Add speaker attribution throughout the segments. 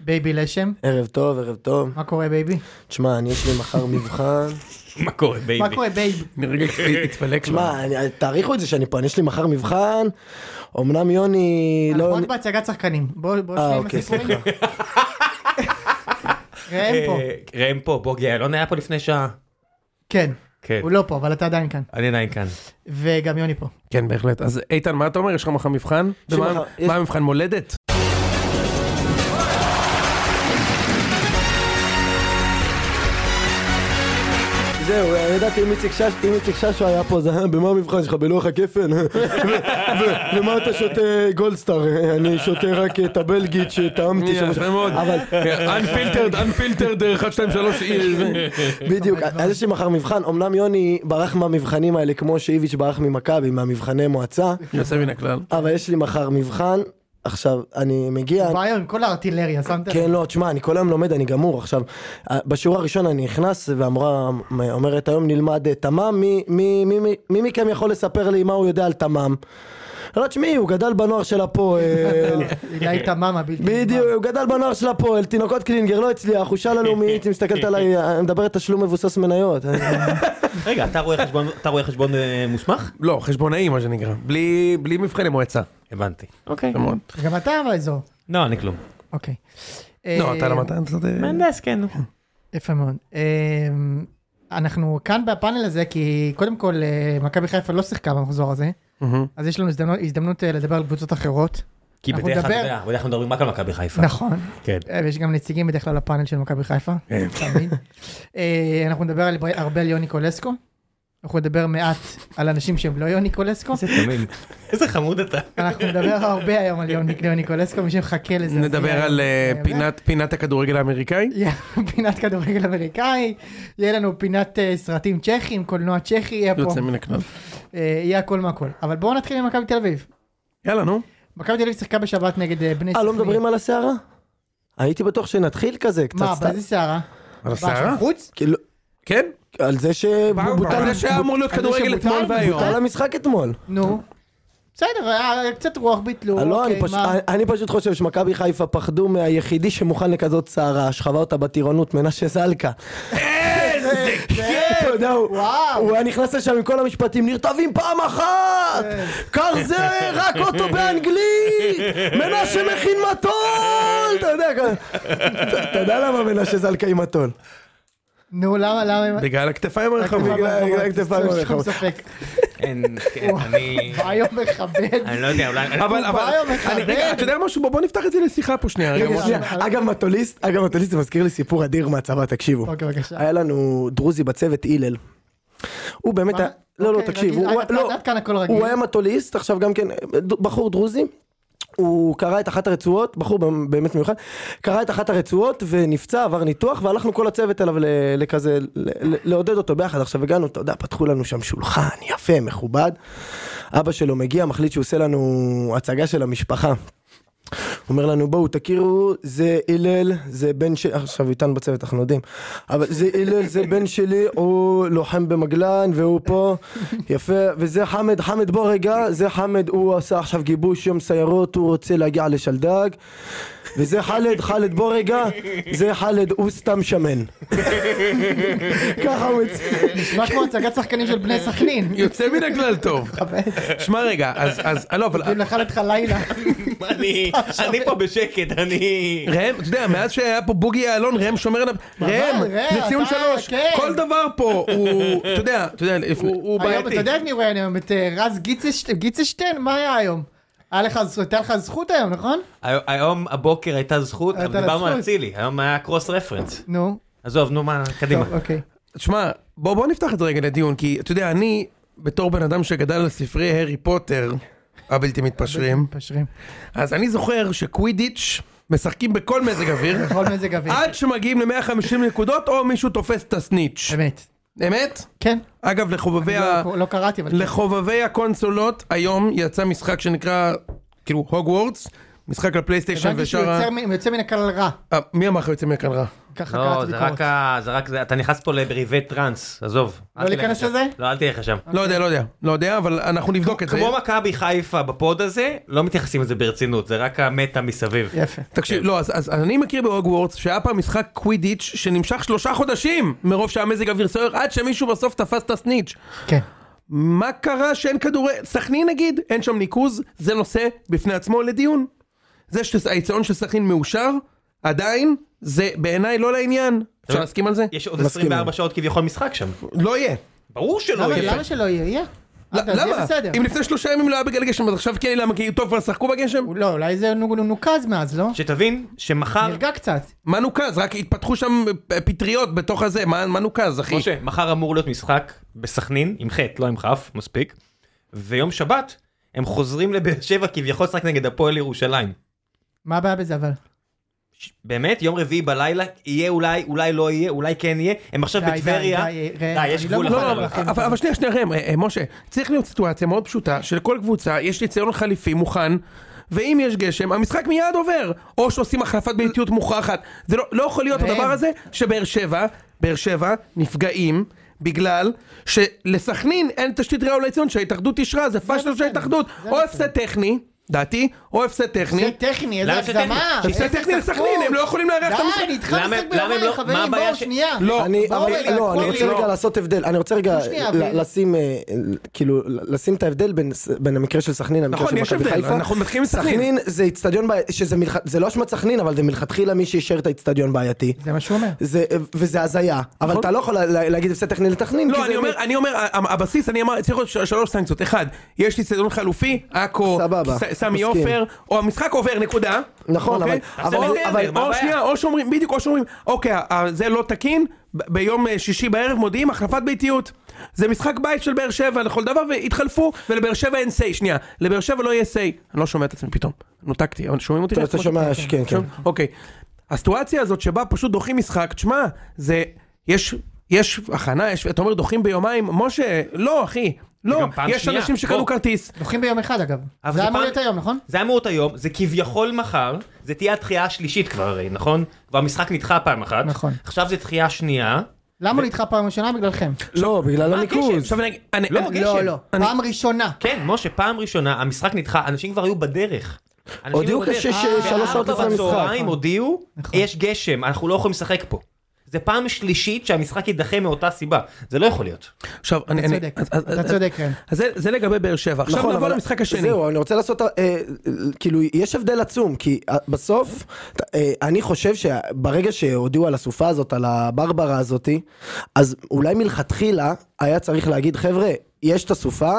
Speaker 1: בייבי לשם,
Speaker 2: ערב טוב, ערב טוב.
Speaker 1: מה קורה בייבי?
Speaker 2: תשמע, אני יש לי מחר מבחן.
Speaker 3: מה קורה
Speaker 1: מה
Speaker 3: בייבי?
Speaker 1: קורה בייב?
Speaker 3: מרגע התפלק
Speaker 2: תשמע, אני- תעריכו את זה שאני פה, אני יש לי מחר מבחן. אמנם יוני
Speaker 1: אנחנו
Speaker 2: לא...
Speaker 1: עוד בהצגת שחקנים, בואו בואו
Speaker 2: אה,
Speaker 1: נשמע עם
Speaker 2: אוקיי,
Speaker 1: הסיפורים.
Speaker 2: סליחה.
Speaker 1: ראם פה,
Speaker 4: אה,
Speaker 3: ראם אה, פה, בוגי יעלון היה פה לפני שעה.
Speaker 1: כן,
Speaker 3: כן.
Speaker 1: הוא לא פה, אבל אתה עדיין כאן,
Speaker 3: אני עדיין כאן.
Speaker 1: וגם יוני פה.
Speaker 2: אה,
Speaker 4: כן, בהחלט. אז איתן, מה אתה אומר? יש לך מחר מבחן?
Speaker 2: יש לי
Speaker 4: ומה-
Speaker 2: מחר- יש-
Speaker 4: מה המבחן מולדת?
Speaker 2: זהו, ידעתי אם איציק שש- אם איציק ששו היה פה, זה "אה, במה המבחן שלך? בלוח הכפל? ו- ו- ומה אתה שותה גולדסטאר? אני שותה רק את הבלגית שטעמתי שם.
Speaker 4: יפה מאוד.
Speaker 2: אבל
Speaker 4: Unfiltered, unfiltered, 1, 2, 3,
Speaker 2: בדיוק, אז יש לי מחר מבחן, אמנם יוני ברח מהמבחנים האלה כמו שאיביץ' ברח ממכבי, מהמבחני מועצה,
Speaker 4: יוצא מן הכלל.
Speaker 2: אבל יש לי מחר מבחן, עכשיו, אני מגיע,
Speaker 1: הוא בא היום עם כל הארטילריה, שמת לב?
Speaker 2: כן לא, תשמע, אני כל היום לומד, אני גמור. עכשיו, אה, בשיעור הראשון אני נכנס, והמורה אומרת, היום נלמד אה, תמ"מ, מי, מי, מי, מי, מי מכם יכול לספר לי מה הוא יודע על תמ"מ? לא, תשמעי, הוא גדל בנוער של הפועל.
Speaker 1: אילי תמם הבלתי נגמר.
Speaker 2: כן. בדיוק, הוא גדל בנוער של הפועל, תינוקות קלינגר, לא הצליח, הוא שאל הלאומית, היא מסתכלת עליי, אני מדברת תשלום מבוסס מניות.
Speaker 3: רגע, אתה רואה חשבון- אתה רואה חשבון אה, מוסמך?
Speaker 4: לא, חשבונאי, מה שנקרא. בלי בלי מבחני מועצה.
Speaker 3: הבנתי.
Speaker 4: אוקיי. מאוד.
Speaker 1: גם אתה באזור,
Speaker 3: לא, אני כלום.
Speaker 1: אוקיי.
Speaker 4: לא,
Speaker 1: אה,
Speaker 4: אתה למדת אתה-
Speaker 3: מהנדס, כן. נו.
Speaker 1: יפה מאוד. אמ, אנחנו כאן בפאנל הזה כי קודם כל אה, מכבי חיפה לא שיחקה במחזור הזה,
Speaker 4: מהמם.
Speaker 1: אז יש לנו הזדמנות- הזדמנות אה, לדבר על קבוצות אחרות.
Speaker 3: כי
Speaker 1: אנחנו
Speaker 3: בדרך כלל, אתה
Speaker 1: נדבר-
Speaker 3: יודע, בדרך כלל מדברים רק על מכבי חיפה.
Speaker 1: נכון.
Speaker 3: כן.
Speaker 1: אה, ויש גם נציגים בדרך כלל לפאנל של מכבי חיפה.
Speaker 4: כן.
Speaker 1: תמיד. אה, אנחנו נדבר על בר- ארבל יוני קולסקו. אנחנו נדבר מעט על אנשים שהם לא יוני קולסקו.
Speaker 3: איזה תמים. איזה חמוד אתה.
Speaker 1: אנחנו נדבר הרבה היום על יוני יוני קולסקו, מי שמחכה לזה. אז
Speaker 4: נדבר
Speaker 1: יהיה-
Speaker 4: על אה,
Speaker 1: אה,
Speaker 4: פינת- פינת הכדורגל האמריקאי.
Speaker 1: יהיה לנו פינת כדורגל אמריקאי, יהיה לנו פינת אה, סרטים צ'כים, קולנוע צ'כי יהיה פה,
Speaker 4: יוצא מן הכלל.
Speaker 1: אה, יהיה הכל מהכל. אבל בואו נתחיל עם מכבי תל אביב.
Speaker 4: יאללה, נו.
Speaker 1: מכבי תל אביב שיחקה בשבת נגד אה, בני
Speaker 2: אה,
Speaker 1: סכנין.
Speaker 2: לא מדברים על הסערה? הייתי בטוח שנתחיל כזה, קצת
Speaker 1: מה,
Speaker 2: סתם.
Speaker 1: באיזה סערה?
Speaker 4: על
Speaker 1: מה,
Speaker 4: הסערה?
Speaker 1: של חוץ?
Speaker 2: כאילו,
Speaker 4: כן.
Speaker 2: על זה שבוטל
Speaker 4: זה שהיה אמור להיות
Speaker 1: על זה
Speaker 4: כדורגל
Speaker 1: שבוטל,
Speaker 4: אתמול והיום.
Speaker 2: בוטל המשחק אתמול.
Speaker 1: נו. בסדר, היה היה קצת רוח ביטלו.
Speaker 2: לא, אני
Speaker 1: אוקיי,
Speaker 2: פשוט-
Speaker 1: מה?
Speaker 2: אני פשוט חושב שמכבי חיפה פחדו מהיחידי שמוכן לכזאת סערה, שחווה אותה בטירונות, מנשה זלקה.
Speaker 1: איזה
Speaker 2: אתה יודע, הוא-
Speaker 1: וואו.
Speaker 2: הוא היה נכנס לשם עם כל המשפטים, נרטבים פעם אחת!
Speaker 4: כן.
Speaker 2: קר זה, רק אוטו באנגלית! מנשה מכין מטול! אתה יודע, כ- אתה- אתה יודע למה מנשה זלקה עם מטול?
Speaker 1: נו, למה, למה? הם-
Speaker 4: בגלל הכתפיים
Speaker 1: הכתפיים
Speaker 4: הרחבות.
Speaker 2: בגלל
Speaker 1: הרחבות,
Speaker 2: הכתפיים
Speaker 1: אין שום
Speaker 2: הרחבות.
Speaker 1: ספק.
Speaker 3: אין, כן, אני...
Speaker 1: ביום מכבד.
Speaker 3: אני לא יודע, אולי...
Speaker 4: אבל,
Speaker 1: הוא בא
Speaker 4: אבל,
Speaker 1: יום אחד.
Speaker 4: אני- רגע, אתה יודע משהו? בוא- בוא נפתח את זה לשיחה פה שנייה. רגע,
Speaker 2: רגע,
Speaker 4: בוא-
Speaker 2: שנייה. אגב, מטוליסט, אגב, מטוליסט זה מזכיר לי סיפור אדיר מהצבא, תקשיבו.
Speaker 1: אוקיי, בבקשה.
Speaker 2: היה לנו דרוזי בצוות הלל. הוא באמת
Speaker 1: מה?
Speaker 2: היה... לא, לא,
Speaker 1: אוקיי,
Speaker 2: תקשיב,
Speaker 1: רגיל.
Speaker 2: הוא- הוא-
Speaker 1: עד-
Speaker 2: לא,
Speaker 1: עד כאן הכל רגיל.
Speaker 2: הוא היה מטוליסט, עכשיו גם כן, ד- בחור דרוזי, הוא קרא את אחת הרצועות, בחור במ- באמת מיוחד, קרא את אחת הרצועות ונפצע, עבר ניתוח, והלכנו כל הצוות אליו ל- לכזה, ל- ל- לעודד אותו ביחד. עכשיו הגענו, אתה יודע, פתחו לנו שם שולחן יפה, מכובד. אבא שלו מגיע, מחליט שהוא עושה לנו הצגה של המשפחה. אומר לנו בואו תכירו זה הלל זה בן שלי עכשיו איתנו בצוות אנחנו יודעים אבל זה הלל זה בן שלי הוא לוחם במגלן והוא פה יפה וזה חמד חמד בוא רגע זה חמד הוא עשה עכשיו גיבוש יום סיירות הוא רוצה להגיע לשלדג וזה חאלד חאלד בוא רגע זה חאלד הוא סתם שמן ככה הוא הצ-
Speaker 1: נשמע כמו הצגת שחקנים של בני סכנין.
Speaker 4: יוצא מן הכלל טוב. שמע רגע, אז, אז, אה, לא, אבל,
Speaker 1: אם נחל איתך לילה.
Speaker 3: אני- אני פה בשקט, אני...
Speaker 4: ראם, אתה יודע, מאז שהיה פה בוגי יעלון, ראם שומר עליו, ראם,
Speaker 1: ראם,
Speaker 4: זה ציון
Speaker 1: אתה-
Speaker 4: שלוש,
Speaker 1: כן.
Speaker 4: כל דבר פה הוא, אתה יודע, אתה יודע, לפני-
Speaker 3: הוא
Speaker 1: היום, אתה יודע את מי רואה היום? את אה, רז גיצשט- גיצשטיין? מה היה היום? היה לך זכות- הייתה לך זכות היום, נכון?
Speaker 3: היום- היום הבוקר הייתה זכות,
Speaker 1: הייתה
Speaker 3: אבל
Speaker 1: לה
Speaker 3: דיברנו על
Speaker 1: זכות.
Speaker 3: אצילי, היום היה קרוס רפרנס.
Speaker 1: נו.
Speaker 4: כן.
Speaker 3: עזוב, נו מה, קדימה.
Speaker 1: טוב, אוקיי.
Speaker 4: שמע, בוא, בוא נפתח את זה רגע לדיון, כי אתה יודע, אני, בתור בן אדם שגדל על ספרי הארי פוטר, הבלתי מתפשרים,
Speaker 1: מתפשרים.
Speaker 4: אז אני זוכר שקווידיץ' משחקים בכל מזג אוויר,
Speaker 1: בכל מזג אוויר.
Speaker 4: עד שמגיעים ל-150 נקודות, או מישהו תופס את הסניץ'.
Speaker 1: אמת.
Speaker 4: אמת?
Speaker 1: כן.
Speaker 4: אגב, לחובבי ה...
Speaker 1: לא- לא קראתי, אבל...
Speaker 4: לחובבי הקונסולות היום יצא משחק שנקרא כאילו הוגוורטס משחק לפלייסטיישן
Speaker 1: הבנתי שהוא
Speaker 4: ושאר ה...
Speaker 1: יוצר מן- הוא יוצא מן הכלל רע.
Speaker 4: אה, מי אמר לך יוצא מהכאן רע?
Speaker 1: ככה
Speaker 3: לא,
Speaker 1: קראתי
Speaker 3: זה רק
Speaker 1: ביקורת.
Speaker 3: ה... זה רק זה, אתה נכנס פה לבריבי טראנס, עזוב. אל
Speaker 1: לא
Speaker 3: תלך
Speaker 1: להיכנס
Speaker 3: לשם.
Speaker 1: לזה?
Speaker 3: לא, אל תלך לשם.
Speaker 4: לא יודע, לא יודע. לא יודע, אבל אנחנו נבדוק את זה.
Speaker 3: כמו מכבי חיפה בפוד הזה, לא מתייחסים לזה ברצינות, זה רק המטה מסביב.
Speaker 1: יפה.
Speaker 4: תקשיב, לא, אז, אז אני מכיר בהוגוורטס שהיה פעם משחק קווידיץ' שנמשך שלושה חודשים מרוב שהיה מזג אוויר סוער עד שמישהו בסוף תפס את הסניץ'.
Speaker 1: כן.
Speaker 4: מה קרה שאין כדורי... סכנין נגיד, אין שם ניקוז, זה נושא בפני עצמו לדיון. זה שהיציאון של סכנין מאושר, עדיין, זה בעיניי לא לעניין. אפשר
Speaker 3: אבל-
Speaker 4: להסכים על זה?
Speaker 3: יש עוד
Speaker 2: מסכים.
Speaker 3: 24 שעות כביכול משחק שם.
Speaker 4: לא יהיה.
Speaker 3: ברור שלא
Speaker 1: למה-
Speaker 3: יהיה.
Speaker 1: לא, למה שלא יהיה? יהיה.
Speaker 4: ל-
Speaker 1: אגב, זה אוקיי, יהיה
Speaker 4: לא, למה?
Speaker 1: בסדר.
Speaker 4: אם לפני שלושה ימים לא היה בגשם, אז עכשיו כן, למה? כי טוב, כבר שחקו בגשם?
Speaker 1: לא, אולי זה נו- נו- נוקז מאז, לא?
Speaker 3: שתבין שמחר,
Speaker 1: נרגע קצת.
Speaker 4: מה נוקז? רק התפתחו שם אה, פטריות בתוך הזה, מה מה נוקז, אחי?
Speaker 3: משה, מחר אמור להיות משחק בסכנין, עם ח', לא עם כ', מספיק. ויום שבת, הם חוזרים לבאר שבע כביכול לשחק נגד הפועל ירושלים.
Speaker 1: מה הבעיה בזה אבל?
Speaker 3: ש- באמת, יום רביעי בלילה, יהיה אולי, אולי לא יהיה, אולי כן יהיה, הם עכשיו
Speaker 1: די, די,
Speaker 3: בטבריה.
Speaker 1: די, די,
Speaker 3: די, יש
Speaker 1: אני לא
Speaker 3: גבול.
Speaker 1: מוכן
Speaker 3: אחת,
Speaker 4: לא,
Speaker 3: אבל-
Speaker 4: לא,
Speaker 1: לכם.
Speaker 4: אבל אבל שנייה, שנייה, ראם, אה, אה, משה, צריך להיות סיטואציה מאוד פשוטה, שלכל קבוצה יש ניסיון חליפי מוכן, ואם יש גשם, המשחק מיד עובר, או שעושים החלפת ביתיות מוכחת. זה לא- לא יכול להיות
Speaker 1: ראם.
Speaker 4: הדבר הזה, שבאר שבע, באר שבע, נפגעים. בגלל שלסכנין אין תשתית ראויה ליציון שההתאחדות אישרה, זה פשלות של
Speaker 1: בסדר,
Speaker 4: ההתאחדות.
Speaker 1: זה
Speaker 4: או
Speaker 1: בסדר.
Speaker 4: הפסד טכני, דעתי, או הפסד
Speaker 1: זה
Speaker 4: טכני.
Speaker 1: טכני, איזה
Speaker 3: למה זה
Speaker 1: הגזמה.
Speaker 3: טכני?
Speaker 4: הפסד טכני לסכנין, הם לא יכולים לארח את המשחק.
Speaker 1: די, נדחה
Speaker 3: למה-
Speaker 1: משחק
Speaker 3: למה הם
Speaker 1: ביומיים,
Speaker 3: לא- מה
Speaker 1: חברים,
Speaker 3: הבעיה
Speaker 1: בואו
Speaker 3: ש-
Speaker 1: שנייה.
Speaker 4: לא,
Speaker 2: אני,
Speaker 1: בואו
Speaker 2: אבל-
Speaker 1: רגע,
Speaker 2: לא,
Speaker 1: בואו
Speaker 2: אני רוצה
Speaker 1: רגע.
Speaker 2: רגע לעשות הבדל, אני רוצה רגע
Speaker 1: שנייה,
Speaker 2: ל-
Speaker 1: אבל-
Speaker 2: לשים, אה, כאילו, לשים את ההבדל בין ס- בין המקרה של סכנין למקרה
Speaker 4: נכון,
Speaker 2: של
Speaker 4: יש
Speaker 2: מכבי
Speaker 4: הבדל,
Speaker 2: חיפה.
Speaker 4: אנחנו מתחילים עם סכנין.
Speaker 2: סכנין זה איצטדיון, בעי- שזה מלכ- זה לא אשמת סכנין, אבל זה מלכתחילה מי שאישר את האיצטדיון בעייתי.
Speaker 1: זה מה שהוא אומר. נכון.
Speaker 2: זה, וזה הזיה, אבל אתה לא יכול לה- להגיד הפסד טכני לתכנין, כי
Speaker 4: לא,
Speaker 2: זה
Speaker 4: אני אומר, אני אומר, ה- ה- הבסיס, אני אמר, צריך להיות ש- שלוש סנקציות. אחד, יש לי סדרון חלופי, עכו,
Speaker 2: סבבה,
Speaker 4: ס- סמי
Speaker 2: מסכים.
Speaker 4: עופר, או המשחק עובר, נקודה.
Speaker 2: נכון,
Speaker 4: אוקיי?
Speaker 2: אבל- אבל-
Speaker 4: או-
Speaker 3: בסדר, מה
Speaker 4: או
Speaker 3: הבעיה?
Speaker 4: שנייה, או שאומרים, בדיוק, או שאומרים, אוקיי, ה- זה לא תקין, ב- ביום אה, שישי בערב מודיעים החלפת ביתיות. זה משחק בית של באר שבע לכל דבר, והתחלפו, ולבאר שבע אין סיי, שנייה, לבאר שבע לא יהיה סיי. אני לא שומע את עצמי פתאום. נותקתי, אבל שומעים אותי?
Speaker 2: אתה- אתה שומע, כן, כן.
Speaker 4: עכשיו, אוקיי. הסיטואציה הזאת שבה פשוט דוחים משחק, תשמע, זה, יש, יש הכנה, יש, אתה אומר דוחים ביומיים, משה, לא אחי, לא,
Speaker 3: גם פעם
Speaker 4: יש
Speaker 3: שנייה,
Speaker 4: אנשים שקנו
Speaker 3: בוא.
Speaker 4: כרטיס.
Speaker 1: דוחים ביום אחד אגב.
Speaker 3: אבל
Speaker 1: זה
Speaker 3: זה
Speaker 1: אמור
Speaker 3: פעם-
Speaker 1: להיות היום, נכון?
Speaker 3: זה אמור להיות היום, זה כביכול מחר, זה תהיה התחייה השלישית כבר הרי, נכון? כבר המשחק נדחה פעם אחת.
Speaker 1: נכון.
Speaker 3: עכשיו זה דחייה שנייה.
Speaker 1: למה הוא נדחה פעם ראשונה? בגללכם.
Speaker 2: לא, בגלל
Speaker 3: מה הקשר?
Speaker 2: הניקוז.
Speaker 4: עכשיו אני, אני,
Speaker 3: לא,
Speaker 4: אני-
Speaker 3: גשם.
Speaker 1: לא, לא.
Speaker 4: אני-
Speaker 1: פעם ראשונה.
Speaker 3: כן, משה, פעם ראשונה, המשחק נדחה, אנשים כבר היו בדרך. אנשים
Speaker 2: הודיעו
Speaker 3: היו בדרך.
Speaker 2: כשש-
Speaker 3: אה,
Speaker 2: שלוש שעות
Speaker 3: בארבע
Speaker 2: לפני המשחק. נכון.
Speaker 3: בצהריים הודיעו, יש גשם, אנחנו לא יכולים לשחק פה. זה פעם שלישית שהמשחק יידחה מאותה סיבה, זה לא יכול להיות.
Speaker 4: עכשיו, אני,
Speaker 1: אתה
Speaker 4: אני-
Speaker 1: צודק,
Speaker 4: אז- אז-
Speaker 1: אתה
Speaker 4: אז-
Speaker 1: צודק, כן.
Speaker 4: אז זה- זה לגבי באר שבע, עכשיו
Speaker 2: נכון,
Speaker 4: נעבור
Speaker 2: אבל-
Speaker 4: למשחק השני.
Speaker 2: זהו, אני רוצה לעשות, אה, אה, כאילו, יש הבדל עצום, כי אה, בסוף, אה, אני חושב שברגע שהודיעו על הסופה הזאת, על הברברה הזאתי, אז אולי מלכתחילה היה צריך להגיד, חבר'ה, יש את הסופה,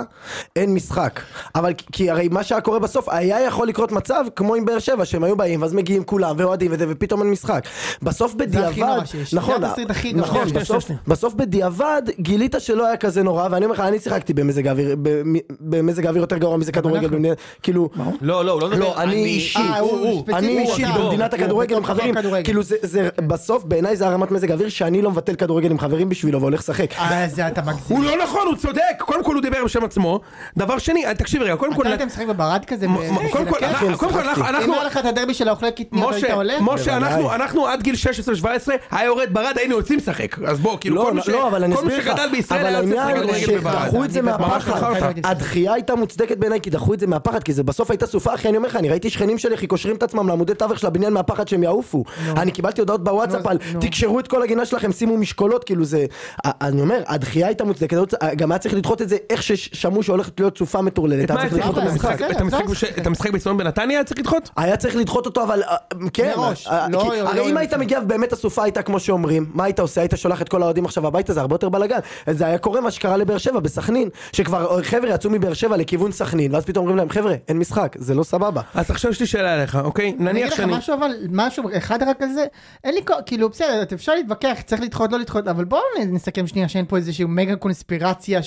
Speaker 2: אין משחק. אבל כי- כי הרי מה שהיה קורה בסוף, היה יכול לקרות מצב כמו עם באר שבע, שהם היו באים, ואז מגיעים כולם, ואוהדים וזה, ופתאום אין משחק. בסוף בדיעבד,
Speaker 1: הכי נורא שיש. זה
Speaker 2: נכון,
Speaker 1: התסריט הכי נורא.
Speaker 2: נכון,
Speaker 1: שנייה,
Speaker 2: בסוף, בסוף בדיעבד גילית שלא היה כזה נורא, ואני אומר לך, אני שיחקתי במזג האוויר, במ- במזג האוויר יותר גרוע מזה כדורגל, במדינה- כאילו,
Speaker 3: לא, לא, הוא לא
Speaker 2: לא,
Speaker 3: מדבר,
Speaker 2: אני אישי,
Speaker 1: אה, הוא- הוא ספציפי
Speaker 2: אני
Speaker 1: הוא
Speaker 2: אישי
Speaker 1: הגיבור.
Speaker 2: במדינת
Speaker 1: הוא
Speaker 2: הכדורגל עם
Speaker 1: בתוך
Speaker 2: חברים,
Speaker 1: הכדורגל.
Speaker 2: כאילו זה- זה בסוף בעיניי זה הרמת מזג האוויר שאני לא מבטל כדורגל עם חברים בשבילו והולך לשחק.
Speaker 1: אה, זה אתה מגזים.
Speaker 4: הוא לא נכון, הוא צודק, קודם כל הוא דיבר בשם עצמו, דבר שני, אל- תקשיב רגע, קודם כל,
Speaker 1: אתה היית משחק כן, בברד כזה?
Speaker 4: מ-
Speaker 1: ב-
Speaker 4: מ- קודם כל,
Speaker 1: בלקח?
Speaker 4: אנחנו- קודם כל, אנחנו-
Speaker 1: אם
Speaker 4: אנחנו,
Speaker 1: היה לך את הדרבי של האוכלי קטניות, לא היית
Speaker 4: משה,
Speaker 1: עולה?
Speaker 4: משה,
Speaker 2: בוודאי.
Speaker 4: אנחנו, אנחנו עד גיל 16-17 היה יורד ברד, היינו יוצאים לשחק. אז בוא, כאילו,
Speaker 2: לא,
Speaker 4: כל מי
Speaker 2: לא,
Speaker 4: ש-
Speaker 2: לא, אבל אני
Speaker 4: כל מי
Speaker 2: אסביר לך,
Speaker 4: שגדל בישראל
Speaker 2: אבל
Speaker 4: היה יוצא לשחק
Speaker 2: העניין הוא
Speaker 4: כדורגל בברד.
Speaker 2: שדחו את זה
Speaker 1: אני בברד,
Speaker 4: ממש
Speaker 2: מהפחד,
Speaker 4: חרטא.
Speaker 2: הדחייה הייתה מוצדקת בעיניי כי דחו את זה מהפחד, כי זה בסוף הייתה סופה, אחי, אני אומר לך, אני ראיתי שכנים שלי איך קושרים את עצמם לעמודי תווך של הבניין מהפחד שהם יעופו. אני קיבלתי הודעות בוואטסאפ
Speaker 1: נו,
Speaker 2: על
Speaker 1: נו.
Speaker 2: תקשרו את כל הגינה שלכם, שימו משקולות, כאילו זה, אני אומר, הדחייה הייתה מוצדקת, גם היה צריך לדחות את זה איך ששמעו שהולכת להיות סופה מטורללת,
Speaker 4: את מה
Speaker 2: היה
Speaker 4: היה
Speaker 2: צריך
Speaker 4: צריך
Speaker 2: לדחות
Speaker 4: לדחות
Speaker 1: למה?
Speaker 2: את המשחק.
Speaker 4: במשחק?
Speaker 1: בסדר,
Speaker 4: את המשחק
Speaker 1: אפשר
Speaker 4: בש-
Speaker 1: לשחק.
Speaker 4: את המשחק בציון בנתניה היה צריך לדחות?
Speaker 2: היה צריך לדחות אותו, אבל אה, כן,
Speaker 1: מראש,
Speaker 2: אה,
Speaker 1: לא-
Speaker 2: כי-
Speaker 1: לא-
Speaker 2: הרי
Speaker 1: לא
Speaker 2: אם
Speaker 1: יום
Speaker 2: היית
Speaker 1: לפני.
Speaker 2: מגיע ובאמת הסופה הייתה כמו שאומרים, מה היית עושה? היית שולח את כל האוהדים עכשיו הביתה, זה הרבה יותר בלאגן. זה היה קורה מה שקרה לבאר שבע בסכנין, שכבר אה, חבר'ה יצאו מבאר שבע לכיוון סכנין, ואז פתאום אומרים להם, חבר'ה, אין משחק, זה לא סבבה.
Speaker 4: אז עכשיו יש לי שאלה אליך, אוקיי?
Speaker 1: אני
Speaker 4: נניח
Speaker 1: אגיד לך
Speaker 4: שאני...
Speaker 1: משהו אבל, משהו אחד רק על זה, אין לי, כוח, כאילו בסדר, אתה- אפשר להתווכח, צריך לדחות, לא לדחות, אבל בואו נ- נסכם שנייה שאין פה איזושהי מגה קונספירציה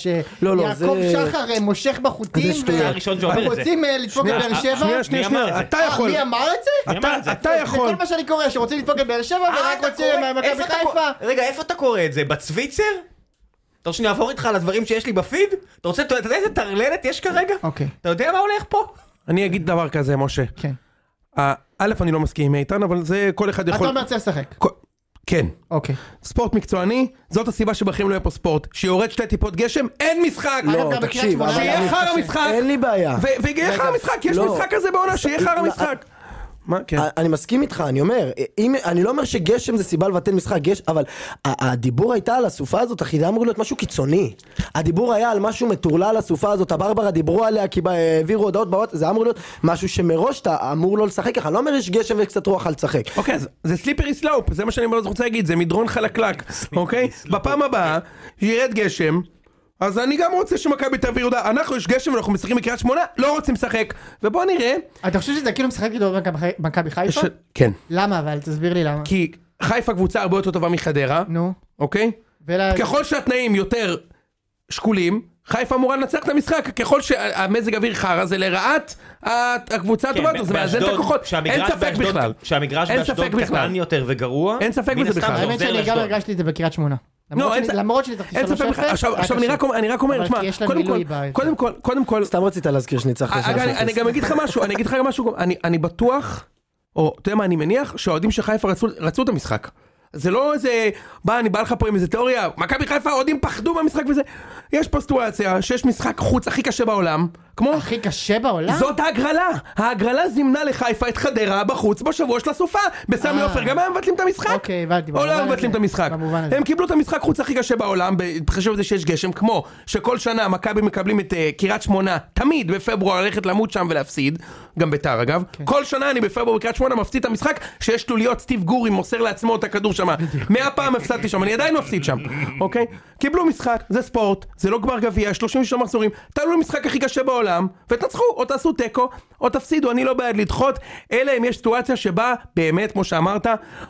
Speaker 2: לא, לא,
Speaker 1: שיעקב
Speaker 2: זה-
Speaker 1: שחר אה, מושך בחוטים,
Speaker 2: זה שטויות.
Speaker 1: וה-
Speaker 3: הראשון שאומר את זה.
Speaker 1: רוצים אה, לדפוק את באר שבע,
Speaker 4: שנייה,
Speaker 3: מי
Speaker 4: שנייה,
Speaker 3: אמר את
Speaker 4: שנייה,
Speaker 3: זה?
Speaker 4: אתה
Speaker 1: אה,
Speaker 4: יכול.
Speaker 1: מי אמר את זה?
Speaker 3: אמר את
Speaker 4: אתה
Speaker 3: זה?
Speaker 4: אתה
Speaker 1: זה כל
Speaker 4: יכול.
Speaker 1: מה שאני קורא, שרוצים לדפוק את באר שבע
Speaker 3: אה,
Speaker 1: ורק
Speaker 3: אתה
Speaker 1: רוצים
Speaker 3: קורא-
Speaker 1: מכבי
Speaker 3: איפה אתה
Speaker 1: חיפה.
Speaker 3: קורא- רגע, איפה אתה קורא את זה? בצוויצר? אתה רוצה שאני אעבור איתך על הדברים שיש לי בפיד? אתה רוצה, אתה יודע איזה טרללת יש כרגע?
Speaker 1: אוקיי.
Speaker 3: אתה יודע מה הולך פה?
Speaker 4: אני אגיד דבר כזה, משה.
Speaker 1: כן.
Speaker 4: אה, א', אני לא מסכים עם איתן, אבל זה כל אחד
Speaker 1: אתה
Speaker 4: יכול...
Speaker 1: אומר צריך לשחק.
Speaker 4: כל- כן.
Speaker 1: אוקיי.
Speaker 4: ספורט מקצועני, זאת הסיבה שבחיים לא יהיה פה ספורט. שיורד שתי טיפות גשם, אין משחק!
Speaker 1: אגב,
Speaker 2: לא,
Speaker 1: גם בקריית
Speaker 2: תקשיב,
Speaker 1: שמונה
Speaker 2: אבל
Speaker 1: היה
Speaker 4: שיהיה
Speaker 2: אני-
Speaker 1: משחק.
Speaker 4: חרא משחק!
Speaker 2: אין לי בעיה.
Speaker 4: ו- ויהיה חרא משחק, יש
Speaker 2: אה. לא.
Speaker 4: משחק כזה בעונה, שיהיה חרא
Speaker 2: לא, אה.
Speaker 4: משחק! מה, כן.
Speaker 2: אני מסכים איתך, אני אומר, אם, אני לא אומר שגשם זה סיבה לבטל משחק, גש, אבל ה- הדיבור הייתה על הסופה הזאת, אחי, זה היה אמור להיות משהו קיצוני. הדיבור היה על משהו מטורלל הסופה הזאת, הברברה דיברו עליה כי בה- העבירו הודעות בוואטס, זה היה אמור להיות משהו שמראש אתה אמור לא לשחק ככה, אני לא אומר יש גשם וקצת רוח, אל תשחק.
Speaker 4: אוקיי, אז זה סליפרי סלאופ, זה מה שאני מאוד רוצה להגיד, זה מדרון חלקלק, אוקיי? בפעם הבאה, ירד גשם, אז אני גם רוצה שמכבי תעביר הודעה, אנחנו יש גשם ואנחנו משחקים בקריית שמונה, לא רוצים לשחק, ובוא נראה.
Speaker 1: אתה חושב שזה כאילו משחק גדול במכבי- מכבי חיפה?
Speaker 4: ש- כן.
Speaker 1: למה אבל? תסביר לי למה.
Speaker 4: כי חיפה קבוצה הרבה יותר טובה מחדרה,
Speaker 1: נו.
Speaker 4: אוקיי?
Speaker 1: ולה-
Speaker 4: ככל שהתנאים יותר שקולים, חיפה אמורה לנצח את המשחק, ככל שהמזג אוויר חרא זה לרעת ה- הקבוצה
Speaker 3: כן,
Speaker 4: הטובה הזאת, זה מאזן את
Speaker 3: באשדוד,
Speaker 4: הכוחות,
Speaker 3: כשהמגרש
Speaker 4: אין ספק
Speaker 3: באשדוד-
Speaker 4: בכלל.
Speaker 3: כשהמגרש
Speaker 4: אין
Speaker 3: באשדוד
Speaker 4: ספק בכלל.
Speaker 3: קטן יותר וגרוע,
Speaker 4: אין ספק
Speaker 3: מן
Speaker 4: בזה
Speaker 3: הסתם
Speaker 4: בכלל.
Speaker 3: זה
Speaker 1: האמת
Speaker 3: עוזר
Speaker 1: שאני גם
Speaker 3: לאשדוד.
Speaker 1: הרגשתי את זה בקריית שמונה. למרות
Speaker 4: לא, אין
Speaker 1: שאני-
Speaker 4: ספק-
Speaker 1: למרות שניצחתי 3-0.
Speaker 4: אין ספק בכלל. עכשיו,
Speaker 1: היה
Speaker 4: עכשיו אני
Speaker 1: קשה.
Speaker 4: רק אומר, אני רק אומר,
Speaker 1: אבל
Speaker 4: תשמע,
Speaker 1: כי יש לנו
Speaker 4: קודם כל,
Speaker 1: עילוי בעיה.
Speaker 4: קודם כל, קודם כל,
Speaker 2: סתם רצית להזכיר שניצחת
Speaker 4: אגב, אני- אה, אני גם אגיד לך משהו, אני אגיד לך גם משהו, אני- אני בטוח, או אתה יודע מה, אני מניח שהאוהדים של חיפה רצו- רצו את המשחק. זה לא איזה, בא, אני בא לך פה עם איזה תיאוריה, מכבי חיפה האוהדים פחדו מהמשחק וזה. יש פה סיטואציה שיש משחק חוץ הכי קשה בעולם, כמו...
Speaker 1: הכי קשה בעולם?
Speaker 4: זאת ההגרלה, ההגרלה זימנה לחיפה את חדרה בחוץ בשבוע של הסופה, בסמי
Speaker 1: אה.
Speaker 4: עופר, גם הם מבטלים את המשחק?
Speaker 1: אוקיי, הבנתי,
Speaker 4: או
Speaker 1: במובן
Speaker 4: לא הם
Speaker 1: הזה.
Speaker 4: מבטלים את המשחק.
Speaker 1: במובן הזה.
Speaker 4: הם קיבלו את המשחק חוץ הכי קשה בעולם, בהתחשב בזה שיש גשם, כמו שכל שנה מכבי מקבלים את אה, קריית שמונה, תמיד בפברואר ללכת למות שם ולהפסיד, גם ביתר אגב,
Speaker 1: כן.
Speaker 4: כל שנה אני בפברואר בקריית שמונה מפסיד את המשחק, שיש תלוליות סטיב גורי מוסר לעצמו את הכדור שם, מאה פעם הפסדתי שם, אני עדיין מפסיד שם, אוקיי? קיבלו משחק, זה ספורט, זה לא גמר גביע, 36 מחזורים, תעלו למשחק הכי קשה בעולם, ותנצחו, או תעשו תיקו, או תפסידו, אני לא בעד לדחות, אלא אם יש סיטואציה שבה, באמת, כמו שאמרת,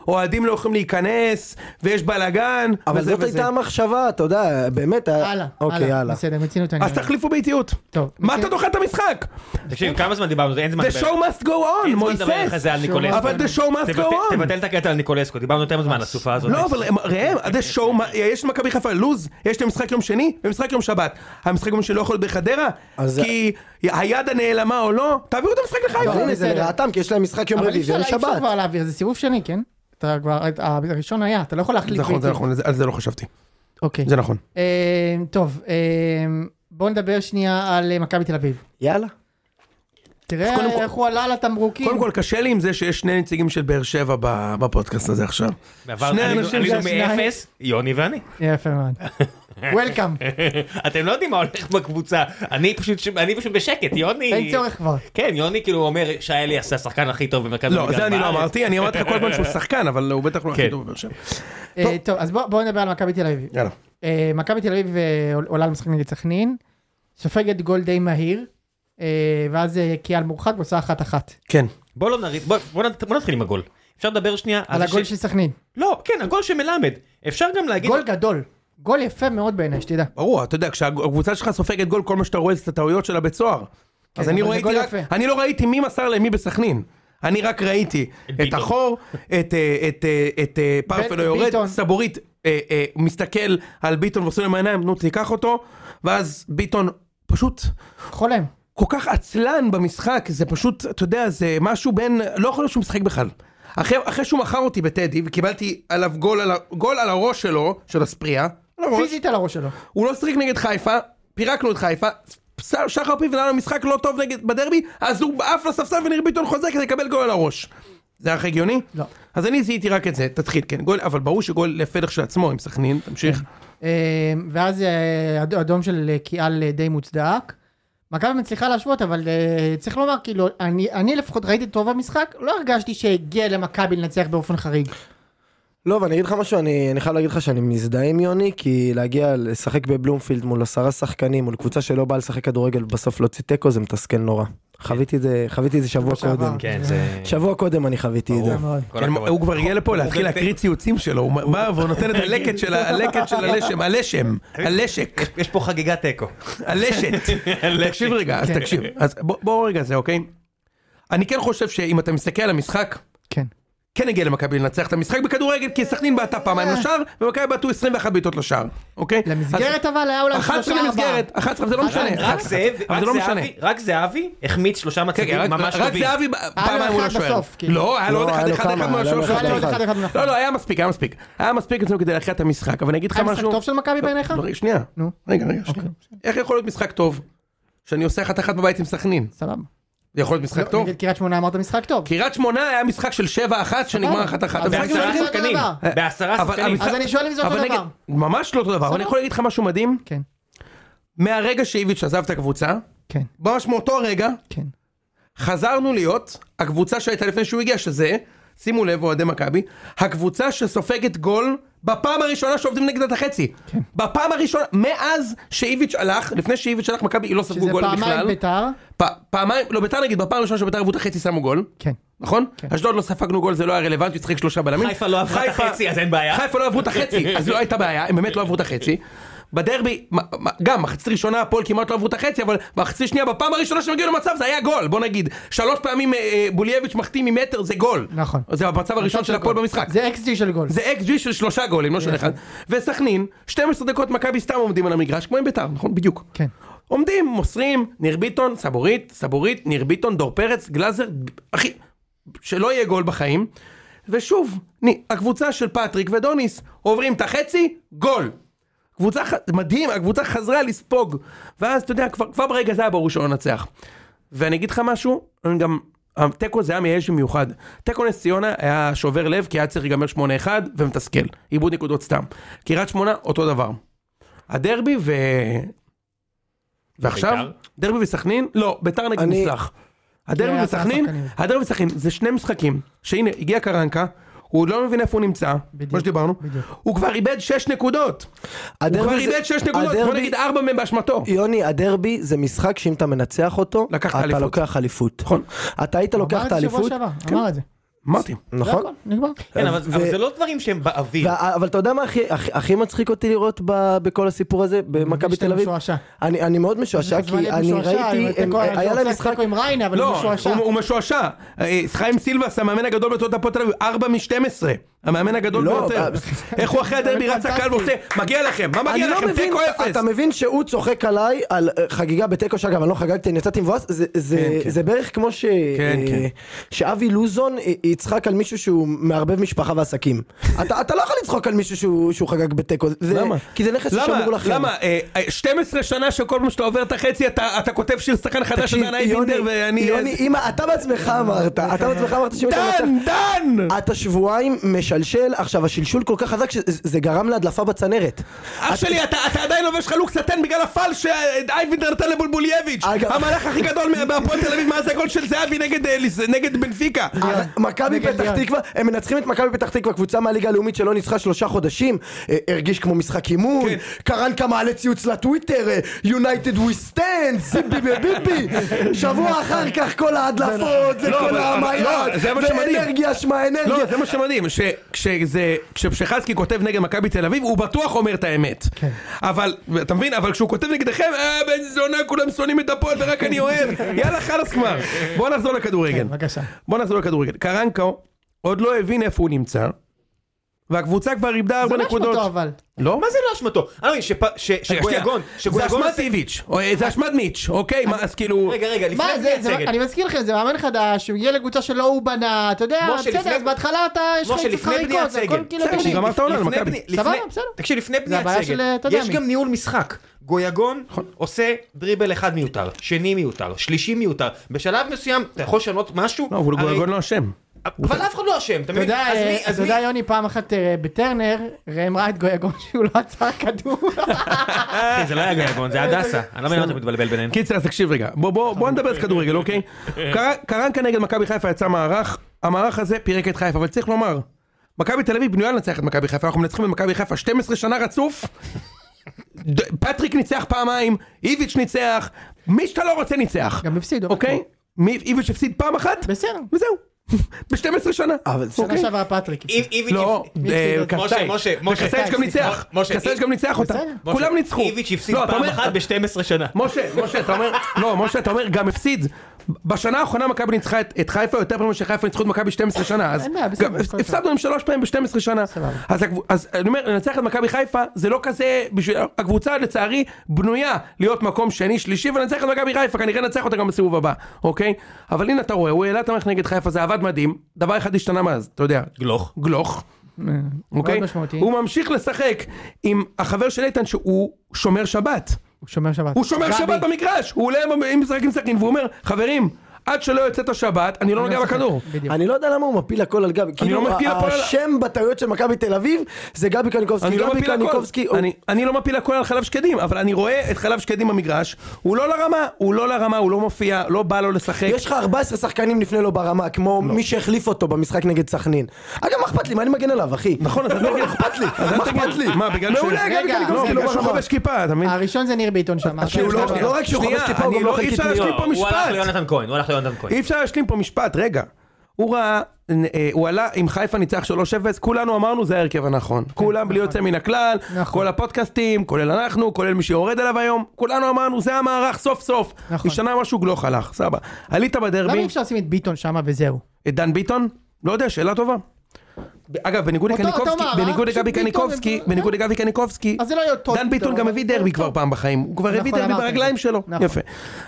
Speaker 4: אוהדים לא יכולים להיכנס, ויש בלאגן,
Speaker 2: אבל
Speaker 4: וזה
Speaker 2: זאת
Speaker 4: וזה.
Speaker 2: הייתה המחשבה, אתה יודע, באמת, ה-
Speaker 1: הלאה.
Speaker 2: אוקיי, הלאה.
Speaker 1: בסדר, מיצינו את העניין.
Speaker 4: אז תחליפו באיטיות.
Speaker 1: טוב.
Speaker 4: מה
Speaker 2: אוקיי.
Speaker 4: אתה דוחה את המשחק?
Speaker 3: תקשיב, כמה זמן דיברנו? על זה? אין זמן
Speaker 4: The
Speaker 3: לדבר.
Speaker 4: show must go on,
Speaker 3: אין זמן לדבר אחרי
Speaker 4: מויסס.
Speaker 3: זה על ניקולסקו.
Speaker 4: אבל the show must
Speaker 3: תבטל-
Speaker 4: go on.
Speaker 3: תבטל את הקטע על ניקולסקו, דיברנו יותר מזמן על הסופה הזאת.
Speaker 4: לא, אבל הם- ראם, the show, מה- יש למכבי חיפה לוז, יש להם משחק יום שני ומשחק יום שבת. המשחק יום שני לא יכול להיות בחדרה,
Speaker 2: אז-
Speaker 4: כי היד הנעלמה או לא, תעבירו את המשחק
Speaker 2: אבל
Speaker 4: לחיפה.
Speaker 2: הנה, זה
Speaker 1: בסדר.
Speaker 2: לרעתם, כי יש להם משחק יום
Speaker 1: אבל אי
Speaker 2: רביעי
Speaker 1: אפשר
Speaker 2: ויום
Speaker 1: אי אפשר
Speaker 2: שבת.
Speaker 1: כבר להעביר, זה סיבוב שני, כן? אתה כבר, הראשון היה, אתה לא יכול להחליט.
Speaker 4: זה נכון, זה
Speaker 1: בעצם.
Speaker 4: נכון, זה- על זה לא חשבתי.
Speaker 1: אוקיי.
Speaker 4: זה נכון.
Speaker 1: אה, טוב, אה, בוא נדבר שנייה על אה, מכבי תל אביב.
Speaker 2: יאללה.
Speaker 1: תראה
Speaker 4: אז קודם כל-
Speaker 1: איך הוא עלה לתמרוקים.
Speaker 4: כן. קודם כל קשה לי עם זה שיש שני נציגים של באר שבע ב- בפודקאסט הזה עכשיו.
Speaker 3: בעבר
Speaker 4: שני
Speaker 3: עלינו-
Speaker 4: אנשים
Speaker 1: זה
Speaker 3: עלינו
Speaker 1: השניים.
Speaker 3: מאפס, יוני ואני.
Speaker 1: יפה מאוד. וולקאם,
Speaker 3: אתם לא יודעים מה הולך בקבוצה, אני פשוט אני פשוט בשקט, יוני...
Speaker 1: אין צורך כבר.
Speaker 3: כן, יוני כאילו אומר שאלי עשה השחקן הכי טוב במרכז
Speaker 4: לא,
Speaker 3: הליגה
Speaker 4: זה אני לא
Speaker 3: בארץ.
Speaker 4: אמרתי, אני אמרתי לך כל הזמן שהוא שחקן, אבל הוא בטח לא הכי
Speaker 3: כן.
Speaker 4: טוב בבאר שבע.
Speaker 1: אה, טוב, אז בוא- בואו נדבר על מכבי תל אביב.
Speaker 4: יאללה.
Speaker 1: אה, מכבי תל אביב אה, עולה למשחק נגד סכנין, סופגת גול די מהיר, אה, ואז אה, קיאל מורחק ועושה אחת אחת.
Speaker 4: כן.
Speaker 3: בוא לא נריב, בוא- בוא נת- בוא נתחיל עם הגול. אפשר לדבר שנייה
Speaker 1: על
Speaker 3: זה
Speaker 1: הגול
Speaker 3: ש-
Speaker 1: של סכנין.
Speaker 3: לא, כן, הגול של מלמד. אפשר גם להגיד...
Speaker 1: גול גדול. גול יפה מאוד בעיניי, שתדע.
Speaker 4: ברור, אתה יודע, כשהקבוצה שלך סופגת גול, כל מה שאתה רואה זה את הטעויות של הבית סוהר. אז אני
Speaker 1: כן, אבל זה
Speaker 4: ראיתי
Speaker 1: גול
Speaker 4: רק,
Speaker 1: יפה.
Speaker 4: אני לא ראיתי מי מסר למי בסכנין. אני רק ראיתי את
Speaker 3: ביטון.
Speaker 4: החור, את, אה, את, אה, את אה, פרפלו
Speaker 1: ב-
Speaker 4: יורד,
Speaker 1: ביטון.
Speaker 4: סבורית אה, אה, מסתכל על ביטון ועושה לו עם העיניים, נו תיקח אותו, ואז ביטון פשוט
Speaker 1: חולם.
Speaker 4: כל כך עצלן במשחק, זה פשוט, אתה יודע, זה משהו בין, לא יכול להיות שהוא משחק בכלל. אחרי, אחרי שהוא מכר אותי בטדי, וקיבלתי עליו גול על, ה- גול על הראש שלו, של הספריה, לא, על הראש.
Speaker 1: פיזית על הראש שלו.
Speaker 4: הוא לא שיחק נגד חיפה, פירקנו את חיפה, ש- שחר פיבן היה לו משחק לא טוב נגד, בדרבי, אז הוא עף לספסל וניר ביטון חוזר כדי לקבל גול על הראש. זה היה לך הגיוני?
Speaker 1: לא.
Speaker 4: אז אני זיהיתי רק את זה, תתחיל, כן, גול, אבל ברור שגול לפדח של עצמו עם סכנין, תמשיך.
Speaker 1: אה, ואז אה, אד- אדום של אה, קיאל אה, די מוצדק. מכבי מצליחה להשוות, אבל אה, צריך לומר, כאילו, אני אני לפחות ראיתי את רוב המשחק, לא הרגשתי שהגיע למכבי לנצח באופן חריג.
Speaker 2: לא, ואני אגיד לך משהו, אני, אני חייב להגיד לך שאני מזדהה עם יוני, כי להגיע לשחק בבלומפילד מול עשרה שחקנים, מול קבוצה שלא באה לשחק כדורגל, בסוף להוציא תיקו זה מתסכל נורא. חוויתי את זה, חוויתי את זה שבוע
Speaker 1: שעבר.
Speaker 2: קודם.
Speaker 3: כן, זה...
Speaker 2: שבוע קודם אני חוויתי את זה.
Speaker 1: זה מאוד.
Speaker 3: כל
Speaker 4: כן,
Speaker 3: הכבוד.
Speaker 4: הוא כבר הגיע לפה להתחיל
Speaker 3: הוא-
Speaker 4: להקריא ציוצים שלו, הוא מה, והוא נותן את הלקט של ה- הלקט של הלשם, הלשם, הלשק,
Speaker 3: יש- יש פה חגיגת תיקו.
Speaker 4: הלשת. תקשיב רגע, אז
Speaker 1: כן.
Speaker 4: תקשיב, אז בוא- בואו רגע זה, אוקיי? אני כן חושב שאם אתה מסתכל על המשחק,
Speaker 1: כן.
Speaker 4: כן הגיע למכבי לנצח את המשחק בכדורגל, כי סכנין בעטה פעמיים
Speaker 1: אה.
Speaker 4: לשער, ומכבי בעטו 21 בעיטות לשער, אוקיי?
Speaker 1: למסגרת אבל היה אולי
Speaker 4: אז 11
Speaker 1: שלושה,
Speaker 4: למסגרת, 11 זה לא משנה.
Speaker 1: רק-
Speaker 3: רק
Speaker 4: 11,
Speaker 3: זאב,
Speaker 4: אבל זה לא
Speaker 3: רק
Speaker 4: משנה.
Speaker 3: זהבי- רק זהבי החמיץ שלושה
Speaker 4: כן,
Speaker 3: מצבים
Speaker 4: כן, רק-
Speaker 3: ממש
Speaker 4: רק
Speaker 3: טובים.
Speaker 4: זהבי פעמיים מול
Speaker 1: אחד
Speaker 4: השוער.
Speaker 1: בסוף, כאילו.
Speaker 4: לא, היה לו עוד
Speaker 2: לא,
Speaker 4: אחד,
Speaker 2: היה לו
Speaker 4: אחד,
Speaker 2: כמה,
Speaker 4: אחד מול
Speaker 2: היה לו
Speaker 4: השוער.
Speaker 2: אחד,
Speaker 1: היה לו עוד
Speaker 2: אחד.
Speaker 1: אחד אחד מנחה.
Speaker 4: לא, לא, היה מספיק, היה מספיק. היה מספיק אצלנו כדי להכריע את המשחק, אבל אני אגיד לך
Speaker 1: היה
Speaker 4: משהו... לא,
Speaker 1: משחק טוב של מכבי בעיניך?
Speaker 4: רגע, שנייה.
Speaker 1: נו. אוקיי,
Speaker 4: רגע, רגע, שנייה. איך יכול להיות משחק טוב? שאני עושה אחת אחת בבית עם סכנין.
Speaker 1: סבבה.
Speaker 4: זה יכול להיות משחק
Speaker 1: לא,
Speaker 4: טוב? כן.
Speaker 1: נגד קריית שמונה אמרת משחק טוב.
Speaker 4: קריית שמונה היה משחק של 7-1 שנגמר 1-1.
Speaker 1: אז
Speaker 4: המשחק עם
Speaker 1: זה
Speaker 3: בעשרה
Speaker 1: אותו
Speaker 4: סכנין-
Speaker 3: שחקנים.
Speaker 1: דבר.
Speaker 3: בעשרה
Speaker 4: אבל
Speaker 3: שחקנים.
Speaker 4: המשחק-
Speaker 1: אז אני שואל אם זה אותו
Speaker 4: אבל נגד-
Speaker 1: דבר.
Speaker 4: ממש לא אותו דבר, אבל אני יכול להגיד לך משהו מדהים?
Speaker 1: כן,
Speaker 4: מהרגע שאיביץ' עזב את הקבוצה,
Speaker 1: כן,
Speaker 4: ממש מאותו רגע,
Speaker 1: כן.
Speaker 4: חזרנו להיות הקבוצה שהייתה לפני שהוא הגיע, שזה, שימו לב, אוהדי מכבי, הקבוצה שסופגת גול בפעם הראשונה שעובדים נגד את החצי. כן. בפעם הראשונה, מאז שאיביץ' הלך, לפני שאיביץ' הלך, מכבי לא
Speaker 1: שזה
Speaker 4: ספגו גול
Speaker 1: פעמיים
Speaker 4: בכלל.
Speaker 1: ביתר.
Speaker 4: פ- פעמיים, לא, ביתר נגיד, בפעם הראשונה שביתר עברו את החצי שמו גול.
Speaker 1: כן.
Speaker 4: נכון? אשדוד לא ספגנו גול, זה לא היה רלוונטי, צריך שלושה בלמים.
Speaker 3: חיפה לא עברה את
Speaker 4: חיפה-
Speaker 3: החצי, אז אין בעיה.
Speaker 4: חיפה לא עברו את החצי, אז לא הייתה בעיה, הם באמת לא עברו את החצי. בדרבי, מה- מה- גם מחצית ראשונה הפועל כמעט לא עברו את החצי, אבל מחצית שנייה, בפעם הראשונה שהם הגיעו למצב זה היה גול, בוא נגיד. שלוש פעמים אה, אה, בולייביץ' מחטיא ממטר זה גול.
Speaker 1: נכון.
Speaker 4: זה המצב הראשון של הפועל במשחק.
Speaker 1: זה XG של גול. כן.
Speaker 4: זה אקס ג'י של שלושה גולים, לא של אחד. וסכנין, 12 דקות מכבי סתם עומדים על המגרש, כמו עם ביתר, נכון? בדיוק.
Speaker 1: כן.
Speaker 4: עומדים, מוסרים, ניר ביטון, סבורית, סבורית, ניר ביטון, דור פרץ, גלאזר, אחי, שלא יהיה גול בחיים. ושוב, ני, הקבוצה של פטריק ודוניס עוברים את החצי, גול. קבוצה, ח- מדהים, הקבוצה חזרה לספוג. ואז, אתה יודע, כבר, כבר ברגע זה היה ברור שלא ננצח. ואני אגיד לך משהו, אני גם, התיקו זה היה מייאש במיוחד. תיקו נס ציונה היה שובר לב, כי היה צריך להיגמר 8-1 ומתסכל. איבוד נקודות סתם. קריית שמונה, אותו דבר. הדרבי ו... ועכשיו,
Speaker 3: בית"ר?
Speaker 4: דרבי וסכנין, לא, ביתר נגד
Speaker 2: אני-
Speaker 4: מוצלח. הדרבי
Speaker 1: היה עשרה
Speaker 4: וסכנין,
Speaker 1: שחקנים.
Speaker 4: הדרבי וסכנין, זה שני משחקים, שהנה, הגיע קרנקה, הוא לא מבין איפה הוא נמצא,
Speaker 1: בדיוק,
Speaker 4: כמו שדיברנו,
Speaker 1: בדיוק.
Speaker 4: הוא כבר איבד 6 נקודות, הוא
Speaker 2: הדרבי
Speaker 4: כבר
Speaker 2: זה-
Speaker 4: איבד 6 נקודות, בוא
Speaker 2: הדרבי-
Speaker 4: נגיד 4 מהם באשמתו.
Speaker 2: יוני, הדרבי זה משחק שאם אתה מנצח אותו,
Speaker 4: לקחת
Speaker 2: אתה
Speaker 4: אליפות.
Speaker 2: לוקח אליפות.
Speaker 4: נכון.
Speaker 2: אתה היית לוקח את
Speaker 1: אמר את זה שבוע
Speaker 2: האליפות,
Speaker 1: שעבר, אמר את זה.
Speaker 4: אמרתי.
Speaker 1: זה
Speaker 2: נכון?
Speaker 1: הכל, נגמר.
Speaker 3: כן, אבל
Speaker 2: ו-
Speaker 3: אבל זה לא דברים שהם באוויר.
Speaker 2: וה- אבל אתה יודע מה הכי- הכי הכי מצחיק אותי לראות ב- בכל הסיפור הזה, במכבי
Speaker 1: שאתה
Speaker 2: תל אביב?
Speaker 1: משועשע.
Speaker 2: אני אני מאוד משועשע,
Speaker 1: אבל
Speaker 2: כי
Speaker 1: הוא
Speaker 2: אני
Speaker 1: משועשע, אבל
Speaker 2: ראיתי, הם-
Speaker 1: תיקו-
Speaker 2: היה
Speaker 1: הוא
Speaker 2: להם
Speaker 1: עושה
Speaker 2: משחק...
Speaker 1: תיקו עם ריינה, אבל הוא
Speaker 4: לא,
Speaker 1: משועשע.
Speaker 4: הוא- הוא משועשע. אה, חיים סילבס, המאמן הגדול בתולדות הפועל תל אביב, 4 מ-12. המאמן הגדול
Speaker 2: לא,
Speaker 4: ביותר.
Speaker 2: אה,
Speaker 4: איך הוא אחרי הדרבי
Speaker 1: באמת
Speaker 4: רץ לקהל
Speaker 1: פנטסטי.
Speaker 4: ועושה, מגיע לכם, מה
Speaker 2: אני
Speaker 4: מגיע
Speaker 2: לא
Speaker 4: לכם,
Speaker 2: מבין,
Speaker 4: תיקו
Speaker 2: אתה-
Speaker 4: אפס.
Speaker 2: אתה מבין שהוא צוחק עליי על אה, חגיגה בתיקו, שאגב אני לא חגגתי, אני יצאתי מבואס, זה- זה-
Speaker 4: כן.
Speaker 2: זה בערך כמו ש-
Speaker 4: כן,
Speaker 2: אה,
Speaker 4: כן.
Speaker 2: שאבי לוזון אה, יצחק על מישהו שהוא מערבב משפחה ועסקים. אתה אתה לא יכול לצחוק על מישהו שהוא שהוא חגג בתיקו, זה-
Speaker 4: למה?
Speaker 2: כי זה נכס
Speaker 4: למה?
Speaker 2: ששמור לכם.
Speaker 4: למה? אה, אה, 12 שנה שכל פעם שאתה עובר את החצי אתה אתה כותב שיר שחקן חדש, אתה נאי
Speaker 2: יוני,
Speaker 4: בינדר ואני... אה,
Speaker 2: יוני, אמא, אתה בעצמך אמרת, אתה בעצמך אמרת שאם אתה
Speaker 4: דן,
Speaker 2: מנצח...
Speaker 4: דן!
Speaker 2: אתה שבועיים משלשל, עכשיו השלשול כל כך חזק שזה זה גרם להדלפה בצנרת.
Speaker 4: אח
Speaker 2: אה,
Speaker 4: שלי, אתה אתה עדיין לובש חלוק סטן בגלל הפעל שאייבינדר נתן לבולבולייביץ'.
Speaker 2: אגב-
Speaker 4: המהלך הכי גדול מה- מהפועל תל אביב מאז הגול של זהבי נגד, אה, ליס- נגד בנפיקה.
Speaker 2: אבל אה, מכבי
Speaker 1: נגד
Speaker 2: פתח
Speaker 1: ליאון.
Speaker 2: תקווה, הם מנצחים את מכבי פתח תקווה, קבוצה מהליגה הלאומית שלא ניצחה שלושה חודשים, אה, הרגיש כמו משחק אימון,
Speaker 4: כן.
Speaker 2: קרנקה מעלה ציוץ לטוויטר, אה, United we stand, זיבי וביבי, שבוע אחר כך כל ההדלפות,
Speaker 4: לא,
Speaker 2: וכל
Speaker 4: אבל-
Speaker 2: המיילות,
Speaker 4: לא, זה מה שמדהים.
Speaker 2: ואנרגיה שמה אנרגיה.
Speaker 4: לא, זה מה שמדהים, שכשזה- כשפשחצקי כותב נגד מכבי תל אביב, הוא בטוח אומר את האמת.
Speaker 1: כן.
Speaker 4: אבל, אתה מבין, אבל כשהוא כותב נגדכם, אה, בן זונה, כולם שונאים את הפועל ורק אני אוהב. יאללה, חלאס כבר. בוא נחזור לכדורגל.
Speaker 1: כן, בבקשה.
Speaker 4: בוא נחזור לכדורגל. קרנקו עוד לא הבין איפה הוא נמצא, והקבוצה כבר איבדה
Speaker 1: זה
Speaker 4: ארבע
Speaker 1: לא
Speaker 4: נקודות.
Speaker 1: אשמתו אבל.
Speaker 4: לא?
Speaker 3: מה זה לא אשמתו? אני לא מבין, שפ- ש- שגויגון,
Speaker 4: זה
Speaker 3: שגויגון...
Speaker 4: אשמת איביץ', או, אה, זה אשמת מיץ', אוקיי? מה, אז כאילו...
Speaker 3: לא רגע, רגע,
Speaker 1: מה
Speaker 3: לפני מי
Speaker 1: זה, זה,
Speaker 3: הצגת?
Speaker 1: אני מזכיר לכם, זה מאמן חדש, הוא הגיע לקבוצה שלא הוא בנה, אתה יודע,
Speaker 3: משה,
Speaker 1: בסדר,
Speaker 3: לפני-
Speaker 1: אז בהתחלה אתה, יש לך
Speaker 3: משה,
Speaker 1: קצת
Speaker 3: לפני
Speaker 1: חריקות,
Speaker 3: בניית
Speaker 1: זה הכל
Speaker 3: סגל.
Speaker 1: כאילו
Speaker 4: בסדר,
Speaker 1: בני.
Speaker 4: הוא גמר את העונה
Speaker 3: לפני
Speaker 4: למכבי.
Speaker 3: בני-
Speaker 1: סבבה,
Speaker 3: לפני-
Speaker 1: בסדר.
Speaker 3: תקשיב, לפני בני
Speaker 1: זה הבעיה של,
Speaker 3: הסגל,
Speaker 1: אתה יודע
Speaker 3: יש
Speaker 1: מי.
Speaker 3: גם ניהול משחק. גויגון עושה דריבל אחד מיותר, שני מיותר, שלישי מיותר. בשלב מסוים אתה יכול לשנות משהו.
Speaker 4: לא, אבל
Speaker 3: הרי-
Speaker 4: גויגון לא אשם.
Speaker 3: אבל אף אחד לא אשם, אתה
Speaker 1: אתה
Speaker 3: מבין?
Speaker 1: יודע,
Speaker 3: אז מי-
Speaker 1: אה,
Speaker 3: אז
Speaker 1: אתה
Speaker 3: מי...
Speaker 1: יודע, יוני, פעם אחת אה, בטרנר, ראם ראה את גויגון שהוא לא עצר כדור.
Speaker 3: אחי, זה לא היה גויגון, זה
Speaker 1: אה,
Speaker 3: הדסה. אני לא מבין למה אתה מתבלבל ביניהם.
Speaker 4: קיצר, אז תקשיב רגע, בוא- בוא בוא נדבר כדורגל, אוקיי? קר- קרנקה נגד מכבי חיפה יצא מערך, המערך הזה פירק את חיפה, אבל צריך לומר, מכבי תל אביב בנויה לנצח את מכבי חיפה, אנחנו מנצחים את מכבי חיפה 12 שנה רצוף, ד- פטריק ניצח פעמיים, איביץ' ניצח, מי שאתה לא רוצה ניצח,
Speaker 1: גם הפסיד, אוקיי.
Speaker 4: אוקיי? מי- איביץ' הפסיד פעם אחת,
Speaker 1: בסדר.
Speaker 4: וזהו, ב-12 שנה. אוקיי?
Speaker 2: אבל זה-
Speaker 1: שנה שעברה פטריק.
Speaker 3: אם- איביץ'
Speaker 4: לא,
Speaker 3: הפ-
Speaker 4: אה,
Speaker 1: הפסיד?
Speaker 4: קסטייץ'.
Speaker 3: משה, משה, משה.
Speaker 4: וקסטייץ' גם ניצח,
Speaker 3: משה,
Speaker 4: קסטייץ' גם ניצח אותה,
Speaker 1: בסדר.
Speaker 3: משה,
Speaker 4: כולם ניצחו.
Speaker 3: איביץ' הפסיד
Speaker 4: לא, אתה
Speaker 3: פעם
Speaker 4: אומר-
Speaker 3: אחת ב-12 שנה.
Speaker 4: משה, משה, אתה אומר, לא, משה, אתה אומר, גם הפסיד. בשנה האחרונה מכבי ניצחה את את חיפה יותר פעמים שחיפה ניצחו את מכבי 12 שנה, אז
Speaker 1: אין בעיה, בסדר,
Speaker 4: גם
Speaker 1: בסדר.
Speaker 4: הפסדנו להם שלוש פעמים ב-12 שנה.
Speaker 1: סבבה.
Speaker 4: אז הקב- אז אני אומר, לנצח את מכבי חיפה זה לא כזה, בשביל- הקבוצה לצערי בנויה להיות מקום שני, שלישי, ולנצח את מכבי חיפה, כנראה ננצח אותה גם בסיבוב הבא, אוקיי? אבל הנה אתה רואה, הוא העלה את המערכת נגד חיפה, זה עבד מדהים, דבר אחד השתנה מאז, אתה יודע,
Speaker 3: גלוך.
Speaker 4: גלוך. אוקיי?
Speaker 1: אה, משמעותי.
Speaker 4: הוא ממשיך לשחק עם החבר של איתן שהוא שומר שבת.
Speaker 1: הוא שומר שבת.
Speaker 4: הוא שומר
Speaker 1: גבי,
Speaker 4: שבת במגרש! הוא עולה עם- עם משחק עם סכין והוא אומר, חברים, עד שלא יוצאת השבת, אני לא נוגע
Speaker 1: לא משחק.
Speaker 4: בכדור.
Speaker 1: בדיוק.
Speaker 2: אני לא יודע למה הוא מפיל הכל על גבי. כאילו,
Speaker 4: לא מפיל הכל על-
Speaker 2: השם בטעויות של מכבי תל אביב זה גבי קניקובסקי.
Speaker 4: אני לא
Speaker 2: גבי
Speaker 4: מפיל
Speaker 2: קניקובסקי
Speaker 4: הכל,
Speaker 2: הוא-
Speaker 4: אני- אני לא מפיל הכל על חלב שקדים, אבל אני רואה את חלב שקדים במגרש, הוא לא לרמה, הוא לא לרמה, הוא לא מופיע, לא בא לו לשחק.
Speaker 2: יש לך 14 שחקנים לפני לו ברמה, כמו
Speaker 4: לא.
Speaker 2: מי שהחליף אותו במשחק נגד סכנין. אגב, מה אכפת לי? מה אני מגן עליו, אחי? לא,
Speaker 4: נכון, אז אני אגיד,
Speaker 2: אכפת לי?
Speaker 4: אז אל
Speaker 2: מה
Speaker 4: תגיד-
Speaker 2: אכפת לי?
Speaker 4: מה, בגלל שהוא...
Speaker 2: מעולה, גבי
Speaker 1: רגע,
Speaker 4: לא,
Speaker 2: קניקובסקי
Speaker 4: בגלל
Speaker 2: לא
Speaker 4: שהוא
Speaker 2: ברמה.
Speaker 4: חובש כיפה, אתה מבין?
Speaker 1: הראשון זה ניר ביטון שאמר.
Speaker 2: שהוא לא- לא רק שהוא
Speaker 4: אה, שנייה,
Speaker 2: חובש כיפה, הוא
Speaker 4: אני
Speaker 2: גם
Speaker 4: לא-
Speaker 2: לא חלקי
Speaker 4: אי
Speaker 1: אה,
Speaker 4: אפשר להשלים
Speaker 2: קניות.
Speaker 4: פה
Speaker 3: הוא הלך
Speaker 4: משפט.
Speaker 3: ליונתן כהן, הוא הלך ליונתן
Speaker 4: אי
Speaker 3: כהן.
Speaker 4: אפשר להשלים פה משפט, רגע. הוא ראה, אה, הוא עלה עם חיפה ניצח 3-0, כולנו אמרנו זה ההרכב הנכון. כולם בלי יוצא מן הכלל,
Speaker 1: כן, נכון.
Speaker 4: כל הפודקאסטים, כולל אנחנו, כולל מי שיורד עליו היום, כולנו אמרנו זה המערך סוף סוף.
Speaker 1: נכון.
Speaker 4: השתנה משהו גלוך הלך, סבא. עלית
Speaker 1: למה אי
Speaker 4: בדרבי,
Speaker 1: אפשר לשים את ביטון שמה וזהו?
Speaker 4: את דן ביטון? לא יודע, שאלה טובה. אגב, בניגוד
Speaker 1: אותו-
Speaker 4: לקניקובסקי,
Speaker 1: אותו מערך,
Speaker 4: בניגוד
Speaker 1: פשוט
Speaker 4: לגבי
Speaker 1: ביטון
Speaker 4: קניקובסקי,
Speaker 1: הם-
Speaker 4: בניגוד לגבי קניקובסקי,
Speaker 1: אז זה לא יהיה אותו
Speaker 4: דן ביטון
Speaker 1: ביטון,
Speaker 4: גם
Speaker 1: אבל-
Speaker 4: הביא דרבי כבר פעם בחיים, הוא כבר הביא
Speaker 1: נכון,
Speaker 4: דרבי
Speaker 1: אמרת את
Speaker 4: ברגליים
Speaker 1: זה.
Speaker 4: שלו,
Speaker 1: נכון.
Speaker 4: יפה.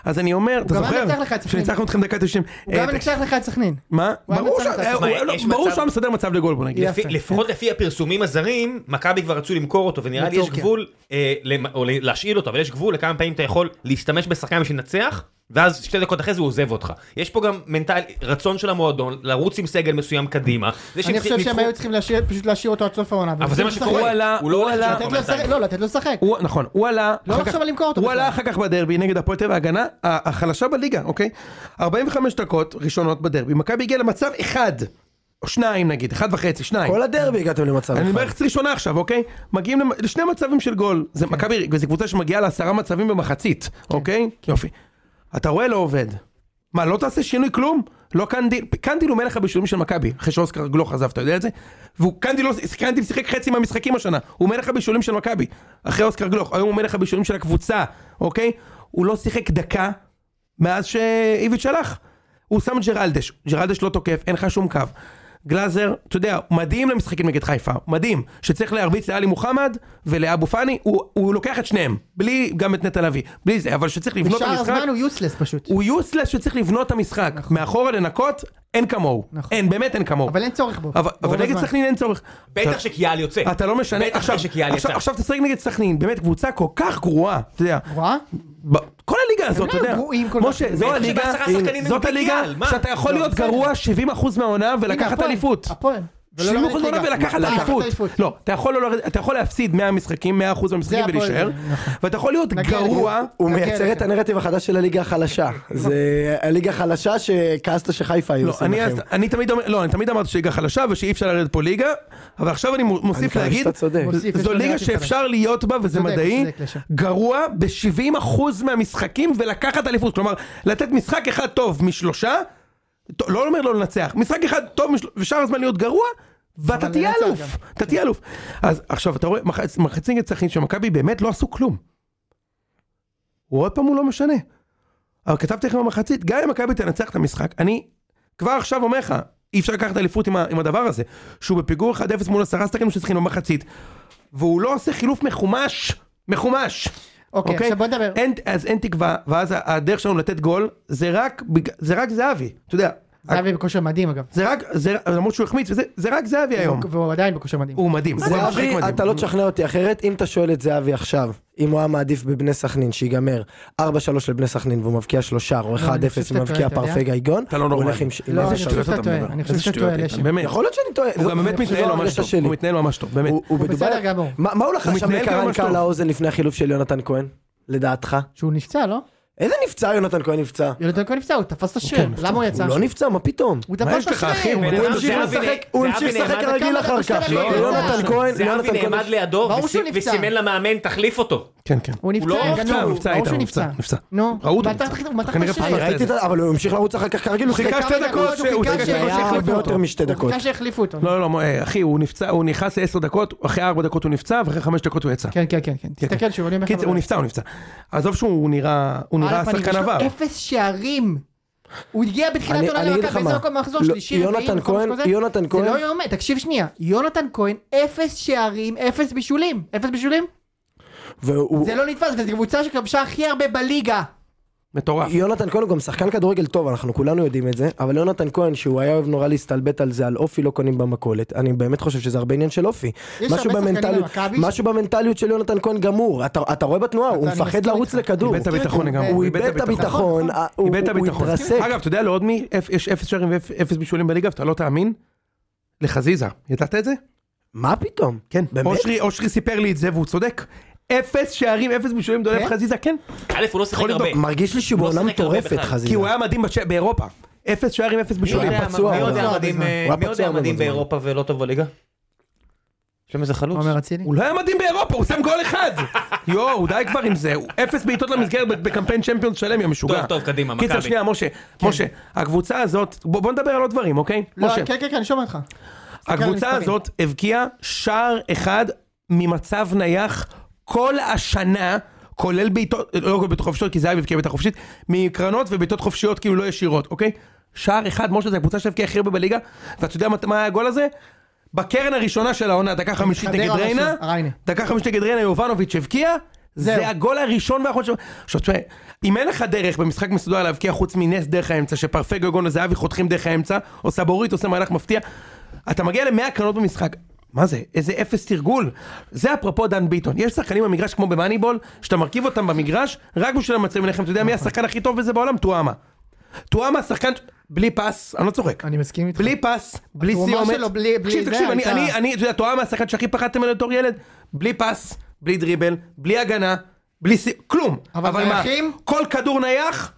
Speaker 4: אז אני אומר, אתה
Speaker 1: גם היה
Speaker 4: זוכר?
Speaker 1: מנצח לך את סכנין.
Speaker 4: שניצחנו אתכם דקה אה, 90.
Speaker 1: הוא גם ניצח לך את סכנין.
Speaker 4: מה?
Speaker 1: הוא היה
Speaker 4: ברור
Speaker 1: מצב
Speaker 4: ש-
Speaker 1: מצב.
Speaker 4: הוא-
Speaker 3: מה,
Speaker 4: לא,
Speaker 3: יש
Speaker 4: ברור
Speaker 3: מצב-
Speaker 4: שהוא מסדר מצב לגול בוא נגיד.
Speaker 1: יפה.
Speaker 3: לפי- לפחות לפי הפרסומים הזרים, מכבי כבר רצו למכור אותו, ונראה לי יש
Speaker 1: לטורקיה.
Speaker 3: גבול, אה, למ- או ל- להשאיל אותו, אבל יש גבול לכמה פעמים אתה יכול להשתמש בשחקן בשביל לנצח, ואז שתי דקות אחרי זה הוא עוזב אותך. יש פה גם מנטל, רצון של המועדון, לרוץ עם סגל מסוים קדימה. זה שהם
Speaker 1: אני חושב שהם
Speaker 3: ניצחו-
Speaker 1: היו צריכים להשאיר- פשוט להשאיר אותו עד סוף העונה.
Speaker 3: אבל זה מה
Speaker 1: ולתת לו
Speaker 3: שקורה,
Speaker 1: לשחק.
Speaker 4: עלה-
Speaker 3: הוא לא
Speaker 4: הוא
Speaker 3: הולך
Speaker 4: עלה-
Speaker 3: לשחק
Speaker 1: לתת לו לשחק,
Speaker 3: בינתיים.
Speaker 1: לא, לתת לו לשחק.
Speaker 4: הוא- נכון, הוא עלה...
Speaker 1: לא
Speaker 4: אחר
Speaker 1: לחשוב
Speaker 4: כך-
Speaker 1: על למכור אותו
Speaker 4: הוא
Speaker 1: בכלל.
Speaker 4: עלה אחר כך בדרבי נגד הפועל תל אביב, ההגנה ה- החלשה בליגה, אוקיי? 45 דקות ראשונות בדרבי, מכבי הגיעה למצב אחד, או שניים נגיד, אחד וחצי, שניים.
Speaker 2: כל הדרבי הגעתם למצב
Speaker 4: אני
Speaker 2: אחד.
Speaker 4: מדבר חצי ראשונה עכשיו, אוקיי? מגיעים למ- לשני מצבים של גול. זה
Speaker 1: כן.
Speaker 4: מכבי, וזו קבוצה שמגיעה לעשרה מצבים במחצית, אוקיי? יופי. אתה רואה לא עובד. מה, לא תעשה שינוי כלום? לא קנדיל, קנדיל הוא מלך הבישולים של מכבי, אחרי שאוסקר גלוך עזב, אתה יודע את זה? והוא קנדיל, לא, קנדיל שיחק חצי מהמשחקים השנה, הוא מלך הבישולים של מכבי, אחרי אוסקר גלוך, היום הוא מלך הבישולים של הקבוצה, אוקיי? הוא לא שיחק דקה מאז שאיביץ' הלך. הוא שם את ג'רלדש, ג'רלדש לא תוקף, אין לך שום קו. גלאזר, אתה יודע, מדהים למשחקים נגד חיפה, מדהים, שצריך להרביץ לאלי מוחמד ולאבו פאני, הוא, הוא לוקח את שניהם, בלי, גם את נטע לביא, בלי זה, אבל שצריך לבנות את
Speaker 1: בשאר
Speaker 4: המשחק.
Speaker 1: הזמן הוא יוסלס פשוט.
Speaker 4: הוא יוסלס שצריך לבנות את המשחק. מאחורה לנקות, אין כמוהו.
Speaker 1: נכון.
Speaker 4: אין, באמת אין כמוהו.
Speaker 1: אבל אין צורך בו.
Speaker 4: אבל-
Speaker 1: רוב
Speaker 4: אבל נגד
Speaker 1: הזמן.
Speaker 4: סכנין אין צורך.
Speaker 3: בטח
Speaker 4: אתה-
Speaker 3: שקיאל יוצא.
Speaker 4: אתה לא משנה,
Speaker 3: בטח
Speaker 4: עכשיו,
Speaker 3: שקיאל
Speaker 4: עכשיו-
Speaker 3: יצא.
Speaker 4: עכשיו תשחק נגד סכנין, באמת קבוצה כל כך גרועה, אתה יודע,
Speaker 1: רואה?
Speaker 4: ב- כל הליגה הזאת,
Speaker 1: לא
Speaker 4: אתה יודע,
Speaker 1: גרועים כל כך.
Speaker 4: משה, זו
Speaker 3: בטח
Speaker 4: הליגה,
Speaker 3: שבעשרה שחקנים הם
Speaker 4: זאת
Speaker 3: בקיאל,
Speaker 4: הליגה
Speaker 3: מה?
Speaker 4: שאתה יכול
Speaker 1: לא,
Speaker 4: להיות
Speaker 1: בסדר.
Speaker 4: גרוע 70% מהעונה ולקחת
Speaker 1: הנה, הפועל.
Speaker 4: אליפות.
Speaker 1: הפועל. ולא
Speaker 4: 70%
Speaker 1: לרדת
Speaker 4: מהעונה
Speaker 1: ליגה.
Speaker 4: ולקחת
Speaker 1: לקחת
Speaker 4: אליפות.
Speaker 1: אליפות.
Speaker 4: לא, אתה יכול לא לרדת- אתה יכול להפסיד 100 משחקים, 100% מהמשחקים
Speaker 1: הפועל,
Speaker 4: ולהישאר,
Speaker 1: נכון.
Speaker 4: ואתה יכול להיות
Speaker 1: נגיע לזה.
Speaker 4: גרוע,
Speaker 2: הוא
Speaker 1: נגיע
Speaker 2: מייצר
Speaker 1: לזה.
Speaker 2: את הנרטיב החדש של הליגה החלשה. זה הליגה החלשה שכעסת שחיפה היו
Speaker 4: לא,
Speaker 2: עושים
Speaker 4: אני,
Speaker 2: לכם.
Speaker 4: אז, אני תמיד אומר, לא, אני תמיד אמרתי שהליגה חלשה ושאי אפשר לרדת פה ליגה, אבל עכשיו אני מוסיף
Speaker 2: מקווה
Speaker 4: להגיד,
Speaker 2: שאתה צודק.
Speaker 1: מוסיף, יש
Speaker 4: זו
Speaker 1: לו
Speaker 4: ליגה
Speaker 1: נרטיב
Speaker 4: שאפשר להיות בה וזה
Speaker 1: צודק,
Speaker 4: מדעי,
Speaker 1: צודק, לשם.
Speaker 4: גרוע ב-70% מהמשחקים ולקחת אליפות, כלומר, לתת משחק אחד טוב משלושה, ט- לא אומר לא לנצח, משחק אחד טוב משל... ושאר הזמן להיות גרוע, ואתה
Speaker 1: אבל
Speaker 4: תהיה
Speaker 1: לנצח
Speaker 4: אלוף,
Speaker 1: גם.
Speaker 4: אתה תהיה אלוף. אז עכשיו אתה רואה, מחצ- מחצית נגד סכנין של מכבי באמת לא עשו כלום. הוא עוד פעם הוא לא משנה. אבל כתבתי לכם במחצית, גם אם מכבי תנצח את המשחק, אני כבר עכשיו אומר לך, אי אפשר לקחת אליפות עם, ה- עם הדבר הזה. שהוא בפיגור 1-0 מול עשרה שחקנים שצריכים במחצית, והוא לא עושה חילוף מחומש, מחומש.
Speaker 1: אוקיי, עכשיו בוא נדבר.
Speaker 4: אין, אז אין תקווה, ואז הדרך שלנו לתת גול, זה רק, בג- זה רק זהבי, אתה יודע.
Speaker 1: זהבי בכושר מדהים אגב.
Speaker 4: זה רק, זה, למרות שהוא החמיץ, וזה, זה רק זהבי היום.
Speaker 1: והוא עדיין בכושר מדהים.
Speaker 4: הוא מדהים. הוא משחק
Speaker 2: זהבי,
Speaker 4: מדהים.
Speaker 2: אתה לא תשכנע אותי אחרת, אם אתה שואל את זהבי עכשיו, אם הוא היה מעדיף בבני סכנין, שיגמר 4-3 לבני סכנין והוא מבקיע שלושר, או 1-0
Speaker 1: לא, אני חושב שאתה
Speaker 2: ומבקיע
Speaker 1: טועה, אתה
Speaker 2: פרפג גייגון,
Speaker 4: אתה לא
Speaker 2: הוא
Speaker 4: נורמלי.
Speaker 2: הולך עם ש- עם
Speaker 1: לא,
Speaker 2: איזה
Speaker 1: אני
Speaker 2: שלוש.
Speaker 1: חושב שאתה
Speaker 4: אתה
Speaker 1: טועה,
Speaker 4: מדבר.
Speaker 1: אני חושב
Speaker 4: איזה
Speaker 1: שאתה
Speaker 4: שטויות,
Speaker 1: טועה,
Speaker 4: איתן,
Speaker 1: לשם.
Speaker 4: באמת.
Speaker 2: יכול להיות שאני טועה.
Speaker 4: הוא
Speaker 2: זו-
Speaker 4: גם באמת
Speaker 2: זו
Speaker 4: מתנהל לא ממש
Speaker 2: ההרגשה
Speaker 4: טוב.
Speaker 2: שלי.
Speaker 4: הוא מתנהל ממש טוב, באמת.
Speaker 2: הוא-
Speaker 1: הוא
Speaker 2: הוא בדובאי-
Speaker 1: בסדר גמור.
Speaker 2: מה מה הוא לחש שם
Speaker 4: מתנהל ממש
Speaker 2: לקרנקה
Speaker 4: טוב.
Speaker 2: על האוזן לפני החילוף של יונתן כהן, לדעתך?
Speaker 1: שהוא נפצע, לא?
Speaker 2: איזה נפצע יונתן כהן נפצע?
Speaker 1: יונתן כהן נפצע, הוא תפס את השריר. למה הוא יצא?
Speaker 2: הוא לא נפצע, מה פתאום?
Speaker 1: הוא
Speaker 4: מה
Speaker 1: תפס
Speaker 4: יש
Speaker 1: את
Speaker 4: לך, אחי?
Speaker 1: השריר.
Speaker 4: הוא-
Speaker 3: בן
Speaker 2: הוא
Speaker 3: אדם,
Speaker 2: המשיך
Speaker 3: זהבי
Speaker 2: לשחק-
Speaker 3: נ-
Speaker 2: הוא
Speaker 3: זהבי
Speaker 2: המשיך לשחק
Speaker 3: נעמד-
Speaker 2: כרגיל
Speaker 1: כמה
Speaker 2: אחר כך.
Speaker 1: דקות
Speaker 2: לא,
Speaker 1: שלו
Speaker 2: יונתן
Speaker 1: נפצע.
Speaker 2: כהן,
Speaker 3: זהבי
Speaker 2: יונתן
Speaker 3: נעמד
Speaker 2: כהן.
Speaker 3: לידו
Speaker 1: ברור
Speaker 3: וס-
Speaker 1: שהוא נפצע.
Speaker 3: וסימן למאמן תחליף אותו.
Speaker 4: כן, כן.
Speaker 1: הוא נפצע,
Speaker 3: לא
Speaker 1: גנוב.
Speaker 3: נפצע, הוא
Speaker 4: נפצע,
Speaker 1: ברור
Speaker 4: איתן,
Speaker 1: שהוא
Speaker 4: הוא נפצע, נפצע.
Speaker 1: נו,
Speaker 4: ראו אותו
Speaker 1: הוא מתח-
Speaker 4: נפצע.
Speaker 1: הוא מתח את
Speaker 4: כנראה
Speaker 1: השריר.
Speaker 4: פעם אחת.
Speaker 2: ראיתי את זה, אבל הוא המשיך לרוץ אחר כך כרגיל, הוא
Speaker 4: חיכה
Speaker 2: שיחק
Speaker 4: שתי
Speaker 1: כמה
Speaker 4: דקות,
Speaker 1: דקות הוא
Speaker 4: שהוא
Speaker 1: חיכה
Speaker 4: שיחק
Speaker 1: ש-
Speaker 2: היה הרבה יותר משתי
Speaker 1: הוא
Speaker 2: דקות.
Speaker 1: חיכה שהחליפו אותו.
Speaker 4: לא, לא, לא, אה, אחי, הוא נפצע, הוא נכנס לעשר דקות, אחרי ארבע דקות הוא נפצע, ואחרי חמש דקות הוא יצא.
Speaker 1: כן, כן, כן, כן. תסתכל שוב, אני אומר לך.
Speaker 4: קיצר, הוא נפצע, הוא נפצע. עזוב שהוא נראה, הוא
Speaker 1: על
Speaker 4: נראה
Speaker 1: הפנים,
Speaker 4: שחקן
Speaker 1: יש לו
Speaker 4: עבר.
Speaker 1: אפס שערים. הוא הגיע בתחילת
Speaker 2: אני-
Speaker 1: עונה
Speaker 2: אני אגיד
Speaker 1: למכבי,
Speaker 2: לך
Speaker 1: באיזה
Speaker 2: מה.
Speaker 1: מקום מחזור
Speaker 2: לא,
Speaker 1: שלישי,
Speaker 2: יונתן
Speaker 1: רביעי, מקום
Speaker 2: כהן-
Speaker 1: כזה?
Speaker 2: יונתן כהן-
Speaker 1: זה לא יאומן, תקשיב שנייה, יונתן כהן, אפס שערים, אפס בישולים, אפס בישולים?
Speaker 2: והוא...
Speaker 1: זה לא נתפס, וזו קבוצה שכבשה הכי הרבה בליגה.
Speaker 4: מטורף.
Speaker 2: יונתן כהן הוא גם שחקן כדורגל טוב, אנחנו כולנו יודעים את זה, אבל יונתן כהן, שהוא היה אוהב נורא להסתלבט על זה, על אופי לא קונים במכולת, אני באמת חושב שזה הרבה עניין של אופי.
Speaker 1: יש
Speaker 2: משהו
Speaker 1: הרבה שחקנים
Speaker 2: במנטליות-
Speaker 1: במכבי ש-
Speaker 2: משהו במנטליות של יונתן כהן גמור, אתה אתה רואה בתנועה, הוא
Speaker 1: אני
Speaker 2: מפחד
Speaker 1: מסכים
Speaker 2: לרוץ
Speaker 1: איתך.
Speaker 2: לכדור.
Speaker 4: איבד את הביטחון לגמרי.
Speaker 2: הוא איבד את
Speaker 1: נכון,
Speaker 2: הביטחון,
Speaker 1: נכון.
Speaker 2: אה, הוא
Speaker 4: איבד את
Speaker 2: הוא
Speaker 4: הביטחון.
Speaker 2: התרסק.
Speaker 4: אגב, אתה יודע לעוד מי? אפ- יש אפס שערים ואפס בישולים בליגה, ואתה לא תאמין? לחזיזה. ידעת את זה?
Speaker 2: מה פתאום?
Speaker 4: כן.
Speaker 2: באמת?
Speaker 4: אושרי- אושרי סיפר לי את זה והוא צודק. אפס שערים, אפס בישולים דולף
Speaker 1: כן?
Speaker 4: חזיזה, כן.
Speaker 3: א', הוא לא שיחק
Speaker 4: יכול
Speaker 3: הרבה.
Speaker 4: לבדוק.
Speaker 2: מרגיש לי שהוא
Speaker 3: לא
Speaker 2: בעונה
Speaker 3: שיחק הרבה
Speaker 2: מטורפת,
Speaker 3: בכלל.
Speaker 2: חזיזה.
Speaker 4: כי הוא היה מדהים בש- באירופה. אפס שערים, אפס
Speaker 3: מי
Speaker 4: בישולים.
Speaker 3: יודע
Speaker 2: היה
Speaker 3: מה-
Speaker 2: פצוע
Speaker 3: מי
Speaker 2: הרבה
Speaker 3: יודע
Speaker 1: זמן.
Speaker 3: מדהים,
Speaker 1: הוא
Speaker 2: היה
Speaker 3: מי
Speaker 2: פצוע
Speaker 3: יודע
Speaker 2: הרבה
Speaker 3: מדהים
Speaker 2: זמן.
Speaker 3: באירופה ולא טוב בליגה? יש שם איזה חלוץ.
Speaker 1: עומר אצילי.
Speaker 4: הוא לא היה מדהים באירופה, הוא שם גול אחד. יואו, די כבר עם זה. הוא אפס בעיטות למסגרת בקמפיין צ'מפיונס שלם, יא משוגע.
Speaker 3: טוב, טוב, קדימה,
Speaker 4: קיצר,
Speaker 3: מכבי.
Speaker 4: שנייה, משה. משה, הקבוצה הזאת, בוא בוא נדבר על עוד דברים, אוקיי?
Speaker 1: לא,
Speaker 4: משה.
Speaker 1: כן, כן, כן, אני שומע אותך.
Speaker 4: הקבוצה
Speaker 1: מספרים.
Speaker 4: הזאת הבקיעה שער אחד ממצב נייח כל השנה, כולל בעיטות, לא כל בעיטות חופשיות, כי זה היה בבקיעה בעיטה חופשית, מקרנות ובעיטות חופשיות כאילו לא ישירות, אוקיי? שער אחד, משה, זו הקבוצה שהבקיעה הכי הרבה בליגה, ואתה יודע מה- מה היה הגול הזה? בקרן הראשונה של העונה, דקה חמישית
Speaker 1: חדרה
Speaker 4: נגד ריינה,
Speaker 1: ראשון, ריינה.
Speaker 4: דקה חמישית נגד ריינה, יובנוביץ' הבקיע,
Speaker 1: זהו.
Speaker 4: זה הגול הראשון והאחרון שלו. עכשיו תשמע, אם אין לך דרך במשחק מסודר להבקיע חוץ מנס דרך האמצע, שפרפגו גון וזהבי חותכים דרך האמצע, או סבורית עושה מהלך מפתיע, אתה מגיע ל-100 קרנות במשחק. מה זה? איזה אפס תרגול. זה אפרופו דן ביטון. יש שחקנים במגרש כמו במאניבול, שאתה מרכיב אותם במגרש, רק בשביל המצבים עליכם. אתה יודע מי השחקן הכי טוב בזה בעולם? טועמה. טועמה שחקן בלי פס, אני לא צוחק.
Speaker 1: אני מסכים איתך.
Speaker 4: בלי פס, בלי
Speaker 1: נכון. התרומה
Speaker 4: סיומת.
Speaker 1: שלו, בלי- בלי
Speaker 4: תקשיב,
Speaker 1: זה,
Speaker 4: תקשיב, אני,
Speaker 1: הייתה-
Speaker 4: אני, אני, אתה יודע, תואר מהשחקן שהכי פחדתם ממנו בתור ילד, בלי פס, בלי דריבל, בלי הגנה, בלי סי... כלום.
Speaker 1: אבל נייחים?
Speaker 4: כל כדור נייח,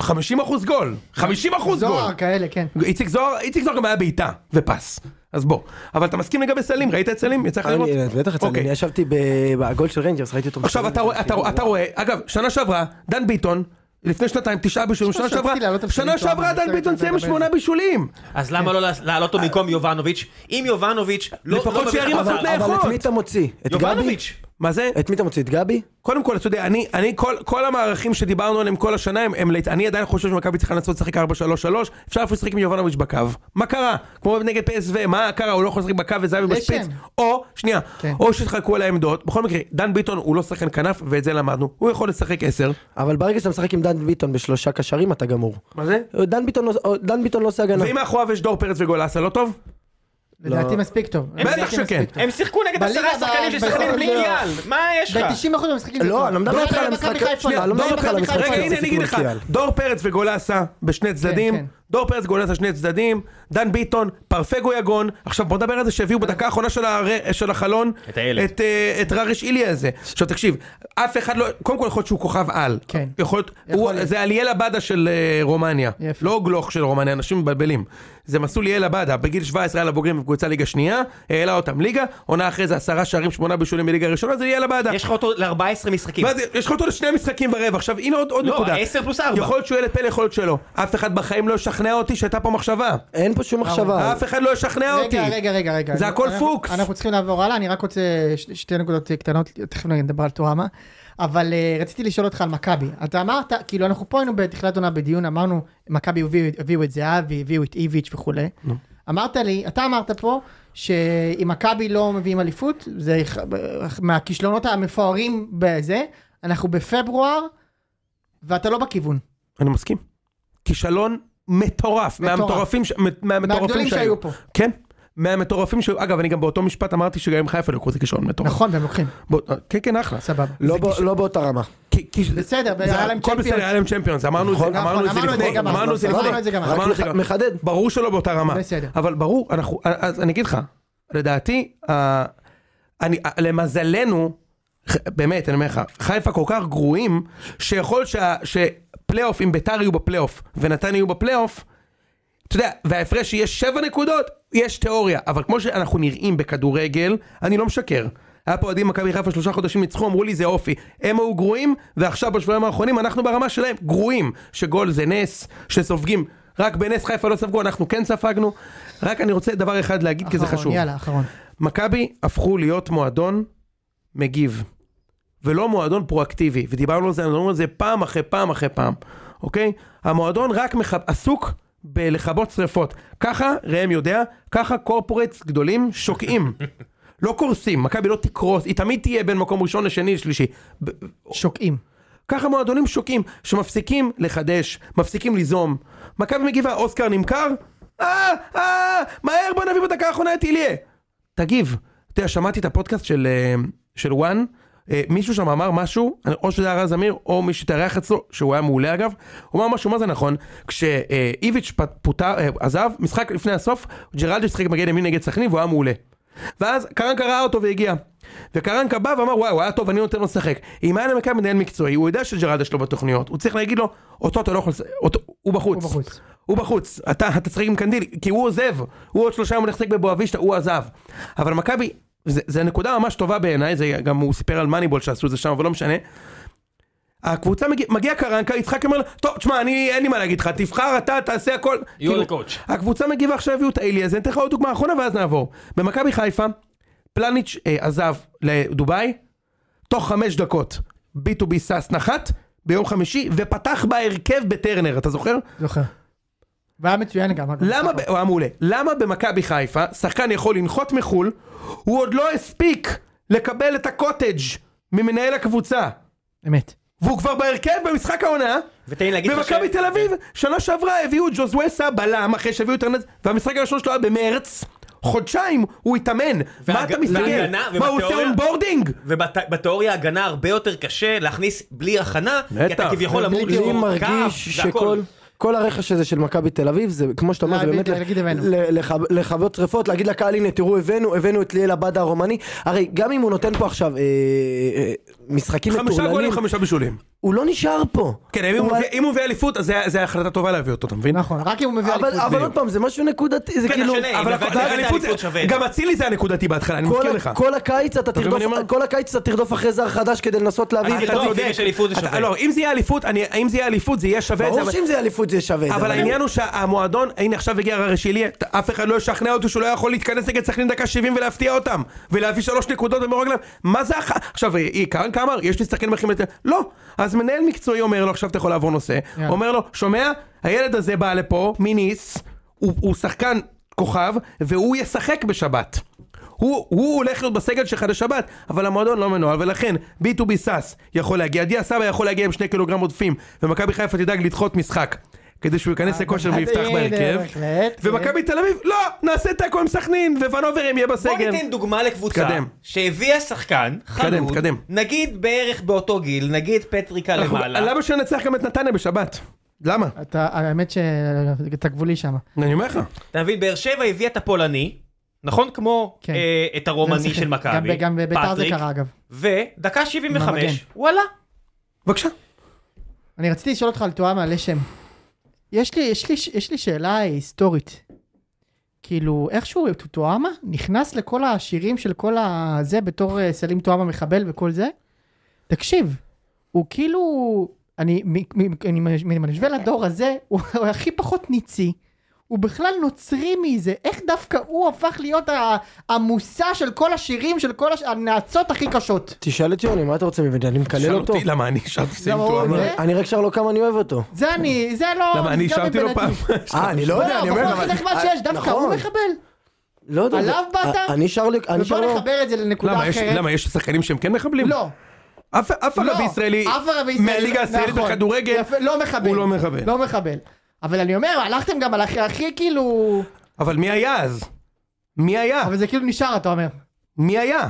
Speaker 4: 50 אחוז גול. 50 אחוז גול.
Speaker 1: זוהר כאלה, כן.
Speaker 4: איציק זוהר, איציק זוהר גם היה בעיטה ופס. אז בוא. אבל אתה מסכים לגבי סלים, ראית את סלים? יצא לך לראות?
Speaker 2: אני- בטח, יצא לי,
Speaker 4: אוקיי.
Speaker 2: אני ישבתי ב- בגול של ריינג'רס, ראיתי אותו. כאילו.
Speaker 4: עכשיו
Speaker 2: משחק.
Speaker 4: אתה רואה, אתה, רואה- אתה רואה, אגב, שנה שעברה, דן ביטון, לפני שנתיים, תשעה בישולים, שנה
Speaker 1: שרציתי
Speaker 4: שעברה,
Speaker 1: לעלות על
Speaker 4: שנה
Speaker 1: סלים, טוב,
Speaker 4: שעברה
Speaker 1: אני
Speaker 4: דן
Speaker 1: רוצה
Speaker 4: ביטון
Speaker 1: לדבר על
Speaker 4: סיים עם
Speaker 1: זה.
Speaker 4: שמונה בישולים.
Speaker 3: אז למה לא להעלות אותו במקום יובנוביץ'? אם יובנוביץ' לא...
Speaker 4: לפחות
Speaker 3: לא מביא לך
Speaker 4: שירים
Speaker 3: מצב.
Speaker 4: אחת
Speaker 2: אבל אבל את
Speaker 4: נייחות.
Speaker 2: מי אתה מוציא? את גבי?
Speaker 3: יובנוביץ'.
Speaker 4: מה זה?
Speaker 2: את מי אתה מוציא? את גבי?
Speaker 4: קודם כל, אתה יודע, אני, אני כל, כל המערכים שדיברנו עליהם כל השנה, הם, הם, לית- אני עדיין חושב שמכבי צריכה לנסות לשחק 4-3-3, אפשר אפילו לשחק עם יובנוביץ' בקו. מה קרה? כמו נגד פסו, מה קרה? הוא לא יכול לשחק בקו וזהבי
Speaker 1: לשם.
Speaker 4: משפץ. או, שנייה,
Speaker 1: כן.
Speaker 4: או שתחכו על העמדות. בכל מקרה, דן ביטון הוא לא שחקן כנף, ואת זה למדנו. הוא יכול לשחק 10.
Speaker 2: אבל ברגע שאתה משחק עם דן ביטון בשלושה קשרים אתה גמור.
Speaker 4: מה זה?
Speaker 2: דן ביטון לא- דן ביטון לא עושה הגנה.
Speaker 4: ואם מאחוריו יש דור פרץ וגולסה, לא טוב?
Speaker 2: לא.
Speaker 1: לדעתי מספיק טוב. לדעתי
Speaker 4: בטח
Speaker 1: מספיק
Speaker 4: שכן.
Speaker 1: טוב.
Speaker 3: הם שיחקו נגד
Speaker 1: בליגה
Speaker 3: עשרה שחקנים
Speaker 1: ב-
Speaker 3: ששחקנים בלי
Speaker 1: בליגה.
Speaker 3: קיאל. מה יש לך?
Speaker 1: ב-90% מהמשחקים זה
Speaker 2: לא,
Speaker 1: טוב.
Speaker 2: אני לא מדבר איתך על
Speaker 1: מכבי
Speaker 2: המשחק-
Speaker 1: חיפה,
Speaker 2: שנייה,
Speaker 1: לא.
Speaker 2: אני לא מדבר
Speaker 1: דור
Speaker 2: איתך
Speaker 1: מכבי
Speaker 2: על המשחק
Speaker 1: חיפה.
Speaker 4: רגע,
Speaker 2: הזה.
Speaker 4: הנה, אני אגיד לך,
Speaker 2: קיאל.
Speaker 4: דור פרץ וגולסה בשני צדדים,
Speaker 1: כן.
Speaker 4: דור פרץ וגולסה שני צדדים, דן ביטון, פרפגו יגון, עכשיו בוא נדבר על זה שהביאו
Speaker 1: אה.
Speaker 4: בדקה האחרונה של הר- של החלון,
Speaker 3: את הילד.
Speaker 4: את, אה, את ררש איליה הזה. עכשיו תקשיב, אף אחד לא, קודם כל יכול להיות שהוא כוכב על,
Speaker 1: כן.
Speaker 4: יכול להיות,
Speaker 1: יכול
Speaker 4: הוא-
Speaker 1: להיות.
Speaker 4: זה עליאל עבדה של אה, רומניה,
Speaker 1: יפה.
Speaker 4: לא גלוך של רומניה, אנשים מבלבלים. זה מסלול ליאל עבדה, בגיל 17 היה לבוגרים בקבוצה ליגה שנייה, העלה אותם ליגה, עונה אחרי זה עשרה שערים, שמונה בישולים בליגה הראשונה, זה ליאל עבדה.
Speaker 3: יש לך אותו ל-14 משחקים.
Speaker 4: ואז יש לך אותו לשני משחקים ורבע, עכשיו הנה עוד, עוד
Speaker 3: לא,
Speaker 4: נקודה.
Speaker 3: עשר פלוס ארבע.
Speaker 4: יכול להיות שהוא ילד פלא, יכול להיות שלא. אף אחד בחיים לא ישכנע אותי שהייתה פה מחשבה.
Speaker 2: אין פה שום מחשבה.
Speaker 4: אף אחד לא ישכנע אותי.
Speaker 1: אה, רגע, רגע, רגע, רגע.
Speaker 4: זה הכל
Speaker 1: אנחנו-
Speaker 4: פוקס.
Speaker 1: אנחנו צריכים לעבור הלאה, אני רק רוצה ש- שתי נקודות קטנות, תכף נדבר על טועמה. אבל אה, רציתי לשאול אותך על מכבי. אתה אמרת, כאילו אנחנו פה היינו בתחילת עונה בדיון, אמרנו, מכבי הביאו- הביאו את זהבי, הביאו את איביץ' וכולי. אמרת לי, אתה אמרת פה, שאם מכבי לא מביאים אליפות, זה איך- מהכישלונות המפוארים בזה, אנחנו בפברואר, ואתה לא בכיוון.
Speaker 4: אני מסכים. כישלון מטורף. מהמטורפים ש- מ- מהמטורפים
Speaker 1: מהגדולים
Speaker 4: שהיו
Speaker 1: שהיו פה.
Speaker 4: כן. מהמטורפים שהיו. אגב, אני גם באותו משפט אמרתי שגם עם חיפה לקחו את זה כישלון מטורף.
Speaker 1: נכון, והם לוקחים,
Speaker 4: בוא- כן, כן, אחלה.
Speaker 1: סבבה.
Speaker 2: לא בא- לא באותה רמה.
Speaker 4: כי- כי-
Speaker 1: בסדר,
Speaker 4: זה-
Speaker 1: היה להם
Speaker 4: הכל בסדר,
Speaker 1: צ'מפיונס.
Speaker 4: היה להם צ'מפיונס, אמרנו את זה,
Speaker 2: נכון,
Speaker 4: אמרנו את זה
Speaker 1: אמרנו את זה
Speaker 4: לפני,
Speaker 1: גם אז,
Speaker 4: אמרנו את זה
Speaker 1: אמרנו
Speaker 4: לפני,
Speaker 1: את זה גם אז.
Speaker 2: רק
Speaker 4: אמרנו את זה
Speaker 2: מח-
Speaker 4: גם-
Speaker 2: מחדד.
Speaker 4: ברור שלא באותה רמה.
Speaker 1: בסדר.
Speaker 4: אבל ברור, אנחנו, אז אני אגיד לך, לדעתי, ה- אני, ה- למזלנו, ח- באמת, אני אומר לך, חיפה כל כך גרועים, שיכול שה- שפלייאוף, אם ביתר יהיו בפלייאוף ונתניה יהיו בפלייאוף, אתה יודע, וההפרש יהיה שבע נקודות, יש תיאוריה, אבל כמו שאנחנו נראים בכדורגל, אני לא משקר. היה פה אוהדים מכבי חיפה שלושה חודשים ניצחו, אמרו לי זה אופי. הם היו גרועים, ועכשיו בשבועיים האחרונים אנחנו ברמה שלהם גרועים. שגול זה נס, שסופגים. רק בנס חיפה לא ספגו, אנחנו כן ספגנו. רק אני רוצה דבר אחד להגיד, כי זה
Speaker 1: אחרון,
Speaker 4: חשוב.
Speaker 1: יאללה, אחרון.
Speaker 4: מכבי הפכו להיות מועדון מגיב, ולא מועדון פרואקטיבי, ודיברנו על זה, אני אומר את זה פעם אחרי פעם אחרי פעם, אוקיי? המועדון רק מח... עסוק בלכבות שריפות. ככה, ראם יודע, ככה קורפורטס גדולים שוקעים. לא קורסים, מכבי לא תקרוס, היא תמיד תהיה בין מקום ראשון לשני לשלישי. ב-
Speaker 1: שוקעים.
Speaker 4: ככה מועדונים שוקעים, שמפסיקים לחדש, מפסיקים ליזום. מכבי מגיבה, אוסקר נמכר? אה, אה, מהר בוא נביא בדקה האחרונה את איליה. תגיב, אתה יודע, שמעתי את הפודקאסט של, אה, של וואן, אה, מישהו שם אמר משהו, או שזה היה רז אמיר, או מי שהתארח אצלו, שהוא היה מעולה אגב, הוא אמר משהו, מה זה נכון? כשאיביץ' פוטר, אה, עזב, משחק לפני הסוף, ג'רלדש שיחק מגן ימין נגד סכנין והוא היה מעולה. ואז קרנקה ראה אותו והגיע. וקרנקה בא ואמר וואי הוא היה טוב אני נותן לו לשחק. אם היה למכבי מנהל מקצועי הוא יודע שג'רלדש לא בתוכניות הוא צריך להגיד לו אותו אתה לא יכול לשחק אותו- הוא בחוץ.
Speaker 1: הוא בחוץ.
Speaker 4: הוא בחוץ אתה אתה צריך עם קנדיל כי הוא עוזב הוא עוד שלושה ימים הולך לשחק בבואבישטה הוא עזב. אבל מכבי זה, זה נקודה ממש טובה בעיניי זה גם הוא סיפר על מאניבול שעשו את זה שם אבל לא משנה. הקבוצה מגיע, מגיע קרנקה יצחק אומר לו טוב תשמע אני אין לי מה להגיד לך תבחר אתה תעשה הכל.
Speaker 3: You're the
Speaker 4: כאילו,
Speaker 3: coach.
Speaker 4: הקבוצה מגיבה עכשיו הביאו את האלי הזה, אני אתן לך עוד דוגמה אחרונה ואז נעבור. במכבי חיפה, פלניץ' אה, עזב לדובאי, תוך חמש דקות B2B סאס נחת ביום חמישי, ופתח בהרכב בטרנר, אתה זוכר?
Speaker 1: זוכר. והיה מצוין גם. אגב.
Speaker 4: למה, ב- הוא היה מעולה, למה במכבי חיפה שחקן יכול לנחות מחול, הוא עוד לא הספיק לקבל את הקוטג' ממנהל הקבוצה,
Speaker 1: אמת.
Speaker 4: והוא כבר בהרכב במשחק העונה,
Speaker 3: ותן לי להגיד לך
Speaker 4: במכבי
Speaker 3: ש-
Speaker 4: תל אביב, שנה שעברה הביאו את ג'וזווסה בלם אחרי שהביאו את ארנז, והמשחק הראשון שלו היה במרץ, חודשיים הוא התאמן, מה
Speaker 3: והג-
Speaker 4: אתה מסתכל?
Speaker 3: והגנה,
Speaker 4: מה הוא עושה
Speaker 3: ובתיאוריה-
Speaker 4: אונבורדינג?
Speaker 3: ובתיאוריה הגנה הרבה יותר קשה להכניס בלי הכנה, כי אתה
Speaker 4: בטח.
Speaker 3: כביכול אמור
Speaker 2: לי
Speaker 3: לשמור
Speaker 2: מרגיש
Speaker 3: קו והכל.
Speaker 2: שכל... כל הרכש הזה של מכבי תל אביב זה כמו שאתה אומר זה
Speaker 1: להביא-
Speaker 2: באמת
Speaker 1: להגיד הבאנו.
Speaker 2: ל- לכב- לכבות שרפות להגיד לקהל הנה תראו הבאנו הבאנו את ליאל עבדה הרומני הרי גם אם הוא נותן פה עכשיו אה, אה, משחקים
Speaker 4: חמישה גולים,
Speaker 2: מטורללים
Speaker 4: חמישה בישולים.
Speaker 2: הוא לא נשאר פה
Speaker 4: כן, אם
Speaker 2: הוא
Speaker 4: הוא
Speaker 2: היה-
Speaker 4: מביא- אם הוא מביא אליפות, אז זה היה החלטה טובה להביא אותו, אתה מבין?
Speaker 1: נכון, רק אם הוא מביא
Speaker 2: אבל-
Speaker 1: אליפות.
Speaker 2: אבל
Speaker 1: בדיוק.
Speaker 2: עוד פעם זה משהו נקודתי זה
Speaker 3: כן,
Speaker 2: כאילו
Speaker 3: השאלה היא,
Speaker 4: אבל
Speaker 3: אבל
Speaker 4: אבל
Speaker 3: אבל
Speaker 4: האליפות-
Speaker 3: האליפות שווה.
Speaker 4: גם אצילי זה הנקודתי בהתחלה, אני
Speaker 2: כל
Speaker 4: מזכיר
Speaker 2: ה-
Speaker 4: לך.
Speaker 2: כל הקיץ אתה
Speaker 4: מבין מה אני
Speaker 2: תרדוף
Speaker 4: אומר?
Speaker 2: כל הקיץ אתה תרדוף אחרי זר חדש כדי לנסות להביא
Speaker 3: אני
Speaker 2: את
Speaker 4: אתה
Speaker 3: תרדוף,
Speaker 2: זה.
Speaker 3: אם
Speaker 4: צודק.
Speaker 3: יש אליפות זה
Speaker 4: אתה-
Speaker 3: שווה.
Speaker 4: לא, אם זה יהיה אליפות, אני- אם זה יהיה אליפות זה יהיה שווה את זה.
Speaker 2: ברור
Speaker 4: אבל-
Speaker 2: שאם זה אליפות זה שווה את זה
Speaker 4: אבל העניין הוא שהמועדון, הנה עכשיו הגיע הרשיליה, אף אחד לא ישכנע אותו שהוא לא יכול להתכנס נגד סכנין דקה 70 ולהפתיע אותם, ולהביא שלוש נקודות במו רגליו, מה זה הח... עכשיו, אה, אה, קרנקה אמר, יש לי שחקנים הכי מתאים, לא, אז מנהל מקצועי אומר לו, עכשיו אתה יכול לעבור נושא,
Speaker 1: יאללה.
Speaker 4: אומר לו, שומע, הילד הזה בא לפה, מניס, הוא, הוא שחקן כוכב, והוא ישחק בשבת. הוא, הוא הולך להיות בסגל שלך לשבת, אבל המועדון לא מנוהל, ולכן B2B סאס יכול להגיע, דיה סבא יכול להגיע עם שני קילוגרם עודפים, ומכבי חיפה תדאג לדחות משחק, כדי שהוא ייכנס לכושר ויפתח
Speaker 1: הנה,
Speaker 4: בהרכב,
Speaker 1: בהחלט, כן.
Speaker 4: ומכבי תל אביב, לא, נעשה תיקו עם סכנין, ווונוברים יהיה
Speaker 3: בוא
Speaker 4: בסגל.
Speaker 3: ניתן דוגמה לקבוצה
Speaker 4: תקדם.
Speaker 3: שהביאה שחקן,
Speaker 4: תקדם,
Speaker 3: חלוד,
Speaker 4: תקדם.
Speaker 3: נגיד בערך באותו גיל, נגיד פטריקה
Speaker 4: אנחנו-
Speaker 3: למעלה.
Speaker 4: למה שננצח גם את נתניה בשבת? למה?
Speaker 1: אתה- האמת שאתה גבולי שם.
Speaker 4: אני אומר לך.
Speaker 3: אתה מבין, באר שבע הביאה את הפולני, נכון? כמו
Speaker 1: כן.
Speaker 3: אה, את
Speaker 1: זה
Speaker 3: הרומני
Speaker 1: משחק.
Speaker 3: של מכבי,
Speaker 1: גם- גם בביתר זה
Speaker 3: פטריק,
Speaker 1: קרה אגב.
Speaker 3: ודקה
Speaker 1: עם המגן.
Speaker 3: 75, וואלה.
Speaker 4: בבקשה.
Speaker 1: אני רציתי לשאול אותך על תואמה על לשם. יש לי, יש, לי, יש לי שאלה היסטורית. כאילו, איכשהו תואמה נכנס לכל השירים של כל הזה בתור אה, סלים תואמה מחבל וכל זה. תקשיב, הוא כאילו, אני, מ- מ- אני, מש- אני משווה לדור הזה, הוא, הוא הכי פחות ניצי. הוא בכלל נוצרי מזה, איך דווקא הוא הפך להיות ה- המושא של כל השירים, של כל הש... הנאצות הכי קשות.
Speaker 2: תשאל את יוני מה אתה רוצה ממני אני מקלל
Speaker 4: שאל
Speaker 2: אותו
Speaker 4: אותי לא. למה אני שאלתי סיום
Speaker 1: למה הוא
Speaker 4: תואמה.
Speaker 1: זה?
Speaker 2: אני רק שר לו כמה אני אוהב אותו
Speaker 1: זה אני, זה לא...
Speaker 4: למה אני
Speaker 1: זה גם
Speaker 4: שאלתי לו
Speaker 1: מבינתי.
Speaker 4: פעם.
Speaker 2: אה אני לא יודע אני
Speaker 1: לא,
Speaker 2: אומר
Speaker 1: הבחור הכי
Speaker 2: אבל-
Speaker 1: נחמד שיש, דווקא
Speaker 2: נכון.
Speaker 1: הוא מחבל.
Speaker 2: לא יודע,
Speaker 1: עליו
Speaker 2: זה-
Speaker 1: באת?
Speaker 2: אני שר לי, אני לא- שר
Speaker 1: ובוא
Speaker 2: לו,
Speaker 1: נחבר את זה לנקודה
Speaker 4: למה, יש-
Speaker 1: אחרת.
Speaker 4: למה יש שחקנים שהם כן מחבלים?
Speaker 1: לא,
Speaker 4: אף אף
Speaker 1: לא.
Speaker 4: ערבי ישראלי
Speaker 1: אף ערבי ישראלי,
Speaker 4: מהליגה הישראלית
Speaker 1: נכון.
Speaker 4: בכדורגל.
Speaker 1: יפה, לא מחבל.
Speaker 4: הוא לא מחבל.
Speaker 1: לא מחבל. אבל אני אומר, הלכתם גם על הכי, הכי כאילו...
Speaker 4: אבל מי היה אז? מי היה?
Speaker 1: אבל זה כאילו נשאר, אתה אומר.
Speaker 4: מי היה?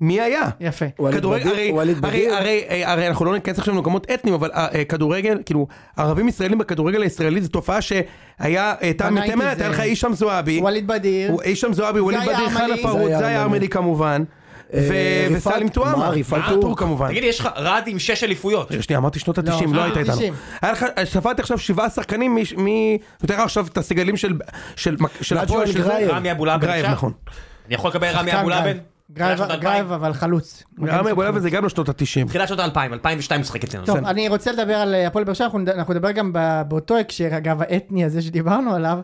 Speaker 4: מי היה?
Speaker 1: יפה.
Speaker 2: ווליד
Speaker 4: כדורגל,
Speaker 2: בדיר-
Speaker 4: הרי,
Speaker 2: ווליד
Speaker 4: הרי,
Speaker 2: בדיר.
Speaker 4: הרי, הרי, הרי אנחנו לא ניכנס עכשיו למקומות אתניים, אבל אה, אה, כדורגל, כאילו, ערבים ישראלים בכדורגל הישראלי זו תופעה שהיה, אה, הייתה
Speaker 1: בניינטיז
Speaker 4: מתאמת,
Speaker 1: זה-
Speaker 4: היה לך הישאם זועבי,
Speaker 1: ווליד בדיר.
Speaker 4: הוא- הישאם זועבי, ווליד
Speaker 1: היה
Speaker 4: בדיר,
Speaker 1: ארמלי.
Speaker 4: חנה
Speaker 1: זה
Speaker 4: פרוד,
Speaker 2: היה
Speaker 4: זה היה
Speaker 2: ארמלי.
Speaker 4: ארמלי כמובן, ו-
Speaker 2: אה,
Speaker 4: וסלים
Speaker 2: ריפעת-
Speaker 4: טועמה,
Speaker 2: מה, ריפעת
Speaker 4: אה, טור
Speaker 2: טור?
Speaker 4: כמובן.
Speaker 3: תגיד, יש לך רד עם שש אליפויות.
Speaker 4: רגע, שנייה, אמרתי שנות
Speaker 1: לא,
Speaker 4: ה-90, לא
Speaker 1: אה,
Speaker 4: היית איתנו.
Speaker 1: 90.
Speaker 4: היה לך, ספרתי עכשיו שבעה שחקנים, מי- מי, יותר נכון עכשיו את הסגלים של, של, של
Speaker 2: לג'ואל
Speaker 4: הפועל, של-
Speaker 2: גרייב.
Speaker 3: רמי אבולאבן.
Speaker 4: גרייב,
Speaker 3: שם?
Speaker 4: נכון.
Speaker 3: אני יכול לקבל רמי
Speaker 1: שחקן
Speaker 3: אבולאבן?
Speaker 1: גרייב.
Speaker 3: תחילת שנות
Speaker 1: גרייב,
Speaker 3: 2000?
Speaker 1: גרייב אבל חלוץ. אוקיי?
Speaker 4: רמי אבולאבן זה גם לא לשנות ה-90.
Speaker 3: תחילת שנות 2000, 2002 משחק אצלנו.
Speaker 1: טוב,
Speaker 4: בסדר.
Speaker 1: אני רוצה לדבר על אה, הפועל באר שבע, אנחנו נד- אנחנו נדבר גם ב- באותו הקשר, אגב, האתני הזה שדיברנו עליו,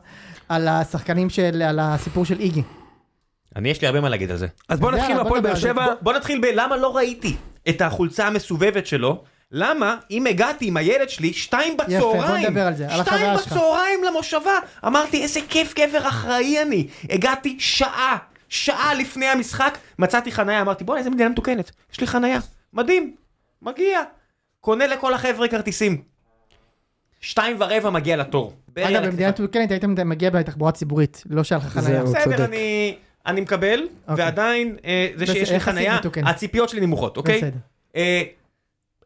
Speaker 1: על השחקנים של, על הסיפור של איגי.
Speaker 3: אני יש לי הרבה מה להגיד על זה.
Speaker 4: אז בוא
Speaker 1: יאללה,
Speaker 4: נתחיל
Speaker 1: בוא
Speaker 4: מהפועל
Speaker 1: נדבר
Speaker 4: באר
Speaker 1: על זה.
Speaker 4: שבע.
Speaker 3: בוא נתחיל בלמה לא ראיתי את החולצה המסובבת שלו למה אם הגעתי עם הילד שלי שתיים בצהריים,
Speaker 1: נדבר על זה, על
Speaker 3: שתיים
Speaker 1: החוויה שלך.
Speaker 3: בצהריים למושבה, אמרתי איזה כיף גבר אחראי אני, הגעתי שעה, שעה לפני המשחק, מצאתי חנייה, אמרתי בוא'נה איזה מדינה מתוקנת, יש לי חנייה, מדהים, מגיע, קונה לכל החבר'ה כרטיסים. שתיים ורבע מגיע לתור.
Speaker 1: אגב, במדינה מתוקנת היית מגיע בתחבורה ציבורית, לא שהיה לך חניה.
Speaker 2: זהו. הוא צודק.
Speaker 3: בסדר, אני, אני מקבל,
Speaker 1: אוקיי.
Speaker 3: ועדיין אה, זה שיש לי
Speaker 1: יחסית
Speaker 3: חנייה,
Speaker 1: מתוקן.
Speaker 3: הציפיות שלי נמוכות, אוקיי?
Speaker 1: בסדר.
Speaker 3: אה,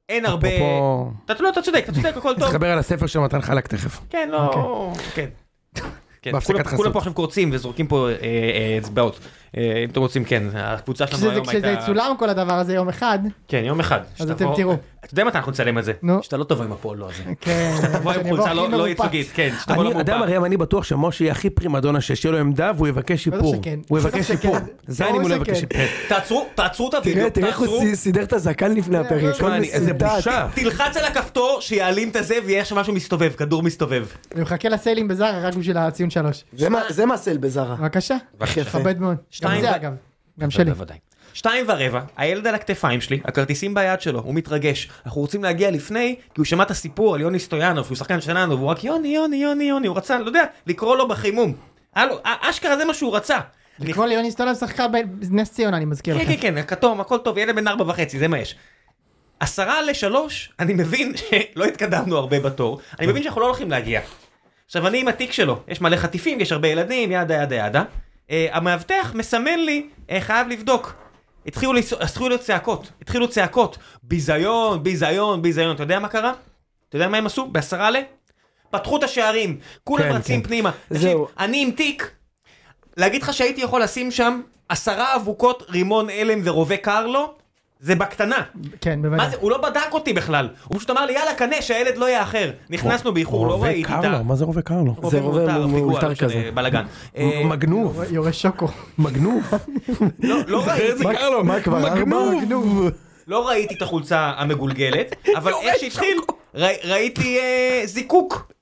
Speaker 3: אין הרבה...
Speaker 4: אפרופו-
Speaker 3: אתה לא, אתה צודק, אתה צודק, הכל טוב.
Speaker 4: תחבר על הספר של מתן חלק תכף.
Speaker 3: כן, לא... כן. כן,
Speaker 4: אוקיי. בהפסקת
Speaker 3: כולם-
Speaker 4: חסות.
Speaker 3: כולם פה עכשיו קורצים וזורקים פה אה, אה, אצבעות. אה, אם אתם רוצים, כן, הקבוצה שלנו
Speaker 1: כשזה-
Speaker 3: היום
Speaker 1: כשזה
Speaker 3: הייתה...
Speaker 1: יצולם כל הדבר הזה יום אחד,
Speaker 3: כן, יום אחד. שתבוא-
Speaker 1: אתם תראו.
Speaker 3: אתה יודע מתי אנחנו נצלם את זה?
Speaker 1: נו.
Speaker 3: שאתה לא תבוא עם הפועל לא הזה.
Speaker 1: כן,
Speaker 3: תבוא עם
Speaker 1: שאני
Speaker 3: חולצה
Speaker 1: הכי
Speaker 3: לא לא
Speaker 1: מרופט.
Speaker 3: ייצוגית, כן, שתבוא
Speaker 4: אני אדם
Speaker 3: למופע.
Speaker 4: הרי אני בטוח שמשה יהיה הכי פרימדונה שיש, יהיה לו עמדה והוא יבקש
Speaker 1: בטח
Speaker 4: שיפור.
Speaker 1: שכן.
Speaker 4: הוא
Speaker 1: בטח
Speaker 4: יבקש
Speaker 1: שכן.
Speaker 4: שיפור. זה אני
Speaker 1: כן. ברור כן.
Speaker 4: מול
Speaker 1: שכן.
Speaker 4: יבקש שיפור.
Speaker 3: תעצרו, תעצרו את הוידאו,
Speaker 2: תראה, תראה איך
Speaker 3: תעצרו.
Speaker 2: הוא סי- סידר את הזקן לפני הפרק.
Speaker 1: לא,
Speaker 2: הכל
Speaker 4: שמע, אני- איזה
Speaker 2: מסודר.
Speaker 4: בושה.
Speaker 3: תלחץ על הכפתור שיעלים את הזה ויהיה שם משהו מסתובב, כדור מסתובב.
Speaker 1: אני מחכה לסיילים בזארה רק בשביל הציון שלוש.
Speaker 2: זה מה- זה מעשה בזרה.
Speaker 1: בבקשה,
Speaker 3: בבקשה.
Speaker 1: מכבד מאוד. גם
Speaker 3: שתיים ו-
Speaker 1: זה אגב, גם שלי.
Speaker 3: בוודאי. שתיים ורבע, הילד על הכתפיים שלי, הכרטיסים ביד שלו, הוא מתרגש. אנחנו רוצים להגיע לפני, כי הוא שמע את הסיפור על יוני סטויאנוב, שהוא שחקן שלנו, והוא רק יוני, יוני, יוני, יוני, הוא רצה, לא יודע, לקרוא לו בחימום. הלו, א- אשכרה זה מה שהוא רצה.
Speaker 1: לקרוא ליוני סטולב שחקה בנס ציונה, אני מזכיר
Speaker 3: כן,
Speaker 1: לכם.
Speaker 3: כן, כן, הכתום, הכל טוב, ילד בן ארבע וחצי, זה מה יש. עשרה לשלוש, אני מבין שלא התקדמנו הרבה בתור, אני
Speaker 1: כן.
Speaker 3: מבין שאנחנו לא הולכים להגיע. עכשיו, אני עם התיק שלו, יש מלא חטיפים, יש הרבה ילדים, ידה ידה ידה. אה, המאבטח מסמן לי, אה, חייב לבדוק. התחילו לס- התחילו להיות צעקות, התחילו צעקות, ביזיון, ביזיון, ביזיון, אתה יודע מה קרה? אתה יודע מה הם עשו? בעשרה ל? פתחו את השערים, כולם
Speaker 4: כן,
Speaker 3: רצים
Speaker 4: כן.
Speaker 3: פנימה. תקשיב,
Speaker 2: זהו.
Speaker 3: אני עם תיק, להגיד לך שהייתי יכול לשים שם עשרה אבוקות רימון הלם ורובה קרלו? זה בקטנה.
Speaker 1: כן, בוודאי.
Speaker 3: מה זה, הוא לא בדק אותי בכלל. הוא פשוט אמר לי, יאללה, קנה, שהילד לא יאחר. נכנסנו באיחור, לא
Speaker 4: רובה
Speaker 3: ראיתי את ה...
Speaker 4: קרלו, מה זה רובה קרלו?
Speaker 2: זה רובה מאולתר כזה.
Speaker 3: אה, בלאגן.
Speaker 4: מגנוב,
Speaker 1: יורה שוקו.
Speaker 4: מגנוב.
Speaker 3: לא ראיתי.
Speaker 2: מה-
Speaker 4: קרלו,
Speaker 2: מה כבר, ארבע?
Speaker 4: מגנוב.
Speaker 2: מגנוב.
Speaker 3: לא ראיתי את החולצה המגולגלת, אבל איך שהתחיל, ראי- ראיתי אה, זיקוק.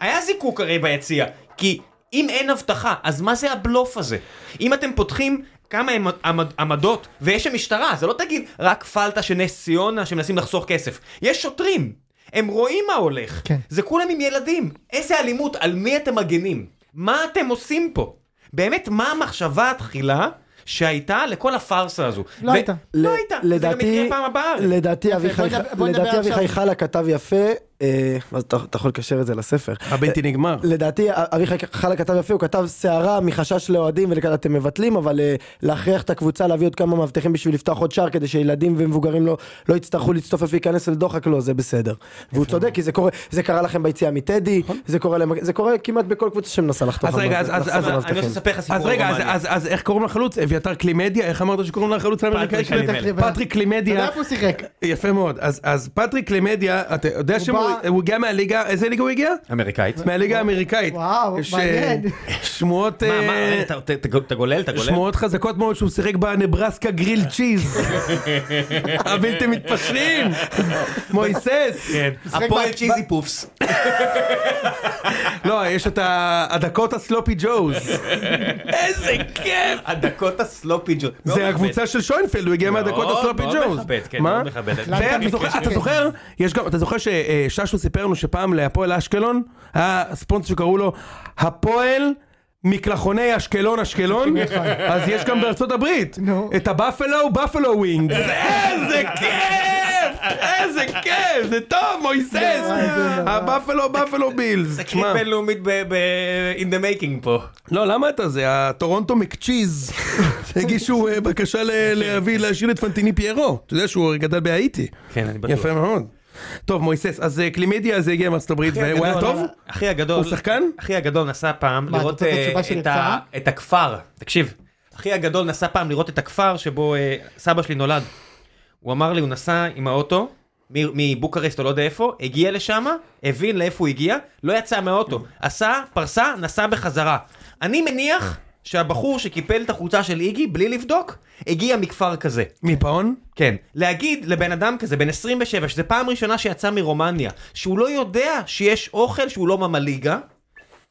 Speaker 3: היה זיקוק הרי ביציע, כי אם אין אבטחה, אז מה זה הבלוף הזה? אם אתם פותחים כמה עמד- עמד- עמדות, ויש שם משטרה, זה לא תגיד רק פלטה של נס ציונה שמנסים לחסוך כסף. יש שוטרים, הם רואים מה הולך.
Speaker 1: כן.
Speaker 3: זה כולם עם ילדים. איזה אלימות, על מי אתם מגנים? מה אתם עושים פה? באמת, מה המחשבה התחילה שהייתה לכל הפארסה הזו?
Speaker 1: לא הייתה.
Speaker 3: לא
Speaker 2: ל-
Speaker 3: הייתה, זה גם
Speaker 2: לדעתי,
Speaker 3: יקרה פעם הבאה.
Speaker 2: לדעתי
Speaker 1: אוקיי, בוא
Speaker 2: אביחי
Speaker 1: נדבר- בוא נדבר
Speaker 2: לדעתי
Speaker 1: עכשיו.
Speaker 2: אביחי חלה כתב יפה, אה, אז אתה אתה יכול לקשר את זה לספר.
Speaker 4: הבלתי נגמר.
Speaker 2: לדעתי אביחי חלה כתב יפה, הוא כתב סערה מחשש לאוהדים ולכן אתם מבטלים, אבל אה, להכריח את הקבוצה להביא עוד כמה מאבטחים בשביל לפתוח עוד שער כדי שילדים ומבוגרים לא, לא יצטרכו להצטופף להיכנס לדוחק, לא, זה בסדר. והוא צודק, כי זה קורה, זה קרה לכם ביציאה מטדי, זה קורה, למ- זה קורה כמעט בכל קבוצה שמנסה לחתוך
Speaker 4: אז רגע, אז- אז-
Speaker 2: לחשוף
Speaker 4: אז-
Speaker 2: על
Speaker 3: אני
Speaker 4: אז-
Speaker 3: רוצה
Speaker 2: מאבטחים.
Speaker 3: לספר לך סיפור
Speaker 4: אז רגע, אז-
Speaker 3: רומניה.
Speaker 4: אז- אז איך קוראים לחלוץ? אביתר קלימדיה? איך אמרת שקוראים לחלוץ האמריקאי?
Speaker 3: פטריק
Speaker 4: שלו?
Speaker 3: קלימדיה.
Speaker 4: פטריק
Speaker 1: אתה יודע
Speaker 4: קלימדיה.
Speaker 1: איפה הוא שיחק?
Speaker 4: יפה מאוד. אז אז פטריק קלימדיה, אתה יודע שהוא
Speaker 1: בא-
Speaker 4: הוא הגיע מהליגה, איזה ליגה הוא הגיע?
Speaker 3: אמריקאית.
Speaker 4: מהליגה האמריקאית.
Speaker 1: וואו,
Speaker 4: ש-
Speaker 1: מעניין.
Speaker 4: שמועות...
Speaker 3: מה,
Speaker 4: אה,
Speaker 3: מה, אתה- אתה- אתה- אתה גולל, אתה גולל?
Speaker 4: שמועות חזקות מאוד שהוא שיחק בנברסקה גריל צ'יז. הבלתי מתפשרים! מויסס!
Speaker 3: כן.
Speaker 1: משחק
Speaker 3: הפועל
Speaker 1: ב-
Speaker 3: צ'יזי פופס.
Speaker 4: לא, יש את ה- הדקות הסלופי ג'וז. איזה כיף!
Speaker 3: הדקות הסלופי ג'ו. מאוד
Speaker 4: זה הקבוצה של שוינפלד, הוא הגיע מהדקות
Speaker 3: לא מאוד,
Speaker 4: הסלופי
Speaker 3: מאוד
Speaker 4: ג'וז.
Speaker 3: מכבד, כן,
Speaker 4: מה?
Speaker 3: מאוד מכבד.
Speaker 4: ואתה זוכר-
Speaker 1: כן.
Speaker 4: אתה זוכר, יש גם, אתה זוכר שששו סיפר לנו שפעם להפועל אשקלון, היה ספונסר שקראו לו הפועל מקלחוני אשקלון אשקלון,
Speaker 1: נכון.
Speaker 4: אז יש גם בארצות הברית,
Speaker 1: נו.
Speaker 4: את הבאפלו בפלו ווינג. איזה כיף! איזה כיף! זה טוב, מויסס! הבאפלו בפלו בילס.
Speaker 3: זה קריט
Speaker 4: שמע,
Speaker 3: בינלאומית ב-in the making פה.
Speaker 4: לא, למה אתה זה? הטורונטו מקצ'יז הגישו אה, בקשה ל- להביא, להשאיר את פנטיני פיירו. אתה יודע שהוא הרי גדל בהאיטי.
Speaker 3: כן, אני בטוח.
Speaker 4: יפה מאוד. טוב, מויסס, אז אה, קלימדיה הזה הגיע מארצות הברית, והוא
Speaker 3: לא
Speaker 4: היה טוב?
Speaker 3: אחי הגדול,
Speaker 4: הוא שחקן?
Speaker 3: אחי הגדול נסע פעם
Speaker 1: מה, אתה
Speaker 3: לראות
Speaker 1: רוצה את
Speaker 3: אה,
Speaker 1: התשובה של
Speaker 3: את ה- את הכפר, תקשיב, אחי הגדול נסע פעם לראות את הכפר שבו אה, סבא שלי נולד. הוא אמר לי, הוא נסע עם האוטו. מ- מבוקרשט או לא יודע איפה, הגיע לשם, הבין לאיפה הוא הגיע, לא יצא מהאוטו, עשה, פרסה, נסע בחזרה. אני מניח שהבחור שקיפל את החולצה של איגי בלי לבדוק, הגיע מכפר כזה.
Speaker 4: מפאון?
Speaker 3: כן, להגיד לבן אדם כזה, בן 27, שזה פעם ראשונה שיצא מרומניה, שהוא לא יודע שיש אוכל שהוא לא ממליגה,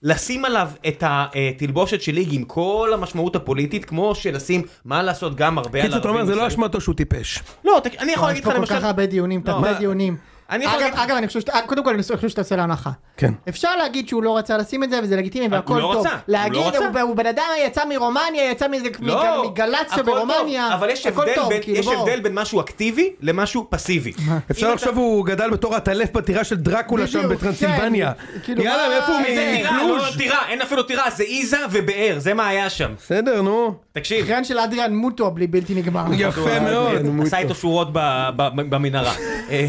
Speaker 3: לשים עליו את התלבושת של ליג עם כל המשמעות הפוליטית, כמו שלשים, מה לעשות, גם הרבה על
Speaker 4: קיצור, אתה אומר, זה לא
Speaker 3: ישראלים.
Speaker 4: אשמתו שהוא טיפש.
Speaker 3: לא, תק- אני
Speaker 1: יש
Speaker 3: יכול להגיד
Speaker 1: פה
Speaker 3: לך
Speaker 1: כל
Speaker 3: למשל... לא,
Speaker 1: כך הרבה דיונים, תרבה
Speaker 4: מה-
Speaker 1: דיונים.
Speaker 3: אני יכול
Speaker 1: אגב-
Speaker 3: להגיד-
Speaker 1: אגב, אני חושב שאתה, קודם כל אני חושב שאתה עושה להנחה.
Speaker 4: כן.
Speaker 1: אפשר להגיד שהוא לא רצה לשים את זה, וזה לגיטימי,
Speaker 3: הוא
Speaker 1: והכל
Speaker 3: לא
Speaker 1: טוב.
Speaker 3: רצה, הוא לא
Speaker 1: להגיד,
Speaker 3: רצה.
Speaker 1: הוא- הוא בן אדם יצא מרומניה, יצא מזה,
Speaker 3: לא,
Speaker 1: מגל- מגלציה
Speaker 3: הכל טוב,
Speaker 1: ברומניה,
Speaker 3: אבל יש
Speaker 1: הכל
Speaker 3: הבדל
Speaker 1: טוב,
Speaker 3: בין-
Speaker 1: כאילו,
Speaker 3: יש
Speaker 1: בוא.
Speaker 3: הבדל בין משהו אקטיבי למשהו פסיבי.
Speaker 4: אפשר
Speaker 3: אם
Speaker 4: לחשוב הוא גדל בתור הטלף בטירה של דרקולה
Speaker 1: בדיוק,
Speaker 4: שם בטרנסילבניה.
Speaker 1: כן. כאילו,
Speaker 4: יאללה,
Speaker 1: מה-
Speaker 4: מאיפה הוא
Speaker 1: איזה
Speaker 3: איזה טירה, לא
Speaker 4: מקלוז'?
Speaker 3: טירה, אין אפילו טירה, זה עיזה ובאר, זה מה היה שם.
Speaker 4: בסדר, נו.
Speaker 3: תקשיב,
Speaker 1: קריין של אדריאן מוטו בלי בלתי נגמר.
Speaker 4: יפה מאוד.
Speaker 3: עשה איתו שורות ב- ב- במנהרה. אה.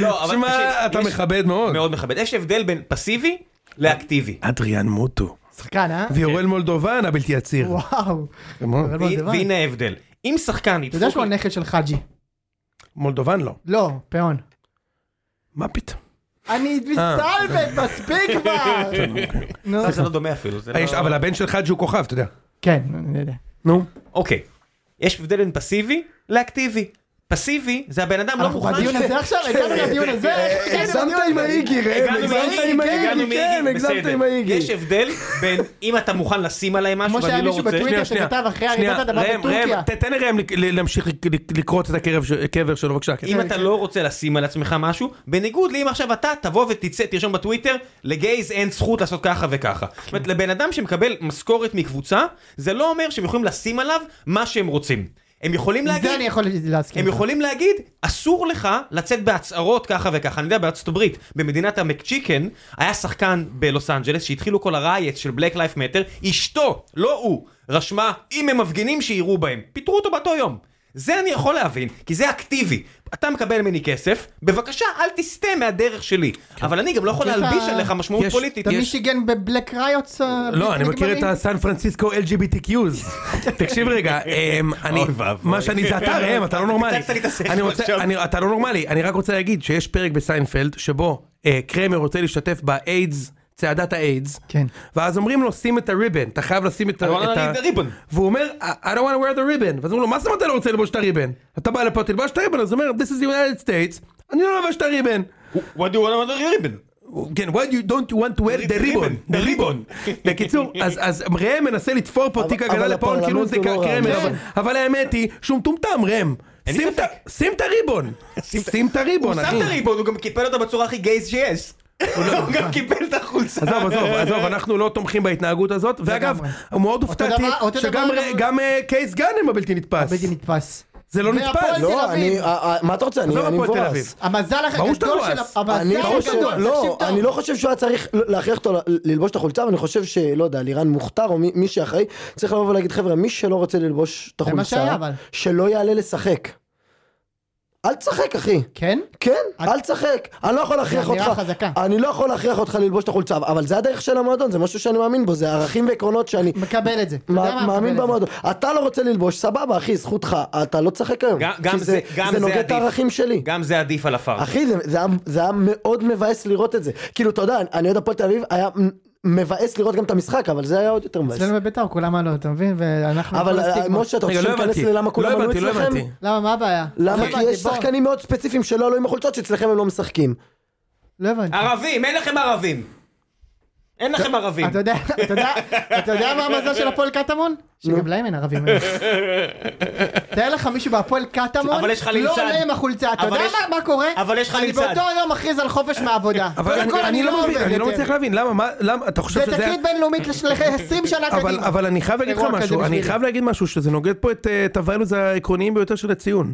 Speaker 3: לא, אבל
Speaker 4: שמע,
Speaker 3: תקשיב,
Speaker 4: אתה
Speaker 3: יש-
Speaker 4: מכבד מאוד.
Speaker 3: מאוד מכבד. יש הבדל בין פסיבי לאקטיבי.
Speaker 4: אדריאן מוטו.
Speaker 1: שחקן, אה?
Speaker 3: כן.
Speaker 4: ויורל מולדובן הבלתי עציר.
Speaker 1: וואו.
Speaker 4: כמו-
Speaker 1: אבל
Speaker 3: והי-
Speaker 1: מולדובן.
Speaker 3: והנה ההבדל. אם שחקן
Speaker 1: אתה יודע
Speaker 3: ידפוק...
Speaker 1: שהוא הנכד של חאג'י.
Speaker 4: מולדובן לא.
Speaker 1: לא, פאון.
Speaker 4: מה פתאום?
Speaker 1: אני
Speaker 2: אה,
Speaker 1: מסתלבט,
Speaker 2: אוקיי.
Speaker 1: מספיק כבר! נו.
Speaker 3: זה לא דומה אפילו. זה
Speaker 4: אה, יש-
Speaker 3: לא-
Speaker 4: אבל הבן של חאג' הוא כוכב, אתה יודע.
Speaker 1: כן, אני יודע.
Speaker 4: נו.
Speaker 3: אוקיי. יש הבדל בין פסיבי לאקטיבי. פסיבי זה הבן אדם לא
Speaker 1: אנחנו
Speaker 3: מוכן...
Speaker 1: אה, בדיון הזה עכשיו, הגענו לדיון
Speaker 3: אה,
Speaker 1: הזה, איך הגענו
Speaker 2: הגזמת
Speaker 1: לדיון
Speaker 2: עם
Speaker 1: הזה?
Speaker 2: האיגי, ראם,
Speaker 3: הגענו
Speaker 2: כן, הגזמת עם האיגי,
Speaker 3: מהאיגי,
Speaker 2: כן, הגזמת
Speaker 3: בסדר.
Speaker 2: עם האיגי.
Speaker 3: יש הבדל בין אם אתה מוכן לשים עליהם משהו
Speaker 1: כמו
Speaker 3: ואני
Speaker 1: שהיה
Speaker 3: לא
Speaker 1: מישהו
Speaker 3: רוצה...
Speaker 1: בטוויטר
Speaker 4: שנייה, שנייה.
Speaker 1: שכתב אחרי
Speaker 4: שנייה,
Speaker 1: הרעידת אדמה
Speaker 4: ראם,
Speaker 1: בטורקיה.
Speaker 4: ראם, ת- תן לראם לק- ל- להמשיך לק- לק- לקרוץ את הקרב ש- הקבר שלו, בבקשה. כן.
Speaker 3: אם אתה לא רוצה לשים על עצמך משהו, בניגוד לאם עכשיו אתה תבוא ותצא, תרשום בטוויטר, לגייז אין זכות לעשות ככה וככה. זאת
Speaker 1: כן.
Speaker 3: אומרת, לבן אדם שמקבל משכורת מקבוצה, זה לא אומר שהם יכולים לשים עליו מה שהם רוצים. הם יכולים
Speaker 1: עם
Speaker 3: להגיד,
Speaker 1: זה אני יכול להסכים.
Speaker 3: הם
Speaker 1: איתך.
Speaker 3: יכולים להגיד, אסור לך לצאת בהצהרות ככה וככה. אני יודע, בארצות הברית, במדינת המקצ'יקן, היה שחקן בלוס אנג'לס שהתחילו כל הרייט של בלק לייף מטר, אשתו, לא הוא, רשמה, אם הם מפגינים שיירו בהם. פיטרו אותו באותו יום. זה אני יכול להבין, כי זה אקטיבי. אתה מקבל ממני כסף, בבקשה אל תסטה מהדרך שלי. אבל אני גם לא יכול
Speaker 1: יש
Speaker 3: להלביש
Speaker 1: ה-
Speaker 3: עליך משמעות
Speaker 4: יש-
Speaker 3: פוליטית.
Speaker 1: אתה
Speaker 3: יש-
Speaker 1: מישיגן בבלק ריוטס? אה,
Speaker 4: לא, אני מכיר את הסן פרנסיסקו LGBTQs. תקשיב רגע, אמ, אני,
Speaker 3: אוי ואבוי.
Speaker 4: מה שאני, זה אתה ראם, אתה לא נורמלי.
Speaker 3: הצגת לי את השכל
Speaker 4: אני רוצה-
Speaker 3: עכשיו.
Speaker 4: אני- אתה לא נורמלי, אני רק רוצה להגיד שיש פרק בסיינפלד שבו אה, קרמר רוצה להשתתף באיידס. צעדת האיידס,
Speaker 1: כן.
Speaker 4: ואז אומרים לו שים את הריבן, אתה חייב לשים את ה...
Speaker 3: I don't
Speaker 4: את
Speaker 3: wanna
Speaker 4: ה-
Speaker 3: need the ribbon.
Speaker 4: והוא אומר I I don't want to wear the ribbon, ואז אומרים לו מה זאת אומרת אתה לא רוצה ללבוש את הריבן? אתה בא לפה תלבש את הריבן, אז הוא אומר this is the United States, אני לא לובש את הריבן.
Speaker 3: What do you want to do, ריבן?
Speaker 4: כן, why do you don't want to wear the ribbon? the ribbon. בקיצור, אז- אז ראם מנסה לתפור פה תיק הגנה
Speaker 2: אבל
Speaker 4: לפאול כאילו
Speaker 2: הפרלמנט
Speaker 4: זה
Speaker 2: הוא לא רע. כן.
Speaker 4: קרמר, אבל- אבל האמת היא שהוא מטומטם ראם.
Speaker 3: אין
Speaker 4: שים
Speaker 3: לי
Speaker 4: את ה- שים את הריבון.
Speaker 3: את-
Speaker 4: שים את הריבון.
Speaker 3: הוא שם
Speaker 4: אחי.
Speaker 3: את הריבון, הוא גם קיפל אותה בצורה הכי גייז שיש. הוא גם קיפל את החולצה.
Speaker 4: עזוב, עזוב,
Speaker 3: אה,
Speaker 4: עזוב, אנחנו לא תומכים בהתנהגות הזאת, ואגב,
Speaker 1: לגמרי.
Speaker 4: מאוד הופתעתי
Speaker 1: דבר- אותו
Speaker 4: שגם
Speaker 1: דבר
Speaker 4: ר-
Speaker 1: גם-
Speaker 4: גם אה, קייס גאנם הבלתי נתפס.
Speaker 1: בלתי נתפס.
Speaker 4: זה לא
Speaker 1: והפועל
Speaker 4: נתפס.
Speaker 1: תל
Speaker 2: לא,
Speaker 1: אביב.
Speaker 2: אני, אה, אה, מה אתה רוצה? אני
Speaker 4: עזוב
Speaker 2: אני
Speaker 4: הפועל תל אביב.
Speaker 2: מבואס.
Speaker 1: המזל
Speaker 4: ברור שאתה
Speaker 1: הגדול
Speaker 4: לא
Speaker 1: של...
Speaker 4: אס.
Speaker 1: המזל
Speaker 2: אני
Speaker 1: הגדול,
Speaker 2: חושב, לא,
Speaker 1: תקשיב טוב.
Speaker 2: אני לא חושב שהוא היה צריך ל- להכריח אותו ל- ללבוש את החולצה, אבל אני חושב שלא יודע, לירן מוכתר או מי מי שאחראי, צריך לבוא ולהגיד חבר'ה, מי שלא רוצה ללבוש את
Speaker 1: מה שהיה,
Speaker 2: החולצה,
Speaker 1: אבל.
Speaker 2: שלא יעלה לשחק. אל תשחק אחי,
Speaker 1: כן?
Speaker 2: כן,
Speaker 1: את-
Speaker 2: אל תשחק, אני לא יכול להכריח
Speaker 1: אמירה
Speaker 2: אותך,
Speaker 1: חזקה.
Speaker 2: אני לא יכול להכריח אותך ללבוש את החולצה, אבל זה הדרך של המועדון, זה משהו שאני מאמין בו, זה ערכים ועקרונות שאני
Speaker 1: מקבל את זה. אתה יודע
Speaker 2: מא-
Speaker 1: מה?
Speaker 2: מאמין
Speaker 1: מקבל את זה.
Speaker 2: במועדון. אתה לא רוצה ללבוש, סבבה אחי, זכותך, אתה לא תשחק היום,
Speaker 3: גם- גם
Speaker 2: כי
Speaker 3: זה- גם
Speaker 2: זה
Speaker 3: זה
Speaker 2: נוגד
Speaker 3: עדיף.
Speaker 2: את הערכים שלי.
Speaker 3: גם זה עדיף על הפארק.
Speaker 2: אחי, זה, זה, היה, זה היה מאוד מבאס לראות את זה. כאילו, אתה יודע, אני עוד הפועל תל אביב, היה מ- מבאס לראות גם את המשחק, אבל זה היה עוד יותר מבאס.
Speaker 1: אצלנו בביתר כולם עלו, אתה מבין? ואנחנו...
Speaker 2: אבל
Speaker 1: כל
Speaker 2: אה,
Speaker 1: הסטיגמות.
Speaker 2: משה, אתה
Speaker 4: רגע,
Speaker 2: רוצה
Speaker 4: לא
Speaker 2: שניכנס
Speaker 4: הבנתי.
Speaker 2: ללמה
Speaker 4: לא
Speaker 2: כולם עלו
Speaker 4: הבנתי, לא
Speaker 2: אצלכם?
Speaker 4: הבנתי.
Speaker 1: למה, מה הבעיה? לא
Speaker 2: למה? כי
Speaker 1: הבנתי,
Speaker 2: יש
Speaker 1: בוא.
Speaker 2: שחקנים מאוד ספציפיים שלא עלו עם החולצות, שאצלכם הם לא משחקים.
Speaker 1: לא הבנתי.
Speaker 3: ערבים, אין לכם ערבים. אין לכם ערבים.
Speaker 1: אתה יודע, אתה יודע, אתה יודע מה המזל של הפועל קטמון? שגם להם אין ערבים. אה. תאר לך מישהו בהפועל קטמון,
Speaker 3: אבל יש לך
Speaker 1: לא
Speaker 3: ליצן.
Speaker 1: עולה עם החולצה, אתה
Speaker 3: אבל
Speaker 1: יודע
Speaker 3: יש-
Speaker 1: מה- מה קורה?
Speaker 3: אבל יש לך
Speaker 1: אני
Speaker 3: ליצן.
Speaker 1: באותו יום מכריז על חופש מהעבודה.
Speaker 4: אבל
Speaker 1: קודם
Speaker 4: אני-
Speaker 1: כל,
Speaker 4: אני לא מבין,
Speaker 1: עובד
Speaker 4: אני לא
Speaker 1: יותר.
Speaker 4: מצליח להבין, למה, מה, למה, אתה חושב
Speaker 1: כן. זה
Speaker 4: שזה...
Speaker 1: תקרית בינלאומית ל-20 שנה
Speaker 4: אבל,
Speaker 1: קדימה.
Speaker 4: אבל אני חייב להגיד לך
Speaker 1: אירוע כזה
Speaker 4: משהו, אני
Speaker 1: בשבילי.
Speaker 4: חייב להגיד משהו שזה נוגד פה את, אה, את הוויילוז העקרוניים ביותר של הציון.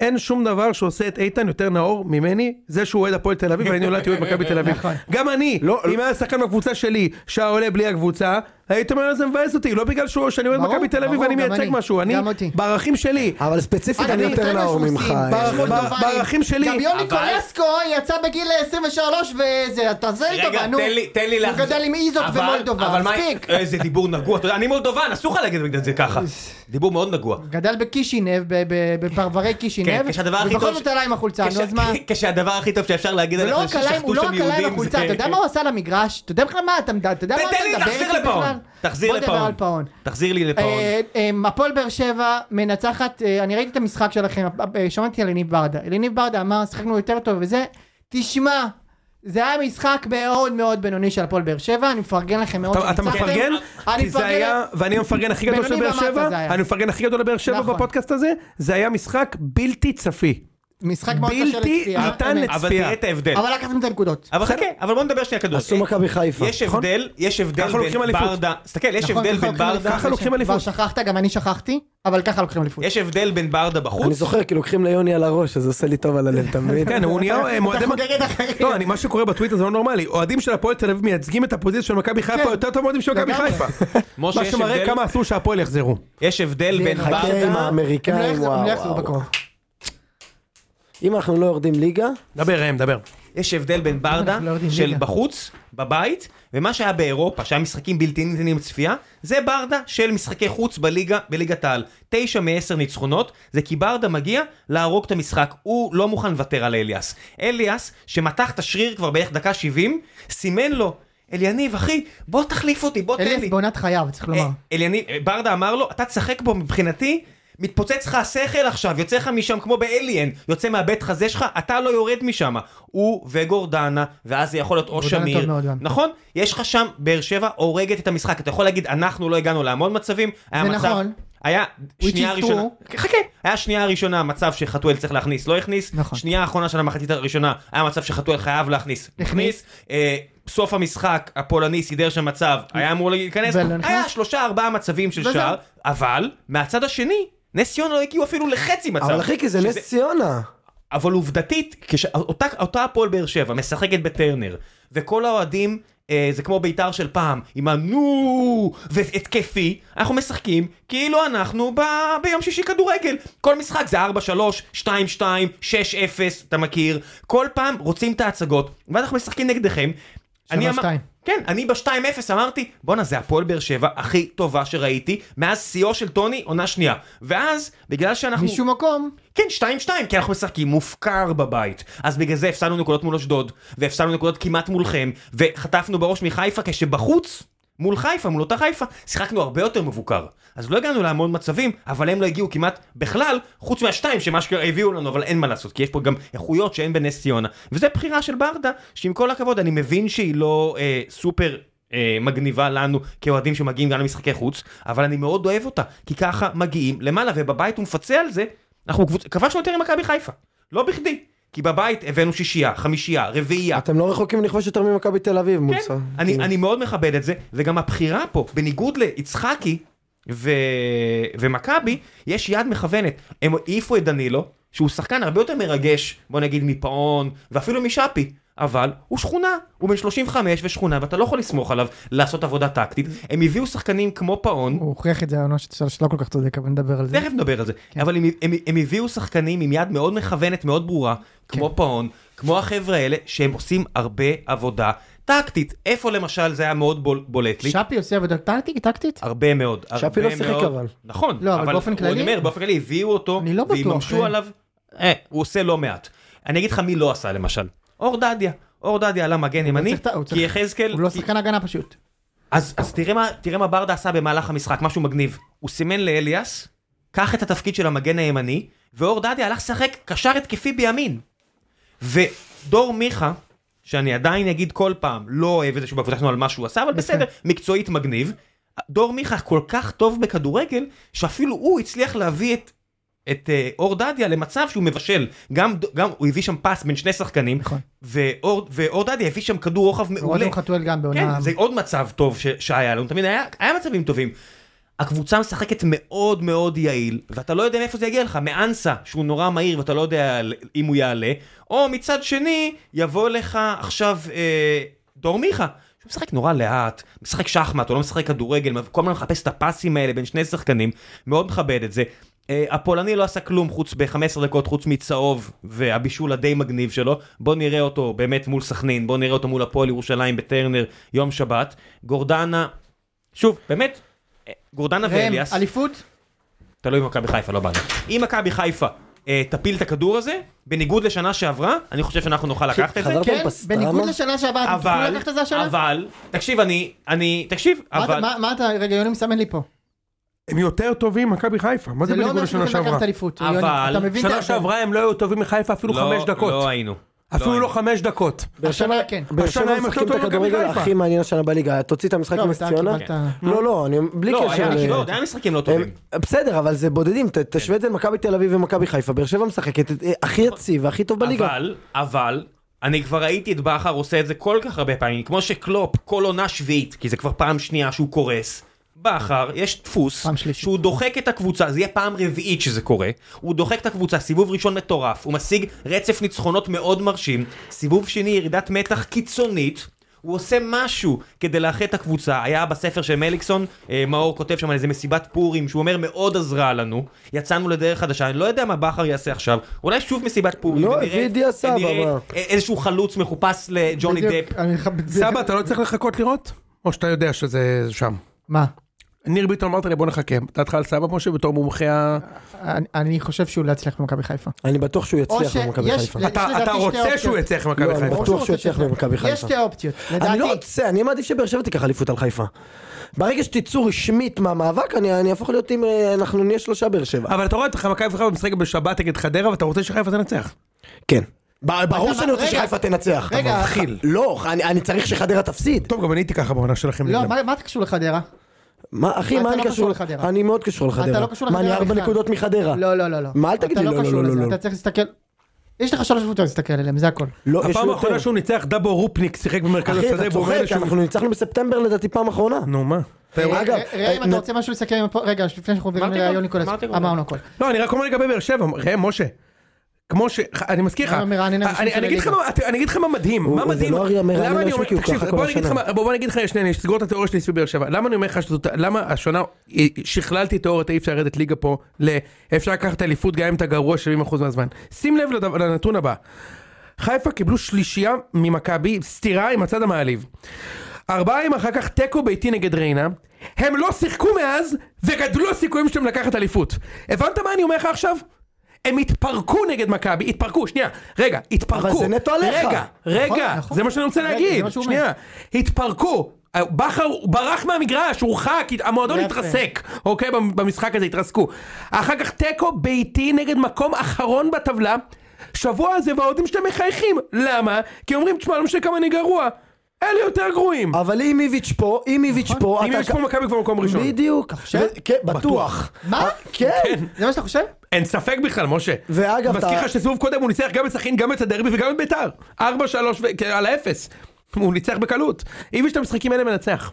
Speaker 4: אין שום דבר שעושה את איתן יותר נאור ממני, זה שהוא אוהד הפועל תל אביב ואני נולדתי אוהד מכבי תל אביב.
Speaker 1: נכון.
Speaker 4: גם אני,
Speaker 2: לא,
Speaker 4: אם היה שחקן בקבוצה שלי שהיה עולה בלי הקבוצה, הייתם אומר זה מבאס אותי, לא בגלל שהוא, שאני אוהד
Speaker 1: ברור,
Speaker 4: מכבי תל אביב
Speaker 1: ברור,
Speaker 4: ואני
Speaker 1: גם
Speaker 4: מייצג
Speaker 1: אני,
Speaker 4: משהו, אני,
Speaker 1: גם אותי.
Speaker 4: בערכים שלי,
Speaker 2: אבל ספציפית
Speaker 1: אגב,
Speaker 2: אני
Speaker 1: זה
Speaker 2: יותר
Speaker 1: מה
Speaker 2: נאור
Speaker 1: שעושים,
Speaker 2: ממך.
Speaker 1: בר-
Speaker 2: אה,
Speaker 1: בר-
Speaker 2: אה,
Speaker 1: טובים.
Speaker 4: בערכים שלי.
Speaker 1: גם יוני
Speaker 3: אבל-
Speaker 1: קולסקו יצא בגיל 23 וזה, תעשה לי
Speaker 3: רגע,
Speaker 1: טובה, נו.
Speaker 3: תן לי, תן לי
Speaker 1: הוא גדל עם איזות
Speaker 3: אבל-
Speaker 1: ומולדובה,
Speaker 3: אבל מה-
Speaker 1: מספיק.
Speaker 3: איזה דיבור נגוע, אתה יודע, אני מולדובן, אסור לך להגיד את זה ככה. דיבור מאוד נגוע.
Speaker 1: גדל בקישינב, ב- ב- בפרברי קישינב,
Speaker 3: כן, כשהדבר הכי טוב...
Speaker 1: ובכל זאת עלה עם החולצה,
Speaker 3: כש-
Speaker 1: נו אז מה?
Speaker 3: כשהדבר הכי טוב שאפשר להגיד
Speaker 1: הוא
Speaker 3: עליך
Speaker 1: לא רק עלה עם- הוא לא
Speaker 3: שם
Speaker 1: רק עלה עם
Speaker 3: יהודים
Speaker 1: החולצה,
Speaker 3: זה- כן.
Speaker 1: אתה יודע מה הוא עשה למגרש? אתה יודע בכלל מה אתה אתה יודע מה
Speaker 3: תן
Speaker 1: אתה
Speaker 3: לי,
Speaker 1: מדבר איתי
Speaker 3: תחזיר
Speaker 1: בכלל?
Speaker 3: לפאון. תחזיר
Speaker 1: בוא נדבר על
Speaker 3: לפאון.
Speaker 1: פאון.
Speaker 3: תחזיר לי לפאון.
Speaker 1: אה, אה, הפועל באר שבע מנצחת, אה, אני ראיתי את אה, המשחק שלכם, אה, שמעתי על יניב ברדה, יניב ברדה אמר, שחקנו יותר טוב וזה, תשמע, זה היה משחק מאוד מאוד בינוני של הפועל באר שבע, אני מפרגן לכם מאוד
Speaker 4: אתה- אתה
Speaker 1: שניצחתם.
Speaker 4: מפרגן?
Speaker 1: אני
Speaker 4: כי זה
Speaker 1: מפרגן-
Speaker 4: היה, ואני המפרגן הכי גדול של
Speaker 1: בינוני
Speaker 4: באר
Speaker 1: ומטה
Speaker 4: שבע,
Speaker 1: זה היה.
Speaker 4: אני המפרגן הכי גדול לבאר שבע
Speaker 1: נכון.
Speaker 4: בפודקאסט הזה, זה היה משחק בלתי צפי.
Speaker 1: משחק מאוד קשה
Speaker 4: בלתי
Speaker 1: לצפייה,
Speaker 4: ניתן
Speaker 1: אמת.
Speaker 3: אבל
Speaker 4: צפייה.
Speaker 3: תראה את ההבדל.
Speaker 1: אבל לקחתם את הנקודות.
Speaker 3: אבל חכה, אבל בוא נדבר שנייה
Speaker 2: עשו
Speaker 3: כדורגל.
Speaker 2: מכבי חיפה. נכון?
Speaker 3: יש הבדל, יש הבדל
Speaker 4: ככה לוקחים
Speaker 3: בין
Speaker 4: אליפות.
Speaker 3: ברדה, תסתכל, יש
Speaker 1: נכון,
Speaker 3: הבדל
Speaker 1: ככה
Speaker 3: בין
Speaker 1: לוקחים
Speaker 3: ברדה,
Speaker 4: ככה לוקחים אליפות.
Speaker 1: כבר שכחת, גם אני שכחתי, אבל ככה לוקחים אליפות.
Speaker 3: יש הבדל בין ברדה
Speaker 2: אני
Speaker 3: בחוץ,
Speaker 2: זוכר, כי לוקחים ליוני על הראש, אז עושה לי טוב על הלב, אתה מבין?
Speaker 4: כן, הוא נהיה אה, מועדי...
Speaker 1: אתה חוגג את החיים.
Speaker 4: לא, אני, מה שקורה בטוויטר זה לא נורמלי. אוהדים של הפועל תל אביב מייצגים את הפוזיציה של מכבי חיפה
Speaker 1: כן.
Speaker 4: יותר טוב מאוהדים של מכבי
Speaker 1: לגמרי.
Speaker 4: חיפה.
Speaker 3: משה
Speaker 4: מה
Speaker 3: יש
Speaker 4: שמראה
Speaker 3: הבדל-
Speaker 4: כמה אסור שהפועל יחזרו.
Speaker 3: יש הבדל בין
Speaker 1: חכה,
Speaker 2: חכה עם
Speaker 3: ברדה,
Speaker 1: הם לא
Speaker 2: האמריקאים,
Speaker 1: יחזרו- הם
Speaker 2: וואו
Speaker 1: לא יחזרו
Speaker 2: וואו.
Speaker 1: בקרוב.
Speaker 2: אם אנחנו לא יורדים ליגה,
Speaker 4: דבר ראם, דבר.
Speaker 3: יש הבדל בין ברדה
Speaker 1: אנחנו לא יודעים
Speaker 3: של
Speaker 1: ליגה.
Speaker 3: בחוץ, בבית, ומה שהיה באירופה, שהיה משחקים בלתי ניתנים לצפייה, זה ברדה של משחקי חוץ בליגה, בליגת העל. תשע מעשר ניצחונות, זה כי ברדה מגיע להרוג את המשחק, הוא לא מוכן לוותר על אליאס. אליאס, שמתח את השריר כבר בערך דקה 70, סימן לו, אליניב אחי, בוא תחליף אותי, בוא תן
Speaker 1: אליאס
Speaker 3: לי.
Speaker 1: בעונת חייו, צריך לומר.
Speaker 3: אה, אליניב, אה, ברדה אמר לו, אתה תשחק בו מבחינתי, מתפוצץ לך השכל עכשיו, יוצא לך משם כמו באליאן, יוצא מהבית חזה שלך, אתה לא יורד משם. הוא וגורדנה, ואז זה יכול להיות או
Speaker 1: גורדנה
Speaker 3: שמיר,
Speaker 1: טוב מאוד גם.
Speaker 3: נכון? יש לך שם, באר שבע הורגת את המשחק, אתה יכול להגיד, אנחנו לא הגענו להמון מצבים, היה
Speaker 1: זה
Speaker 3: מצב...
Speaker 1: נכון.
Speaker 3: היה
Speaker 1: Which
Speaker 3: שנייה
Speaker 1: is
Speaker 3: ראשונה, חכה, היה שנייה ראשונה מצב שחתואל צריך להכניס, לא הכניס,
Speaker 1: נכון.
Speaker 3: שנייה האחרונה של המחצית הראשונה היה מצב שחתואל חייב להכניס, הכניס, אה, סוף המשחק הפולני סידר שם מצב, היה אמור להיכנס,
Speaker 1: ולא נכנס.
Speaker 3: היה שלושה ארבעה מצבים של
Speaker 1: וזהו.
Speaker 3: שער, אבל מהצד השני, נס ציונה לא הגיעו אפילו לחצי מצב.
Speaker 2: אבל אחי, כי זה
Speaker 3: שזה-
Speaker 2: נס ציונה.
Speaker 3: אבל עובדתית, כש- אותה- אותה הפועל באר שבע משחקת בטרנר, וכל האוהדים, אה, זה כמו בית"ר של פעם, עם הנו, והתקפי, אנחנו משחקים כאילו אנחנו ב, ביום שישי כדורגל. כל משחק זה 4-3, 2-2, 6-0, אתה מכיר? כל פעם רוצים את ההצגות, ואנחנו משחקים נגדכם. אני אמר-
Speaker 1: 3-2.
Speaker 3: כן, אני ב-2-0 אמרתי, בואנה זה הפועל באר שבע הכי טובה שראיתי, מאז שיאו של טוני עונה שנייה. ואז, בגלל שאנחנו...
Speaker 1: משום מקום,
Speaker 3: כן, 2-2, כי אנחנו משחקים מופקר בבית. אז בגלל זה הפסדנו נקודות מול אשדוד, והפסדנו נקודות כמעט מולכם, וחטפנו בראש מחיפה כשבחוץ, מול חיפה, מול אותה חיפה, שיחקנו הרבה יותר מבוקר. אז לא הגענו להמון מצבים, אבל הם לא הגיעו כמעט בכלל, חוץ מהשתיים שמה שהביאו לנו, אבל אין מה לעשות, כי יש פה גם איכויות שאין בנס ציונה. וזו בחירה של ברדה, שעם כל הכבוד, אני מבין שהיא לא אה, סופר... אה, מגניבה לנו כאוהדים שמגיעים גם למשחקי חוץ, אבל אני מאוד אוהב אותה, כי ככה מגיעים למעלה, ובבית הוא מפצה על זה, אנחנו קבוצ... כבשנו יותר עם מכבי חיפה, לא בכדי, כי בבית הבאנו שישייה, חמישייה, רביעייה.
Speaker 2: אתם לא רחוקים לכבוש יותר ממכבי תל אביב, כאילו,
Speaker 3: כן,
Speaker 2: מוסה.
Speaker 3: אני, אני מאוד מכבד את זה, וגם הבחירה פה, בניגוד ליצחקי ו... ומכבי, יש יד מכוונת. הם העיפו את דנילו, שהוא שחקן הרבה יותר מרגש, בוא נגיד מפאון, ואפילו משאפי. אבל הוא שכונה, הוא בן 35 ושכונה ואתה לא יכול לסמוך עליו לעשות עבודה טקטית. הם הביאו שחקנים כמו פאון,
Speaker 1: הוא הוכיח את זה לא העונה שלא כל כך צודק, אבל נדבר על זה.
Speaker 3: תכף נדבר על זה,
Speaker 1: כן.
Speaker 3: אבל הם, הם, הם הביאו שחקנים עם יד מאוד מכוונת, מאוד ברורה,
Speaker 1: כן.
Speaker 3: כמו פאון, כמו החבר'ה האלה, שהם עושים הרבה עבודה טקטית. איפה למשל זה היה מאוד בול, בולט לי?
Speaker 1: שפי עושה עבודה טקטית? טקטית?
Speaker 3: הרבה מאוד, הרבה
Speaker 2: שפי לא שיחק
Speaker 3: מאוד.
Speaker 2: אבל.
Speaker 3: נכון,
Speaker 1: לא, אבל באופן
Speaker 3: הוא-
Speaker 1: כללי-
Speaker 3: אני אומר, באופן כללי הביאו אותו,
Speaker 1: אני לא בטוח,
Speaker 3: ויממשו
Speaker 1: כן.
Speaker 3: עליו, אה, הוא עושה לא מעט. אני אגיד לך מי לא עשה למשל, אור דדיה. אור דדיה עלה מגן ימני,
Speaker 1: צריך את ה- הוא צריך-
Speaker 3: כי יחזקאל,
Speaker 1: הוא לא
Speaker 3: כי-
Speaker 1: שחקן הגנה פשוט.
Speaker 3: אז, אז תראה, מה, תראה מה ברדה עשה במהלך המשחק, משהו מגניב. הוא סימן לאליאס, קח את התפקיד של המגן הימני, ואור דדיה הלך לשחק קשר התקפי בימין. ודור מיכה, שאני עדיין אגיד כל פעם, לא אוהב את זה שהוא בקבוצה שלנו על מה שהוא עשה, אבל בסדר, מקצועית מגניב. דור מיכה כל כך טוב בכדורגל, שאפילו הוא הצליח להביא את... את אה, אור דדיה למצב שהוא מבשל, גם, ד- גם הוא הביא שם פס בין שני שחקנים,
Speaker 1: נכון.
Speaker 3: ואור, ואור דדיה הביא שם כדור רוחב מעולה.
Speaker 1: רותם חתואל גם בעונה...
Speaker 3: כן, זה עוד מצב טוב ש- שהיה לנו, תמיד היה, היה מצבים טובים. הקבוצה משחקת מאוד מאוד יעיל, ואתה לא יודע מאיפה זה יגיע לך, מאנסה, שהוא נורא מהיר ואתה לא יודע על- אם הוא יעלה, או מצד שני, יבוא לך עכשיו אה, דור מיכה, שהוא משחק נורא לאט, משחק שחמט, הוא לא משחק כדורגל, כל הזמן מחפש את הפסים האלה בין שני שחקנים, מאוד מכבד את זה. אה, הפולני לא עשה כלום חוץ ב-15 דקות, חוץ מצהוב והבישול הדי מגניב שלו. בוא נראה אותו באמת מול סכנין, בוא נראה אותו מול הפועל ירושלים בטרנר יום שבת. גורדנה, שוב, באמת, אה, גורדנה
Speaker 1: ראם,
Speaker 3: ואליאס,
Speaker 1: אליפות?
Speaker 3: תלוי במכבי חיפה, לא באנו. אם מכבי חיפה אה, תפיל את הכדור הזה, בניגוד לשנה שעברה, אני חושב שאנחנו נוכל לקחת את זה.
Speaker 2: חזרת
Speaker 1: כן,
Speaker 2: פסטרמה?
Speaker 1: בניגוד לשנה שעברה, אתם תוכלו
Speaker 3: אבל,
Speaker 1: אה, לקחת את זה השנה?
Speaker 3: אבל, תקשיב, אני, אני, תקשיב,
Speaker 1: מה אתה-
Speaker 3: אבל,
Speaker 1: מה- מה אתה, רגע, יוני מסמן לי פה.
Speaker 4: הם יותר טובים מכבי חיפה, מה זה
Speaker 1: זה לא
Speaker 4: בניגוד
Speaker 1: אומר
Speaker 4: לשנה
Speaker 1: שאתם
Speaker 4: שעברה?
Speaker 1: לקחת אליפות,
Speaker 3: אבל-
Speaker 1: יוני. אתה מבין את
Speaker 4: שנה
Speaker 1: ההבדל.
Speaker 4: שעברה הם לא היו טובים מחיפה אפילו
Speaker 3: לא-
Speaker 4: חמש דקות.
Speaker 3: לא היינו.
Speaker 4: אפילו
Speaker 3: אין.
Speaker 4: לא חמש דקות.
Speaker 2: באר שבע-
Speaker 1: כן.
Speaker 2: באר
Speaker 4: השנה
Speaker 2: שבע
Speaker 4: הם
Speaker 2: משחקים את
Speaker 4: החליטו על מכבי
Speaker 2: הכדורגל
Speaker 4: חיפה.
Speaker 2: הכי מעניין השנה בליגה. תוציא את המשחק
Speaker 1: לא,
Speaker 2: עם
Speaker 1: אבל
Speaker 2: נס
Speaker 1: אתה
Speaker 2: ציונה.
Speaker 1: קיבלת...
Speaker 2: לא, לא, אה, אני בלי
Speaker 3: לא,
Speaker 2: קשר.
Speaker 3: היה
Speaker 2: ל-
Speaker 3: משחקים- היה משחקים לא
Speaker 2: הם-
Speaker 3: טובים.
Speaker 2: בסדר, אבל זה בודדים, ת- תשווה את זה למכבי תל אביב ומכבי חיפה. באר שבע משחקת אה, הכי יציב והכי טוב בליגה.
Speaker 3: אבל, אבל, אני כבר ראיתי את בכר עושה את זה כל כך הרבה פעמים, כמו שקלופ כל עונה שביעית, כי זה כבר פעם שנייה שהוא קורס. בכר, יש דפוס,
Speaker 1: פעם שלישית.
Speaker 3: שהוא דוחק את הקבוצה, זה יהיה פעם רביעית שזה קורה, הוא דוחק את הקבוצה, סיבוב ראשון מטורף, הוא משיג רצף ניצחונות מאוד מרשים, סיבוב שני ירידת מתח קיצונית, הוא עושה משהו כדי לאחד את הקבוצה, היה בספר של מליקסון, אה, מאור כותב שם על איזה מסיבת פורים, שהוא אומר מאוד עזרה לנו, יצאנו לדרך חדשה, אני לא יודע מה בכר יעשה עכשיו, אולי שוב מסיבת פורים,
Speaker 2: לא,
Speaker 3: ונראה-
Speaker 2: וידי עשה,
Speaker 3: ונראה
Speaker 2: אבל-
Speaker 3: א- איזשהו חלוץ מחופש לג'וני
Speaker 1: בדיוק,
Speaker 3: דפ,
Speaker 1: אני ח-
Speaker 4: סבא, אתה לא צריך לחכות לראות? או שאתה יודע שזה שם.
Speaker 1: מה?
Speaker 4: ניר ביטון אמרת לי בוא נחכה. דעתך על סבא משה בתור מומחה ה...
Speaker 1: אני- אני חושב שהוא לא יצליח במכבי חיפה.
Speaker 2: אני בטוח שהוא
Speaker 1: או
Speaker 2: יצליח
Speaker 1: שיש-
Speaker 2: במכבי חיפה.
Speaker 1: לדעתי
Speaker 4: אתה
Speaker 1: שתי
Speaker 4: אתה רוצה
Speaker 1: אופציות.
Speaker 4: שהוא יצליח
Speaker 2: לא,
Speaker 4: במכבי
Speaker 2: אני
Speaker 4: חיפה.
Speaker 2: בטוח
Speaker 1: ברור
Speaker 2: שהוא יצליח
Speaker 1: שזה-
Speaker 2: במכבי חיפה.
Speaker 1: יש שתי אופציות,
Speaker 2: אני לא
Speaker 1: לדעתי.
Speaker 2: רוצה, אני מעדיף שבאר שבע תיקח אליפות על חיפה. ברגע שתצאו רשמית מהמאבק, אני אני אהפוך להיות עם... אה, אנחנו נהיה שלושה באר שבע.
Speaker 4: אבל אתה רואה את מכבי חיפה משחק בשבת נגד חדרה ואתה רוצה שחיפה תנצח.
Speaker 2: כן. ב- ברור
Speaker 1: אתה-
Speaker 2: שאני רוצה
Speaker 1: רגע,
Speaker 2: שחיפה תנצח.
Speaker 1: רגע,
Speaker 2: אתה מבחיל. לא, אני- אני צריך שחדרה תפסיד.
Speaker 4: טוב גם אני הייתי ככה בעונה שלכם.
Speaker 1: לא,
Speaker 4: נגדם.
Speaker 1: מה- מה אתה קשור לחדרה?
Speaker 2: מה, אחי,
Speaker 1: אתה
Speaker 2: מה
Speaker 1: לא
Speaker 2: אני
Speaker 1: קשור
Speaker 2: קשור?
Speaker 1: לחדרה.
Speaker 2: אני מאוד קשור לחדרה.
Speaker 1: לא קשור
Speaker 2: מה, אני
Speaker 1: לחדרה
Speaker 2: ארבע
Speaker 1: בכלל.
Speaker 2: נקודות מחדרה.
Speaker 1: לא, לא, לא, לא.
Speaker 2: מה, אל תגיד
Speaker 1: אתה
Speaker 2: לי לא,
Speaker 1: קשור
Speaker 2: לא, לא,
Speaker 1: לזה,
Speaker 2: לא.
Speaker 1: אתה צריך להסתכל... יש לך שלוש קבוצות להסתכל עליהן, זה הכל.
Speaker 2: לא, יש
Speaker 4: הפעם
Speaker 2: לי
Speaker 4: האחרונה
Speaker 2: יותר.
Speaker 4: שהוא ניצח דאבו רופניק שיחק במרכז
Speaker 2: אחי,
Speaker 4: השדה.
Speaker 2: אתה
Speaker 4: והוא אומר לי
Speaker 2: צוחק,
Speaker 4: שהוא-
Speaker 2: אנחנו ניצחנו בספטמבר לדעתי פעם אחרונה.
Speaker 4: נו מה.
Speaker 2: אגב, אה,
Speaker 1: ראה, ראה אם
Speaker 2: נ-
Speaker 1: אתה רוצה משהו לסכם עם הפועל, רגע, לפני שאנחנו עוברים
Speaker 3: אמרתי
Speaker 1: לראיון
Speaker 3: הכל,
Speaker 1: ניקולס,
Speaker 3: אמרתי הכל.
Speaker 1: אמרנו הכל.
Speaker 4: לא, אני רק אומר לגבי באר שבע, ראה, משה. כמו ש... אני מזכיר לך,
Speaker 1: הוא המרענן הראשון
Speaker 4: אני
Speaker 1: של
Speaker 4: אני אגיד לך
Speaker 1: הליגה.
Speaker 4: מה- אתה- אני אגיד לך מה מדהים,
Speaker 2: הוא-
Speaker 4: מה
Speaker 2: הוא- זה
Speaker 4: מדהים,
Speaker 2: לא המרענן
Speaker 4: למה אני
Speaker 2: הראשון
Speaker 4: אומר,
Speaker 2: כי הוא
Speaker 4: תקשיב,
Speaker 2: ככה
Speaker 4: בוא
Speaker 2: כל
Speaker 4: אני אגיד לך
Speaker 2: השנה.
Speaker 4: מה- בוא אני אגיד לך שנייה, שתסגור את התיאוריה שלי סביב באר שבע, למה אני אומר לך שזאת, למה השנה אה, שכללתי תיאוריות אי אפשר לרדת ליגה פה, ל- אפשר לקחת אליפות גם אם אתה גרוע 70% מהזמן, שים לב לדבר- לנתון הבא, חיפה קיבלו שלישייה ממכבי, סטירה עם הצד המעליב. ארבעה ימים אחר כך תיקו ביתי נגד ריינה. הם לא שיחקו מאז, וגדלו הסיכויים שלהם לקחת אליפות. הבנת מה אני אומר לך עכשיו? הם התפרקו נגד מכבי, התפרקו, שנייה, רגע, התפרקו.
Speaker 2: אבל זה נטו עליך.
Speaker 4: רגע, רגע,
Speaker 1: נכון, נכון.
Speaker 4: זה מה שאני רוצה
Speaker 1: רגע, זה
Speaker 4: להגיד,
Speaker 1: מה שהוא אומר.
Speaker 4: שנייה. התפרקו. בכר ברח מהמגרש, הורחק, המועדון
Speaker 1: יפה.
Speaker 4: התרסק, אוקיי? במ- במשחק הזה התרסקו. אחר כך תיקו ביתי נגד מקום אחרון בטבלה. שבוע הזה והאוהדים שלהם מחייכים. למה? כי אומרים, תשמע, לא משנה כמה אני גרוע. אלה יותר גרועים.
Speaker 2: אבל אם איביץ' פה, אם איביץ' פה,
Speaker 4: אם
Speaker 2: אתה-
Speaker 4: יש פה מכבי כבר מקום ראשון.
Speaker 2: בדיוק.
Speaker 1: נכון. עכשיו?
Speaker 2: ו- כן, בטוח.
Speaker 1: מה?
Speaker 2: כן.
Speaker 1: זה מה שאתה חושב?
Speaker 4: אין ספק בכלל, משה.
Speaker 2: ואגב,
Speaker 4: מזכיר
Speaker 2: אתה-
Speaker 4: לך שסיבוב קודם הוא ניצח גם את סכין, גם את הדרבי וגם את ביתר. 4-3 ו- כן, על האפס. הוא ניצח בקלות. אם יש את המשחקים האלה מנצח.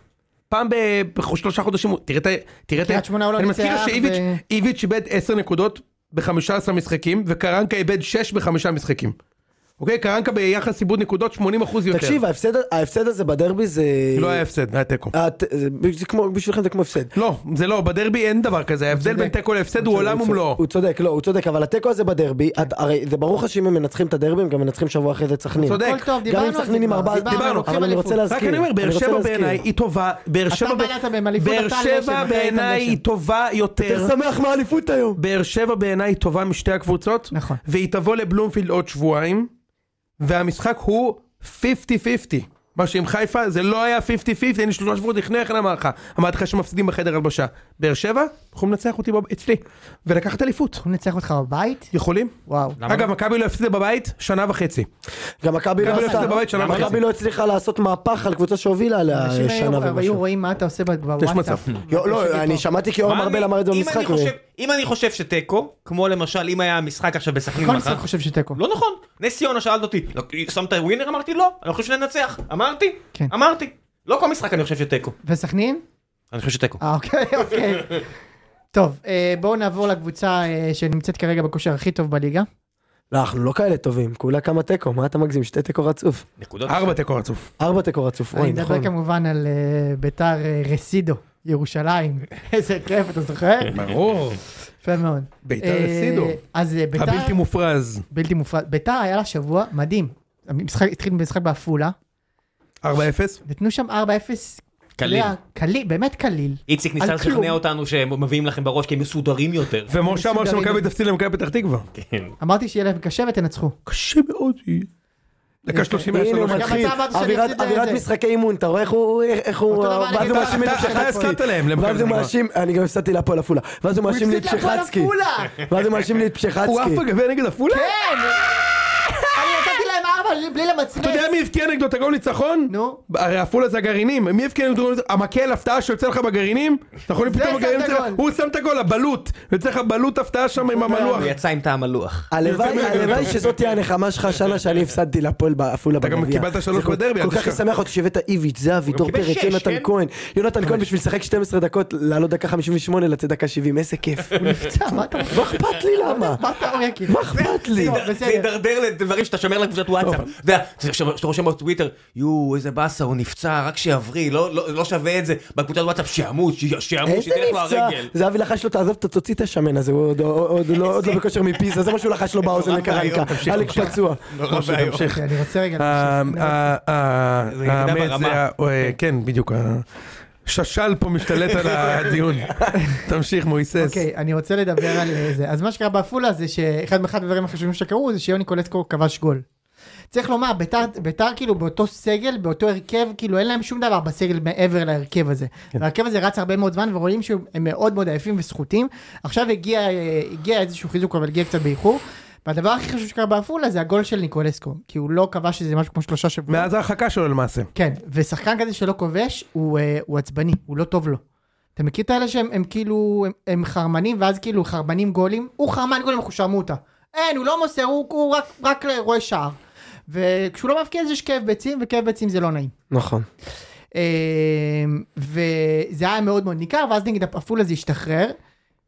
Speaker 4: פעם ב- בשלושה חודשים, הוא- תראה את ה... תראה את ה...
Speaker 1: קריית שמונה הוא לא
Speaker 4: אני מזכיר לך
Speaker 1: ניצח
Speaker 4: שאיביץ'
Speaker 1: ו-
Speaker 4: איביץ' איבד 10 נקודות ב-15 משחקים, וקרנקה איבד 6 ב-5 משחקים. אוקיי? קרנקה ביחס איבוד נקודות 80 אחוז יותר.
Speaker 2: תקשיב, ההפסד- ההפסד הזה בדרבי זה...
Speaker 4: לא היה הפסד, היה תיקו.
Speaker 2: אה, ת- זה- זה כמו, בשבילכם זה כמו הפסד.
Speaker 4: לא, זה לא, בדרבי אין דבר כזה, ההבדל
Speaker 1: צודק.
Speaker 4: בין תיקו להפסד הוא עולם
Speaker 2: צודק,
Speaker 4: ומלואו.
Speaker 2: הוא צודק, לא, הוא צודק, אבל התיקו הזה בדרבי, את- הרי זה ברור לך שאם הם מנצחים את הדרבי, הם גם מנצחים שבוע אחרי זה את סכנין.
Speaker 4: צודק.
Speaker 1: הכל טוב,
Speaker 2: גם
Speaker 1: דיברנו
Speaker 2: עם
Speaker 1: על זה.
Speaker 2: סכנין עם
Speaker 1: כבר,
Speaker 2: ארבעה,
Speaker 4: דיברנו,
Speaker 2: אבל אני רוצה
Speaker 4: רק
Speaker 2: להזכיר.
Speaker 4: אני אומר, באר
Speaker 2: כן, אני רוצה
Speaker 4: שבע
Speaker 2: להזכיר.
Speaker 4: בעיניי היא טובה, באר שבע ב-
Speaker 1: בלעת בהם אליפות,
Speaker 4: באר
Speaker 1: אתה לא
Speaker 4: שבע
Speaker 1: אשם,
Speaker 4: בעיניי
Speaker 1: אתה
Speaker 4: היא
Speaker 1: אשם.
Speaker 4: טובה יותר,
Speaker 2: יותר שמח מהאליפות היום.
Speaker 4: באר שבע בעיניי היא טובה משתי הקבוצות,
Speaker 1: נכון.
Speaker 4: והיא תבוא לבלומפילד עוד שבועיים, והמשחק הוא 50-50. מה שעם חיפה זה לא היה 50-50, אני שלושה שבועות לפני כן אמר לך, אמרתי לך שמפסידים בחדר הלבשה. באר שבע, יכולים לנצח אותי בב- אצלי, ולקחת אליפות.
Speaker 1: אנחנו ננצח אותך בבית?
Speaker 4: יכולים?
Speaker 1: וואו.
Speaker 3: למה
Speaker 4: אגב,
Speaker 3: לא?
Speaker 4: מכבי לא הפסידה בבית שנה וחצי.
Speaker 2: גם מכבי לא
Speaker 4: מכבי לא
Speaker 2: עשתה,
Speaker 4: הפסידה בבית שנה וחצי.
Speaker 2: מכבי לא הצליחה לעשות מהפך על קבוצה שהובילה
Speaker 1: אנשים
Speaker 2: עליה שנה
Speaker 1: היו- היו
Speaker 2: ומשהו.
Speaker 1: רואים מה אתה עושה בוואטסאפ.
Speaker 4: מצב.
Speaker 2: לא, לא, אני שמעתי כי אורן
Speaker 3: מה
Speaker 2: ארבל
Speaker 3: אני-
Speaker 2: אמר את זה
Speaker 3: אם
Speaker 2: במשחק.
Speaker 3: אני חושב- אם אני חושב שתיקו, כמו למשל אם היה המשחק עכשיו בסכנין
Speaker 1: כל
Speaker 3: מחר,
Speaker 1: משחק חושב שתיקו.
Speaker 3: לא נכון, נס ציונה שאלת אותי, "לא, שמת ווינר? אמרתי לא, אני חושב שננצח, אמרתי,
Speaker 1: כן.
Speaker 3: אמרתי, לא כל משחק אני חושב שתיקו,
Speaker 1: וסכנין?
Speaker 3: אני חושב שתיקו.
Speaker 1: אה, אוקיי, אוקיי. טוב, אה, בואו נעבור לקבוצה אה, שנמצאת כרגע בכושר הכי טוב בליגה.
Speaker 2: לא, אנחנו לא כאלה טובים, כולה כמה תיקו, מה אתה מגזים? שתי תיקו רצוף.
Speaker 3: נקודות.
Speaker 4: ארבע תיקו רצוף.
Speaker 2: ארבע תיקו רצוף,
Speaker 1: אני
Speaker 2: אוי,
Speaker 1: מדבר
Speaker 2: נכון.
Speaker 1: כמובן על אה, ביתר אה, רסידו, ירושלים. איזה כיף, אתה זוכר?
Speaker 4: ברור.
Speaker 1: יפה מאוד.
Speaker 4: ביתר
Speaker 1: אה,
Speaker 4: רסידו.
Speaker 1: אז אה, ביתר...
Speaker 4: הבלתי מופרז.
Speaker 1: בלתי מופרד. ביתר היה לה שבוע מדהים. המשחק התחיל במשחק בעפולה,
Speaker 4: 4-0.
Speaker 1: נתנו שם 4-0.
Speaker 3: קליל.
Speaker 1: אתה יודע, קליל, באמת קליל.
Speaker 3: איציק
Speaker 1: על
Speaker 3: ניסה לשכנע
Speaker 1: כלום.
Speaker 3: אותנו שהם מביאים לכם בראש כי הם מסודרים יותר.
Speaker 4: ומשה אמר
Speaker 1: מסודרים.
Speaker 4: שמכבי תפסיד למכבי פתח תקווה.
Speaker 3: כן.
Speaker 1: אמרתי שיהיה להם קשה ותנצחו.
Speaker 4: קשה מאוד. היא. דקה 30 היה
Speaker 2: הנה הוא
Speaker 4: שלוש.
Speaker 1: גם אתה
Speaker 2: מתחיל,
Speaker 1: אמרת שאני
Speaker 2: אווירת-
Speaker 1: אפסיד
Speaker 2: אווירת
Speaker 1: לזה.
Speaker 2: משחקי אימון, אתה רואה איך הוא, איך הוא,
Speaker 1: אותו דבר אני
Speaker 2: ואז הוא
Speaker 1: גם
Speaker 2: מאשים את
Speaker 4: אתה- אתה הסכמת
Speaker 2: פשחצקי,
Speaker 4: להם, למכבי
Speaker 2: ואז הוא
Speaker 4: פתח תקווה.
Speaker 2: מאשים, אני גם הפסדתי להפועל עפולה, ואז הוא מאשים לי את
Speaker 1: הפועל
Speaker 2: פשחצקי,
Speaker 1: עפולה!
Speaker 2: ואז הוא מאשים לי את
Speaker 4: הוא
Speaker 2: פשחצקי,
Speaker 4: עף בגביע נגד עפולה?
Speaker 1: כן! אני נתתי להם ארבע שערים בלי למצמץ.
Speaker 4: אתה יודע מי הבקיע נגדו את הגול ניצחון?
Speaker 1: נו.
Speaker 4: הרי עפולה זה הגרעינים, מי הבקיע נגדו את הגול ניצחון? המקל הפתעה שיוצא לך בגרעינים? אתה יכול
Speaker 1: זה
Speaker 4: לפתור
Speaker 1: שם
Speaker 4: בגרעינים,
Speaker 1: את
Speaker 4: אצלך-
Speaker 1: הגול.
Speaker 4: הוא שם את הגול, הבלוט, יוצא לך בלוט הפתעה שם עם המלוח.
Speaker 3: הוא יצא עם טעם הלוח.
Speaker 2: הלוואי, הלוואי שזאת תהיה הנחמה שלך שנה שאני הפסדתי להפועל בעפולה
Speaker 4: אתה
Speaker 2: בגביע.
Speaker 4: גם קיבלת שלוש
Speaker 2: זה כל-
Speaker 4: בדרבי, אל
Speaker 2: כל כך
Speaker 4: תשכח.
Speaker 2: ישמח אותי שהבאת איביץ', זהבי, דור
Speaker 3: קיבל
Speaker 2: פרץ,
Speaker 3: שש,
Speaker 2: יונתן
Speaker 3: כן?
Speaker 2: כהן. יונתן כהן בשביל לשחק 12 דקות, לעלות דקה 58, לצאת דקה 70, איזה כיף.
Speaker 1: הוא נפצע, מה אתה
Speaker 2: מה לא אכפת לי למה?
Speaker 1: מה אתה אומר כאילו?
Speaker 2: מה אכפת לי?
Speaker 1: לא,
Speaker 3: זה
Speaker 1: בסדר.
Speaker 3: הידרדר לדברים שאתה שומר לקבוצת וואטסאפ. אתה יודע, זה שאתה רושם בטוויטר, יואו, איזה באסה, הוא נפצע, רק שיבריא, לא- לא לא שווה את זה. בקבוצת וואטסאפ, שיעמוד, ש- שיעמוד,
Speaker 2: איזה
Speaker 3: שתלך לו
Speaker 2: נפצע?
Speaker 3: הרגל.
Speaker 2: זהבי לחש לו, תעזוב, ת- תוציא את השמן הזה, הוא עוד- עוד- עוד לא עוד לא בכושר מפיזה, זה מה שהוא לחש לו באוזן
Speaker 3: נורא
Speaker 2: לקרנקה.
Speaker 3: ואיום, תמשיך,
Speaker 2: אלק
Speaker 3: תמשיך. לא.
Speaker 2: פצוע.
Speaker 3: נורא ואיום.
Speaker 1: אוקיי, אני רוצה
Speaker 2: אה,
Speaker 1: רגע...
Speaker 4: ה-
Speaker 1: להמשיך.
Speaker 4: ה- ה-
Speaker 3: זה ירידה
Speaker 4: אה, האמת,
Speaker 3: ברמה.
Speaker 4: זה ה- אה, כן, בדיוק. ה- ששל פה משתלט על הדיון. תמשיך, מויסס.
Speaker 1: אוקיי, אני רוצה לדבר על אה, זה. אז מה שקרה בעפולה זה שאחד מאחד הדברים החשובים שקרו זה שיוני קולסקו כבש גול. צריך לומר, ביתר- ביתר כאילו באותו סגל, באותו הרכב, כאילו אין להם שום דבר בסגל מעבר להרכב הזה.
Speaker 2: כן.
Speaker 1: והרכב הזה רץ הרבה מאוד זמן ורואים שהם מאוד מאוד עייפים וסחוטים. עכשיו הגיע, אה, הגיע איזשהו חיזוק אבל הגיע קצת באיחור. והדבר הכי חשוב שקרה בעפולה זה הגול של ניקולסקו, כי הוא לא כבש איזה משהו כמו שלושה שבועות.
Speaker 4: מאז ההרחקה שלו למעשה.
Speaker 1: כן, ושחקן כזה שלא כובש, הוא, אה, הוא עצבני, הוא לא טוב לו. אתה מכיר את האלה שהם הם כאילו, הם, הם חרמנים, ואז כאילו חרמנים גולים? הוא חרמן גולים, אנחנו שרמו אותה. אין, הוא לא מוסר, הוא, הוא רק, רק רואה שער. וכשהוא לא מבקיע אז יש כאב ביצים, וכאב ביצים זה לא נעים.
Speaker 2: נכון.
Speaker 1: אה, וזה היה מאוד מאוד ניכר, ואז נגד עפולה זה השתחרר.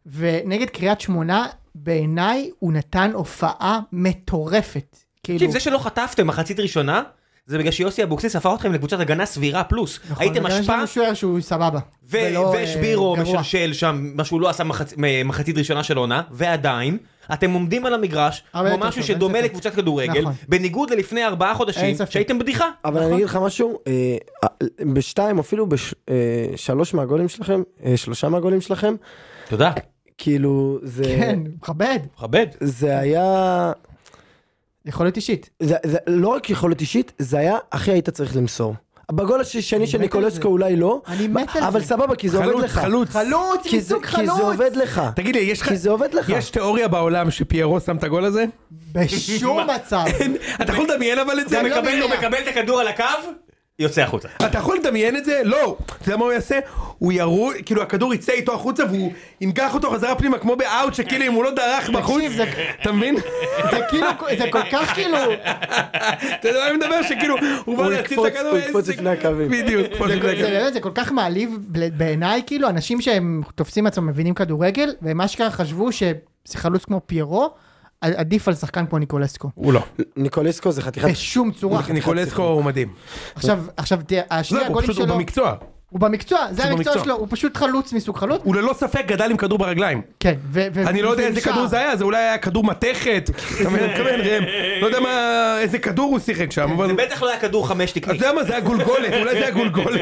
Speaker 1: ונגד קריית שמונה, בעיניי הוא נתן הופעה מטורפת. כאילו,
Speaker 3: תקשיב, זה שלא חטפתם מחצית ראשונה, זה בגלל שיוסי אבוקסיס הפך אתכם לקבוצת הגנה סבירה פלוס.
Speaker 1: נכון,
Speaker 3: הייתם
Speaker 1: אבל יש
Speaker 3: אשפה,
Speaker 1: לנו שוער שהוא סבבה. ולא,
Speaker 3: ו-
Speaker 1: אה,
Speaker 3: ושבירו
Speaker 1: גרוע.
Speaker 3: משלשל שם, מה שהוא לא עשה מחצ- מ- מחצית ראשונה של עונה, ועדיין, אתם עומדים על המגרש,
Speaker 1: הרבה
Speaker 3: כמו
Speaker 1: יותר
Speaker 3: משהו
Speaker 1: טוב, אין
Speaker 3: שדומה
Speaker 1: ספק.
Speaker 3: לקבוצת כדורגל,
Speaker 1: נכון.
Speaker 3: בניגוד ללפני ארבעה
Speaker 1: אין
Speaker 3: חודשים,
Speaker 1: ספק.
Speaker 3: שהייתם בדיחה.
Speaker 2: אבל אני אגיד לך משהו, אה, אה, בשתיים, אפילו בשלוש מהגולים שלכם, אה, שלושה מהגולים שלכם,
Speaker 3: תודה,
Speaker 2: כאילו, זה...
Speaker 1: כן, מכבד,
Speaker 3: מכבד.
Speaker 2: זה היה...
Speaker 1: יכולת אישית.
Speaker 2: זה, זה לא רק יכולת אישית, זה היה, אחי היית צריך למסור. בגול השני
Speaker 1: מת
Speaker 2: של
Speaker 1: על זה.
Speaker 2: ניקולסקו אולי לא,
Speaker 1: אני מת על
Speaker 2: אבל
Speaker 1: זה.
Speaker 2: סבבה, כי זה עובד
Speaker 4: חלוץ,
Speaker 2: לך.
Speaker 4: חלוץ.
Speaker 1: חלוץ,
Speaker 2: כי זה-
Speaker 1: ריסוק
Speaker 2: כי זה
Speaker 1: חלוץ.
Speaker 2: עובד לך.
Speaker 4: תגיד לי, יש לך...
Speaker 2: כי זה עובד לך.
Speaker 4: יש תיאוריה בעולם שפיירו שם את הגול הזה?
Speaker 1: בשום מצב.
Speaker 4: אתה יכול לדמיין אבל את זה?
Speaker 1: גם לא
Speaker 3: מקבל- הוא
Speaker 1: מניע.
Speaker 3: מקבל את הכדור על הקו, יוצא החוצה.
Speaker 4: אתה יכול לדמיין את זה? לא. אתה יודע מה הוא יעשה? הוא ירו, כאילו הכדור יצא איתו החוצה והוא ינגח אותו חזרה פנימה כמו באאוט שכאילו אם הוא לא דרך בחוץ,
Speaker 1: תקשיב, זה-
Speaker 4: אתה מבין?
Speaker 1: זה כאילו, זה כל כך כאילו,
Speaker 4: אתה יודע מה אני מדבר? שכאילו הוא בא
Speaker 2: הוא
Speaker 4: להציץ
Speaker 2: יקפוץ-
Speaker 4: את הכדור.
Speaker 2: הוא יקפוץ
Speaker 4: איזה-
Speaker 2: לפני הקווים.
Speaker 4: בדיוק. כמו
Speaker 1: זה-
Speaker 4: לפני
Speaker 1: זה
Speaker 4: הקווים.
Speaker 1: באמת, זה כל כך מעליב ב- בעיניי, כאילו, אנשים שהם תופסים עצמם מבינים כדורגל, והם אשכרה חשבו שחלוץ כמו פיירו, ע- עדיף על שחקן כמו ניקולסקו.
Speaker 4: הוא לא.
Speaker 2: ניקולסקו זה חתיכת...
Speaker 1: בשום צורה.
Speaker 4: ניקולסקו הוא מדהים.
Speaker 1: עכשיו, עכשיו, תראה, השני
Speaker 4: זהו, הוא
Speaker 1: הגולים
Speaker 4: פשוט הוא
Speaker 1: שלו,
Speaker 4: במקצוע.
Speaker 1: הוא במקצוע, זה
Speaker 4: הוא
Speaker 1: המקצוע
Speaker 4: במקצוע.
Speaker 1: שלו, הוא פשוט חלוץ מסוג חלוץ.
Speaker 4: הוא ללא ספק גדל עם כדור ברגליים.
Speaker 1: כן, ו- ו-
Speaker 4: אני לא יודע
Speaker 1: ועם
Speaker 4: איזה
Speaker 1: שער.
Speaker 4: כדור זה היה, זה אולי היה כדור מתכת. אתה מבין? אני מתכוון, ראם. לא יודע מה, איזה כדור הוא שיחק שם, אבל...
Speaker 3: זה בטח לא היה כדור חמש
Speaker 4: אתה
Speaker 3: תקני.
Speaker 4: יודע מה, זה היה גולגולת, אולי זה היה גולגולת.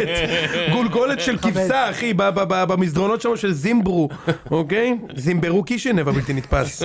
Speaker 4: גולגולת של כבשה, אחי, ב- ב- ב- במסדרונות שם של זימברו, אוקיי? זימברו קישינב הבלתי נתפס.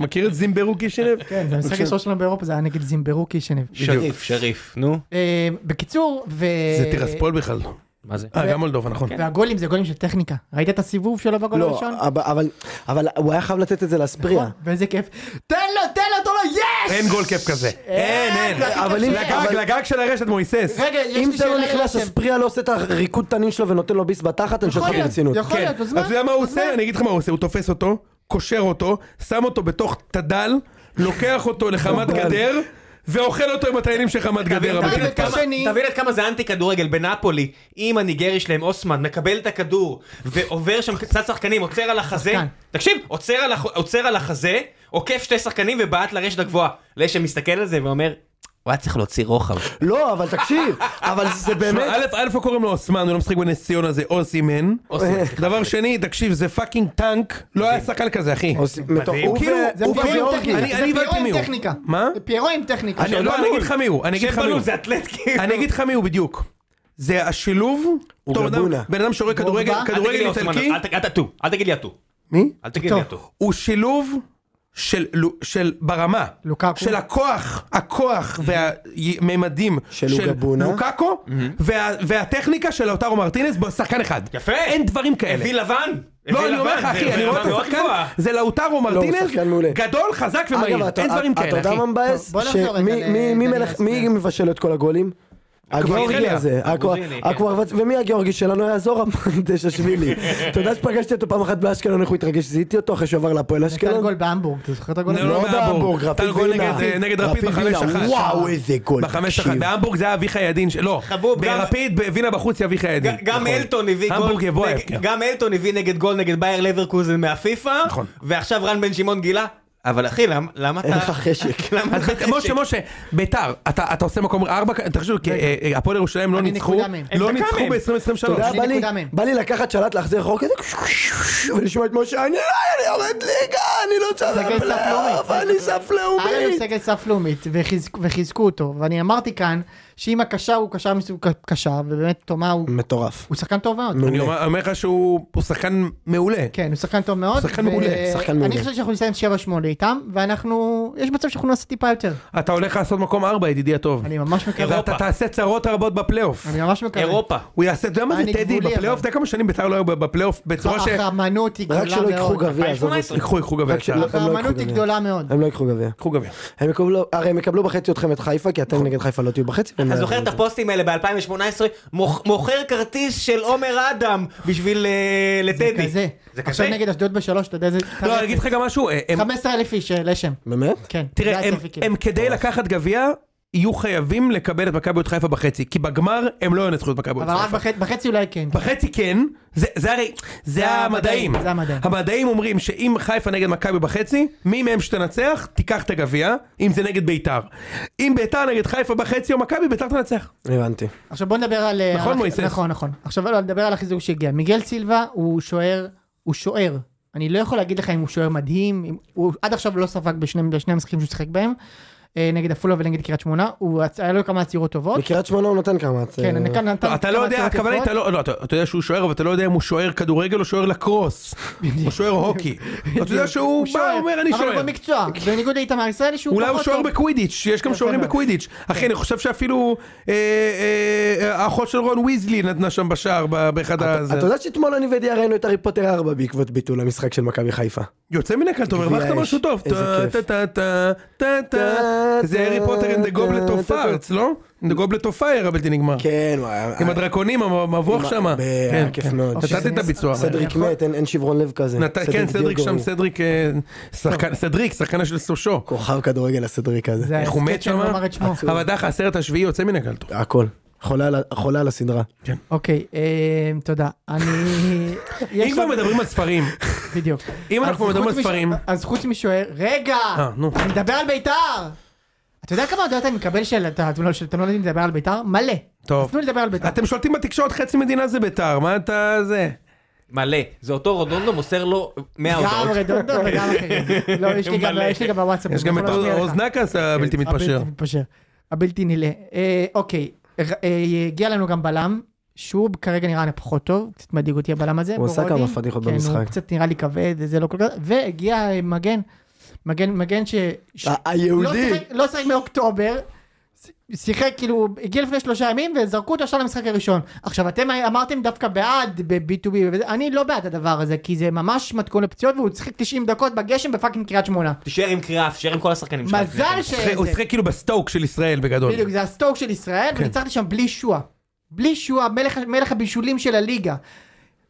Speaker 4: מכיר את זימברו קישינב?
Speaker 1: כן, זה המשחק הראשון שלנו באירופה, זה היה נגד זימבורוקי שנב.
Speaker 3: שריף, שריף, נו.
Speaker 1: אה, בקיצור, ו...
Speaker 4: זה טירספול בכלל.
Speaker 3: מה זה?
Speaker 4: אה, גם מולדובה, נכון.
Speaker 1: והגולים זה גולים של טכניקה. ראית את הסיבוב שלו בגול
Speaker 2: לא,
Speaker 4: אה,
Speaker 1: הראשון?
Speaker 2: אבל- אבל- אבל הוא היה חייב לתת את זה לאספריה.
Speaker 1: ואיזה כיף. תן לו, תן לו, תן לו, יש!
Speaker 4: אין גול כיף כזה. אין, אין.
Speaker 1: זה הכי
Speaker 2: אבל
Speaker 1: קשה.
Speaker 2: אם-
Speaker 4: לגג, לגג של הרשת, מויסס.
Speaker 1: רגע, יש לי
Speaker 2: אם זה לא
Speaker 1: שאלה
Speaker 2: נכנס,
Speaker 1: אליכם.
Speaker 2: אספריה לא עושה את הריקוד תנין שלו ונותן לו ביס בתחת, אני שואל
Speaker 1: יכול
Speaker 2: אותך
Speaker 1: להיות,
Speaker 2: ברצינות.
Speaker 1: נכון. יכול להיות, אז מה?
Speaker 4: כן. אתה יודע מה הוא
Speaker 1: אז
Speaker 4: עושה? אני אגיד לך מה הוא עושה, הוא תופס אותו, קושר אותו, שם אותו בתוך תדל, לוקח אותו לחמת גדר, ואוכל אותו עם הטיילים של חמת גדר.
Speaker 1: תבין
Speaker 4: הבלתי
Speaker 1: את
Speaker 4: נתפס.
Speaker 1: השני.
Speaker 3: תבין עד כמה זה אנטי כדורגל בנפולי, אם הניגרי שלהם אוסמן מקבל את הכדור ועובר שם קצת שחקנים, עוצר על החזה,
Speaker 1: שחקן.
Speaker 3: תקשיב, עוצר על הח- עוצר על החזה, עוקף שתי שחקנים ובעט לרשת הגבוהה. לאש מסתכל על זה ואומר, הוא היה צריך להוציא רוחב.
Speaker 2: לא, אבל תקשיב, אבל זה באמת...
Speaker 4: א', א', לא קוראים לו אוסמן, הוא לא משחק בנס ציונה, זה אוסימן.
Speaker 3: אוסמן.
Speaker 4: דבר שני, תקשיב, זה פאקינג טנק, לא היה שחקן כזה, אחי.
Speaker 2: עושים- מטורף. הוא
Speaker 4: כאילו-
Speaker 2: ו-
Speaker 1: זה
Speaker 2: הוא
Speaker 1: פיירו עם
Speaker 2: וגיאורגי.
Speaker 1: טכניקה.
Speaker 4: אני-
Speaker 1: זה
Speaker 4: אני הבנתי
Speaker 1: פיירו
Speaker 4: מי הוא.
Speaker 1: עם טכניקה.
Speaker 4: מה?
Speaker 1: זה פיירו עם טכניקה.
Speaker 4: אני לא, אני אגיד לך מי הוא, אני אגיד לך
Speaker 3: שם
Speaker 4: מי הוא.
Speaker 3: בלוז זה אתלט כאילו.
Speaker 4: אני אגיד לך מי הוא בדיוק. זה השילוב,
Speaker 2: הוא
Speaker 4: טוב, אדם-
Speaker 2: גרבונה.
Speaker 4: בן אדם שרואה כדורגל
Speaker 1: גרבונה? אל
Speaker 3: אל תגיד לי
Speaker 4: כדורגל
Speaker 3: אוסמן,
Speaker 4: איטלקי,
Speaker 3: אל ת- אל תטו, אל תגיד לי אטו.
Speaker 2: מי?
Speaker 3: אל תגיד לי אטו.
Speaker 4: הוא שילוב של, לו- של ברמה,
Speaker 1: לוקקו.
Speaker 4: של הכוח, הכוח והממדים
Speaker 2: Mm-hmm. של Mm-hmm. לוגבונה.
Speaker 4: לוקקו, וה, והטכניקה של לאוטרו מרטינס בשחקן אחד.
Speaker 3: יפה.
Speaker 4: אין דברים כאלה.
Speaker 3: הביא לבן,
Speaker 4: לא, אני אומר לך, אחי, אני רואה את השחקן, זה לאוטרו מרטינז,
Speaker 2: לא, שחקן מעולה.
Speaker 4: גדול, חזק ומהיר,
Speaker 2: אתה-
Speaker 4: אין דברים
Speaker 2: אתה
Speaker 4: כאלה,
Speaker 2: יודע
Speaker 4: אחי.
Speaker 2: מה מבאס?
Speaker 1: בוא נחזור רגע
Speaker 2: שמי-
Speaker 1: ל-
Speaker 2: מי- מי
Speaker 1: דניאל
Speaker 2: מלך-
Speaker 1: סטרן.
Speaker 2: מי מבשל את כל הגולים? הגיאורגי
Speaker 4: אקוורג'יניה.
Speaker 2: הזה, אקו-
Speaker 3: הגרוזיני, כן.
Speaker 2: אקוורבצ- ומי הגיאורגי שלנו יעזור דשאשווילי. אתה יודע שפגשתי אותו פעם אחת באשקלון, איך הוא התרגש, זיהיתי אותו אחרי שהוא עבר להפועל
Speaker 1: נתן גול
Speaker 2: אשקלון?
Speaker 1: בהמבורג, אתה זוכר את הגול?
Speaker 4: כן. לא,
Speaker 1: הזה?
Speaker 4: לא. בהמבורג.
Speaker 2: רפיד
Speaker 4: נתן גול
Speaker 2: וילה.
Speaker 4: נגד, אה, נגד רפיד בחמש
Speaker 2: וילה,
Speaker 4: אחת.
Speaker 2: וואו, איזה גול.
Speaker 4: בחמש אחת,
Speaker 2: תקשיב.
Speaker 4: בהמבורג זה היה אביחי ידין, ש- לא,
Speaker 3: חבוב, גם-
Speaker 4: ברפיד, בווינה בחוץ יהיה אביחי ידין.
Speaker 3: גם
Speaker 4: נכון.
Speaker 3: אלטון הביא
Speaker 4: המבורג
Speaker 3: גול,
Speaker 4: יבוא
Speaker 3: נגד-
Speaker 4: ההפקר.
Speaker 3: גם אלטון הביא נגד גול נגד בייר לברקוזן מהפיפא,
Speaker 4: נכון.
Speaker 3: ועכשיו רן בן שמעון גילה, אבל אחי, למ- למה אתה...
Speaker 2: אין לך חשק.
Speaker 3: למה
Speaker 4: אז
Speaker 3: אתה
Speaker 4: בית- משה, משה, ביתר, אתה אתה עושה מקום ארבע, תחשוב, כי, אה, אה, הפועל ירושלים לא
Speaker 1: אני
Speaker 4: ניצחו,
Speaker 1: נקודה מהם.
Speaker 3: הם
Speaker 4: לא
Speaker 3: דקה
Speaker 4: ניצחו
Speaker 3: מהם.
Speaker 4: ב-2023.
Speaker 2: אתה יודע,
Speaker 1: שני
Speaker 2: בא לי-
Speaker 1: נקודה מהם.
Speaker 2: בא לי לקחת שלט, להחזיר חור כזה, ולשמוע את משה, אני לא אני יורד ליגה, אני לא
Speaker 1: סגל
Speaker 2: צריך
Speaker 1: סף
Speaker 2: פלייאוף,
Speaker 1: לאומי.
Speaker 2: אני סף
Speaker 1: היה לנו
Speaker 2: לאומי.
Speaker 1: סגל סף לאומית וחיזק- וחיזקו אותו ואני אמרתי כאן שאם הקשר הוא קשר מסוג ק- קשר ובאמת תומה הוא
Speaker 2: מטורף.
Speaker 1: הוא שחקן טוב מאוד.
Speaker 4: אני אומר אומר לך שהוא הוא שחקן מעולה.
Speaker 1: כן הוא שחקן טוב מאוד.
Speaker 4: שחקן
Speaker 1: ו-
Speaker 4: מעולה,
Speaker 2: שחקן מעולה.
Speaker 1: אני חושב שאנחנו נסיים 7-8 איתם ואנחנו יש מצב שאנחנו נעשה טיפה יותר.
Speaker 2: כן.
Speaker 4: אתה הולך לעשות מקום ארבע, ידידי הטוב.
Speaker 1: אני ממש מקווה.
Speaker 4: ואתה תעשה צרות רבות בפלייאוף.
Speaker 1: אני ממש מקווה.
Speaker 3: אירופה.
Speaker 4: הוא יעשה, אתה יודע מה זה
Speaker 1: אני
Speaker 4: טדי?
Speaker 1: גבולי,
Speaker 4: בפלייאוף,
Speaker 1: אבל.
Speaker 4: אתה יודע כמה שנים ביתר לא היו בפלייאוף בצורה ש...
Speaker 1: החרמנות היא גדולה
Speaker 2: רק
Speaker 1: מאוד.
Speaker 2: שלא ייקחו גביע, עזוב אותי.
Speaker 3: 2018.
Speaker 4: ייקחו, ייקחו גביע.
Speaker 2: רק שלא-
Speaker 4: יצא.
Speaker 2: הם לא ייקחו
Speaker 1: החרמנות היא
Speaker 2: גביע.
Speaker 1: גדולה מאוד.
Speaker 2: הם לא ייקחו גביע.
Speaker 4: ייקחו גביע.
Speaker 2: הם יקבלו, הרי הם יקבלו בחצי אתכם את חיפה, כי
Speaker 1: נכון.
Speaker 2: אתם נגד חיפה לא תהיו בחצי.
Speaker 3: אתה זוכר את הפוסטים האלה ב-2018? מוכר כרטיס של עומר אדם בשביל אה,
Speaker 1: זה
Speaker 3: לטדי.
Speaker 1: כזה.
Speaker 3: זה כזה?
Speaker 1: עכשיו נגד אשדוד בשלוש אתה יודע איזה...
Speaker 4: לא, אני אגיד לך גם משהו, אה, הם-
Speaker 1: 15 אלף איש אה, לשם.
Speaker 2: באמת?
Speaker 1: כן. זה
Speaker 4: תראה, הם-
Speaker 1: הצפי, כאילו.
Speaker 4: הם כדי לקחת גביע, יהיו חייבים לקבל את מכביות חיפה בחצי, כי בגמר הם לא ינצחו את מכביות
Speaker 1: אבל רק
Speaker 4: חיפה.
Speaker 1: בחצי- בחצי אולי כן.
Speaker 4: בחצי כן, זה, זה הרי, זה המדעים.
Speaker 1: זה המדעים.
Speaker 4: המדעים אומרים שאם חיפה נגד מכבי בחצי, מי מהם שתנצח, תיקח את הגביע, אם זה נגד ביתר. אם ביתר נגד חיפה בחצי או מכבי, ביתר תנצח.
Speaker 2: הבנתי.
Speaker 1: עכשיו בוא נדבר על...
Speaker 4: נכון,
Speaker 1: על-
Speaker 4: מויסס?
Speaker 1: נכון, נכון. עכשיו לא, נדבר על החיזוק שהגיע. מיגל סילבה הוא שוער, הוא שוער. אני לא יכול להגיד לך אם הוא שוער מדהים, אם, הוא עד עכשיו לא ספג בשני, בשני המשחקים שהוא שיחק בהם, אה, נגד עפולה ונגד קריית שמונה, הוא, הצ- היה לו כמה עצירות טובות.
Speaker 2: בקריית שמונה הוא נותן כמה... אה,
Speaker 1: כן, אני כאן נתן...
Speaker 4: אה, לא, אתה לא
Speaker 1: כמה
Speaker 4: יודע,
Speaker 1: עצירות
Speaker 4: הכוונה היא,
Speaker 1: יפות.
Speaker 4: אתה לא, לא, אתה אתה יודע שהוא שוער, אבל אתה לא יודע אם הוא שוער כדורגל או שוער לקרוס. או שוער הוקי. אתה יודע לא שהוא בא,
Speaker 1: שוער,
Speaker 4: אומר אני
Speaker 1: אבל הוא
Speaker 4: שוער.
Speaker 1: במקצוע, בניגוד לאיתמר ישראלי שהוא
Speaker 4: אולי הוא
Speaker 1: פחות
Speaker 4: שוער
Speaker 1: טוב.
Speaker 4: בקווידיץ', יש גם
Speaker 1: יפה
Speaker 4: שוערים
Speaker 1: מאוד.
Speaker 2: כן.
Speaker 4: בקווידיץ'. אחי, אני חושב שאפילו אה, אה, אה, האחות של רון ויזלי נתנה שם בשער ב- באחד ה...
Speaker 2: אתה יודע שאתמול אני ודיה ראינו את הארי פוטר 4 בעקבות ביטול המשחק של מכבי חיפה.
Speaker 4: יוצא מן הכלל, אתה אומר,
Speaker 2: גביע
Speaker 4: הרווחת
Speaker 2: האש.
Speaker 4: משהו טוב.
Speaker 2: איזה
Speaker 4: טה,
Speaker 2: כיף.
Speaker 4: טה, טה, טה, טה. זה הארי פוטר עם דה גובלט אוף
Speaker 2: טה, טה,
Speaker 4: ארץ, לא? דה גובלט אוף פייר הבלתי נגמר.
Speaker 2: כן, הוא היה...
Speaker 4: עם הדרקונים, המבוך
Speaker 2: עם-
Speaker 4: שם.
Speaker 2: אה, ב-
Speaker 1: כן,
Speaker 2: היה כיף מאוד.
Speaker 1: אוקיי.
Speaker 4: נתתי את הביצוע.
Speaker 2: סדריק
Speaker 1: נכון.
Speaker 2: מת, אין אין שברון לב כזה.
Speaker 4: נת- כן, סדריק שם,
Speaker 2: דיוגורי.
Speaker 4: סדריק, אה, שחקן, סדריק, שחקנה של סושו.
Speaker 2: כוכב כדורגל הסדריק הזה.
Speaker 1: זה
Speaker 4: איך הוא
Speaker 1: ההסכת
Speaker 4: מת
Speaker 1: שאני
Speaker 4: שמה?
Speaker 1: אומר כן, את שמו.
Speaker 4: אבל דחה, הסרט השביעי יוצא מן הכלל. טוב.
Speaker 2: הכל. חולה על ה- חולה על הסדרה.
Speaker 1: אוקיי, אה, תודה. אני...
Speaker 4: אם
Speaker 1: יש
Speaker 4: כבר
Speaker 1: לנו-
Speaker 4: מדברים על ספרים,
Speaker 1: בדיוק.
Speaker 4: אם
Speaker 1: אז
Speaker 4: אנחנו
Speaker 1: חוץ
Speaker 4: מדברים על
Speaker 1: מש-
Speaker 4: ספרים-
Speaker 1: אז חוץ משוער, רגע!
Speaker 4: אה, נו.
Speaker 1: אני מדבר על ביתר! אתה יודע כמה הודעות אני מקבל של אתה- אתם לא של- אתם לא יודעים לדבר על ביתר? מלא.
Speaker 4: טוב.
Speaker 1: אז תנו לי לדבר על ביתר.
Speaker 4: אתם שולטים בתקשורת, חצי מדינה זה ביתר, מה אתה זה?
Speaker 3: מלא. זה אותו רודונדו מוסר לו 100
Speaker 1: גם
Speaker 3: הודעות.
Speaker 1: רדונדו וגם אחרים. לא, יש לי גם-
Speaker 3: מלא.
Speaker 1: יש לי גם בוואטסאפ.
Speaker 4: יש
Speaker 1: אני
Speaker 4: גם את
Speaker 1: יכול להשמיע לא לך. כן,
Speaker 4: אוזנקס הבלתי מתפשר.
Speaker 1: הבלתי מתפשר. הבלתי נלאה. אה, אוקיי, ר- אה, הגיע לנו גם בלם. שהוא כרגע נראה פחות טוב, קצת מדאיג אותי הבלם הזה.
Speaker 2: הוא עשה
Speaker 1: בורודין.
Speaker 2: כמה פדיחות
Speaker 1: כן, הוא
Speaker 2: במשחק.
Speaker 1: קצת נראה לי כבד, וזה לא כל כך... והגיע אה, מגן, מגן, מגן ש... ש-
Speaker 2: ה- היהודי.
Speaker 1: לא שיחק- לא שיחק מאוקטובר, ש- שיחק כאילו, הגיע לפני שלושה ימים וזרקו אותו ישר למשחק הראשון. עכשיו אתם אמרתם דווקא בעד ב-B2B, וזה- אני לא בעד הדבר הזה, כי זה ממש מתכון לפציעות והוא שיחק 90 דקות בגשם בפאקינג קריית שמונה.
Speaker 3: תישאר עם קריאף, תישאר עם כל השחקנים שלך.
Speaker 1: מזל ש...
Speaker 4: הוא שיחק כאילו בסטוק של ישראל בגדול.
Speaker 1: כן, בדיוק, זה הסטוק של ישראל,
Speaker 3: כן.
Speaker 1: וניצחתי שם בלי שועה. בלי שועה, מלך- מלך הבישולים של הליגה.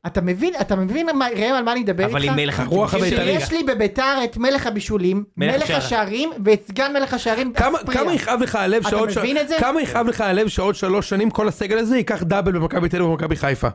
Speaker 1: אתה מבין, אתה מבין, מה- ראם, על מה אני מדבר איתך?
Speaker 3: אבל עם מלך
Speaker 4: הרוח
Speaker 3: הבישולים.
Speaker 4: הבית"רית.
Speaker 1: שיש לי בביתר את מלך הבישולים,
Speaker 3: מלך
Speaker 1: מלך
Speaker 3: השערים.
Speaker 1: השערים ואת סגן מלך השערים.
Speaker 4: כמה-
Speaker 1: אספריה.
Speaker 4: כמה יכאב לך הלב
Speaker 1: אתה
Speaker 4: שעוד
Speaker 1: מבין את זה?
Speaker 4: כמה יכאב לך הלב שעוד שלוש שנים כל הסגל הזה ייקח דאבל במכבי תל אביב ובמכבי חיפה.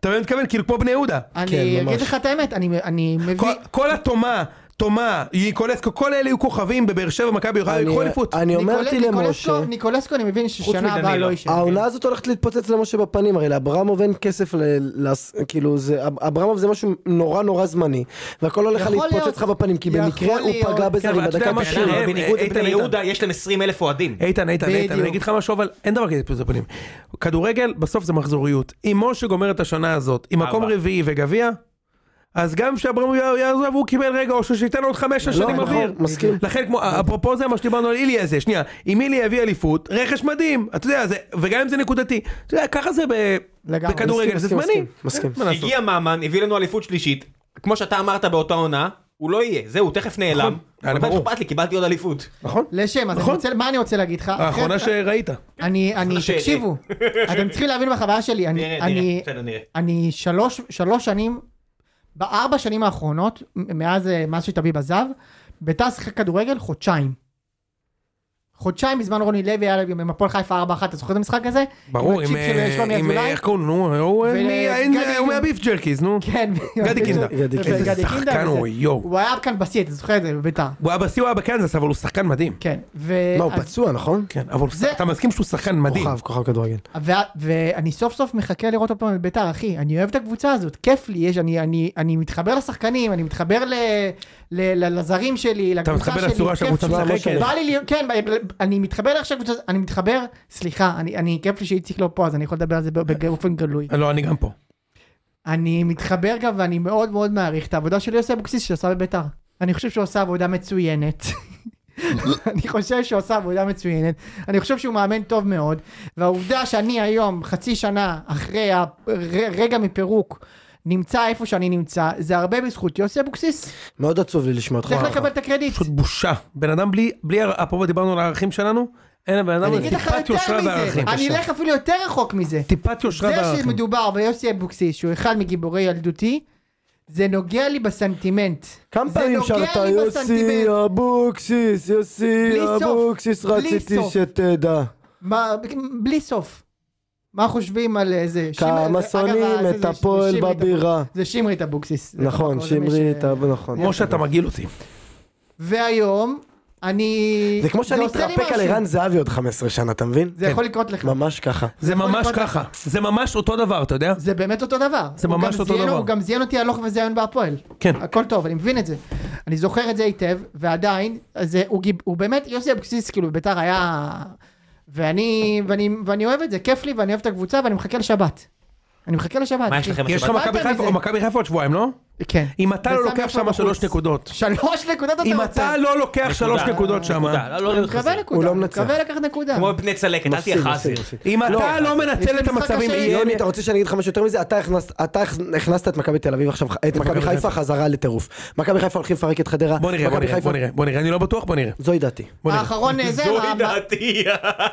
Speaker 4: אתה מבין מה אני מתכוון? כאילו כמו בני יהודה.
Speaker 1: אני
Speaker 2: כן, ממש.
Speaker 1: אגיד לך את האמת, אני- אני
Speaker 4: כל-
Speaker 1: מבין.
Speaker 4: כל התומה, תומה, ייקולסקו, כל אלה יהיו כוכבים בבאר שבע, מכבי יוחאי,
Speaker 2: אני-
Speaker 4: יקחו אליפות.
Speaker 2: אני אמרתי
Speaker 1: ניקולסקו-
Speaker 2: למשה,
Speaker 1: ניקולסקו אני מבין ששנה
Speaker 3: מדנילו.
Speaker 1: הבאה לא יישאר.
Speaker 4: אה,
Speaker 2: העונה הזאת הולכת להתפוצץ למשה בפנים, הרי לאברמוב אין כסף, ל- לס- כאילו זה, אב- אברמוב זה משהו נורא נורא זמני, והכל הולך
Speaker 1: יכול
Speaker 2: להתפוצץ
Speaker 1: להיות.
Speaker 2: לך בפנים, כי
Speaker 1: יכול
Speaker 2: במקרה הוא
Speaker 1: להיות.
Speaker 2: פגע
Speaker 4: כן,
Speaker 2: בזה
Speaker 4: אבל אתה יודע
Speaker 2: בדקה
Speaker 4: מה
Speaker 2: ה-90.
Speaker 4: שיר,
Speaker 3: אבל בניגוד
Speaker 4: איתן,
Speaker 3: לבני
Speaker 4: איתן.
Speaker 3: יהודה יש להם 20 אלף אוהדים.
Speaker 4: איתן, איתן, איתן,
Speaker 1: בדיוק.
Speaker 4: אני אגיד לך משהו, אבל אין דבר כזה פלוס הפנים. כדורגל, בסוף זה מחזוריות. אם משה גומר את השנה הזאת, עם מקום
Speaker 3: ארבע.
Speaker 4: רביעי וגביע, אז גם כשאברהם יעזוב, הוא קיבל רגע, או שייתן עוד חמש-שש שנים
Speaker 2: נכון,
Speaker 4: אוויר.
Speaker 2: מסכים. נכון.
Speaker 4: לכן, כמו, אפרופו זה מה שדיברנו על איליה הזה, שנייה, אם איליה יביא אליפות, רכש מדהים, אתה יודע, זה, וגם אם זה נקודתי, אתה יודע, ככה זה ב...
Speaker 1: לגמרי,
Speaker 4: בכדורגל,
Speaker 2: מסכים,
Speaker 4: זה זמני.
Speaker 2: מסכים, מסכים.
Speaker 4: אין מה לעשות.
Speaker 3: הגיע ממן, הביא לנו אליפות שלישית, כמו שאתה אמרת באותה עונה, הוא לא יהיה, זהו, הוא תכף נעלם.
Speaker 4: היה
Speaker 3: אבל
Speaker 4: לי
Speaker 3: מה
Speaker 4: ברור.
Speaker 3: אכפת לי, קיבלתי עוד אליפות.
Speaker 4: נכון?
Speaker 1: לשם, אז אני
Speaker 4: נכון.
Speaker 1: רוצה- מה אני רוצה להגיד לך?
Speaker 4: האחרונה
Speaker 1: אחרי-
Speaker 4: שראית.
Speaker 1: אני, אני,
Speaker 3: שאלה.
Speaker 1: תקשיבו, אתם צריכים להבין מה החוויה שלי, אני,
Speaker 3: נראה, נראה,
Speaker 1: אני,
Speaker 3: בסדר, נראה.
Speaker 1: אני שלוש, שלוש שנים, בארבע שנים האחרונות, מ- מאז, אה, מאז שטביב עזב, ביתר שיחק כדורגל חודשיים. חודשיים בזמן רוני לוי היה להם עם הפועל חיפה 4-1, אתה זוכר את המשחק הזה?
Speaker 4: ברור, עם...
Speaker 1: הצ'יפ של
Speaker 4: אה,
Speaker 1: שלומי
Speaker 4: עם, אה,
Speaker 1: אזולאי?
Speaker 4: איך קוראים לו? נו, הוא, אה,
Speaker 1: ו-
Speaker 4: מי- אין-
Speaker 1: גדי-
Speaker 4: הוא מהביף ג'רקיז, נו.
Speaker 1: כן,
Speaker 4: גדי קינדה.
Speaker 2: גדי
Speaker 1: וגדי
Speaker 2: קינדה.
Speaker 4: איזה
Speaker 1: קינדה
Speaker 4: שחקן
Speaker 1: וזה.
Speaker 4: הוא, יואו.
Speaker 1: הוא היה כאן בשיא, אתה זוכר את זה, בביתר.
Speaker 4: הוא היה בשיא, הוא היה בקנזס, אבל הוא שחקן מדהים.
Speaker 1: כן, ו...
Speaker 2: מה, הוא
Speaker 1: אז-
Speaker 2: פצוע, נכון?
Speaker 4: כן, אבל הוא
Speaker 1: זה-
Speaker 4: שח- אתה מסכים שהוא שחקן מדהים.
Speaker 2: כוכב, כוכב כדורגל.
Speaker 1: ו- ואני סוף סוף מחכה לראות עוד פעם את ביתר, אחי. אני אוהב את הקבוצה הזאת, כיף לי, יש, אני, אני, אני מתחבר לשחקנים, אני מתחבר ל, ל, ל, לזרים שלי,
Speaker 4: אתה
Speaker 1: לקבוצה שלי,
Speaker 4: מתחבר לצורה
Speaker 1: כיף
Speaker 4: שהקבוצה לא
Speaker 1: לי.
Speaker 2: שלו,
Speaker 4: משחקת.
Speaker 1: בא לי להיות, כן, ב- ב- אני מתחבר לאיך שהקבוצה, אני מתחבר, סליחה, אני, אני כיף לי שאיציק לא פה, אז אני יכול לדבר על זה ב- באופן גלוי.
Speaker 4: לא, אני גם פה.
Speaker 1: אני מתחבר גם, ואני מאוד מאוד מעריך את העבודה של יוסי אבוקסיס שעשה בביתר. אני חושב שהוא עשה עבודה מצוינת. אני חושב שהוא עשה עבודה מצוינת, אני חושב שהוא מאמן טוב מאוד, והעובדה שאני היום, חצי שנה אחרי הרגע מפירוק, נמצא איפה שאני נמצא, זה הרבה בזכות יוסי אבוקסיס.
Speaker 2: מאוד עצוב לי לשמוע אותך.
Speaker 1: צריך לקבל את הקרדיט.
Speaker 4: פשוט בושה. בן אדם בלי, בלי, הר- אפרופו דיברנו על הערכים שלנו, אין לבן אדם
Speaker 1: אני
Speaker 4: הזה
Speaker 1: אגיד לך
Speaker 4: טיפת
Speaker 1: יותר
Speaker 4: יושרה
Speaker 1: מזה,
Speaker 4: וערכים.
Speaker 1: אני אלך אפילו יותר רחוק מזה.
Speaker 4: טיפת יושרה
Speaker 1: זה
Speaker 4: וערכים.
Speaker 1: שמדובר ביוסי אבוקסיס, שהוא אחד מגיבורי ילדותי, זה נוגע לי בסנטימנט.
Speaker 2: כמה
Speaker 1: זה
Speaker 2: פעמים
Speaker 1: נוגע
Speaker 2: שרת
Speaker 1: לי
Speaker 2: יוסי
Speaker 1: בסנטימנט."
Speaker 2: אבוקסיס, יוסי
Speaker 1: בלי סוף,
Speaker 2: אבוקסיס,
Speaker 1: בלי
Speaker 2: רציתי
Speaker 1: סוף.
Speaker 2: שתדע.
Speaker 1: מה, בלי סוף. מה חושבים על אה, זה? שימרי-
Speaker 2: כמה
Speaker 1: אגב, אה,
Speaker 2: שונאים
Speaker 1: זה-
Speaker 2: את
Speaker 1: זה- זה
Speaker 2: הפועל
Speaker 1: שימרי את-
Speaker 2: בבירה.
Speaker 1: זה שמרי את אבוקסיס. זה אה,
Speaker 2: נכון,
Speaker 1: כל זה מי
Speaker 2: שמרי,
Speaker 1: ש-
Speaker 2: אתה- נכון.
Speaker 4: משה, אתה מגעיל אותי.
Speaker 1: והיום, אני...
Speaker 2: זה כמו שאני
Speaker 1: עושה לי
Speaker 2: מתרפק על
Speaker 1: משהו.
Speaker 2: ערן זהבי עוד 15 שנה, אתה מבין? כן.
Speaker 1: זה יכול לקרות לך.
Speaker 2: ממש ככה.
Speaker 4: זה
Speaker 1: יכול
Speaker 4: ממש
Speaker 1: לקרות לך.
Speaker 4: ככה. זה ממש אותו דבר, אתה יודע?
Speaker 1: זה באמת אותו דבר.
Speaker 4: זה
Speaker 1: הוא
Speaker 4: ממש
Speaker 1: גם
Speaker 4: אותו
Speaker 1: זיין-
Speaker 4: דבר.
Speaker 1: הוא גם זיין אותי הלוך וזיון בהפועל.
Speaker 4: כן.
Speaker 1: הכל טוב, אני מבין את זה. אני זוכר את זה היטב, ועדיין, זה, הוא, גיב- הוא באמת, יוסי אבוקסיס, כאילו, בביתר היה... ואני, ואני, ואני אוהב את זה, כיף לי, ואני אוהב את הקבוצה, ואני מחכה לשבת. אני מחכה לשבת.
Speaker 3: מה יש לכם
Speaker 4: יש לך
Speaker 1: מה
Speaker 4: מכבי
Speaker 1: אתה
Speaker 4: חיפה
Speaker 1: מזה?
Speaker 4: או מכבי חיפה עוד שבועיים, לא?
Speaker 1: כן.
Speaker 4: אם אתה לא
Speaker 1: ושם
Speaker 4: לוקח
Speaker 1: יפה
Speaker 4: שם
Speaker 1: בחוץ.
Speaker 4: שלוש נקודות.
Speaker 1: שלוש נקודות אתה רוצה.
Speaker 4: אם אתה לא לוקח שלוש
Speaker 3: נקודה.
Speaker 4: נקודות שם.
Speaker 3: נקודה, לא- לא
Speaker 1: הוא
Speaker 3: להתחזק.
Speaker 1: מקבל נקודה.
Speaker 2: הוא לא
Speaker 1: הוא
Speaker 2: מנצח.
Speaker 1: מקבל לקחת נקודה.
Speaker 3: כמו בני צלקת, אל
Speaker 2: מפסיד,
Speaker 3: תהיה חזיר.
Speaker 2: מפסיד, מפסיד.
Speaker 4: אם אתה לא
Speaker 1: יש
Speaker 4: מנצל
Speaker 1: לי
Speaker 4: את
Speaker 1: משחק
Speaker 4: המצבים, אה,
Speaker 1: קשה.
Speaker 4: יהיה-
Speaker 2: יוני, אתה רוצה שאני אגיד לך משהו יותר מזה? אתה הכנסת- אתה הכנסת את מכבי תל אביב עכשיו, את מכבי חיפה חזרה לטירוף. מכבי חיפה הולכים לפרק את חדרה.
Speaker 4: בוא נראה, בוא
Speaker 2: מכבי
Speaker 4: נראה,
Speaker 2: חיפה-
Speaker 4: בוא נראה, בוא נראה, אני לא בטוח, בוא נראה.
Speaker 2: זוהי דעתי.
Speaker 4: בוא נראה.
Speaker 1: האחרון אה, זה,
Speaker 3: זוהי
Speaker 1: המ-
Speaker 3: דעתי.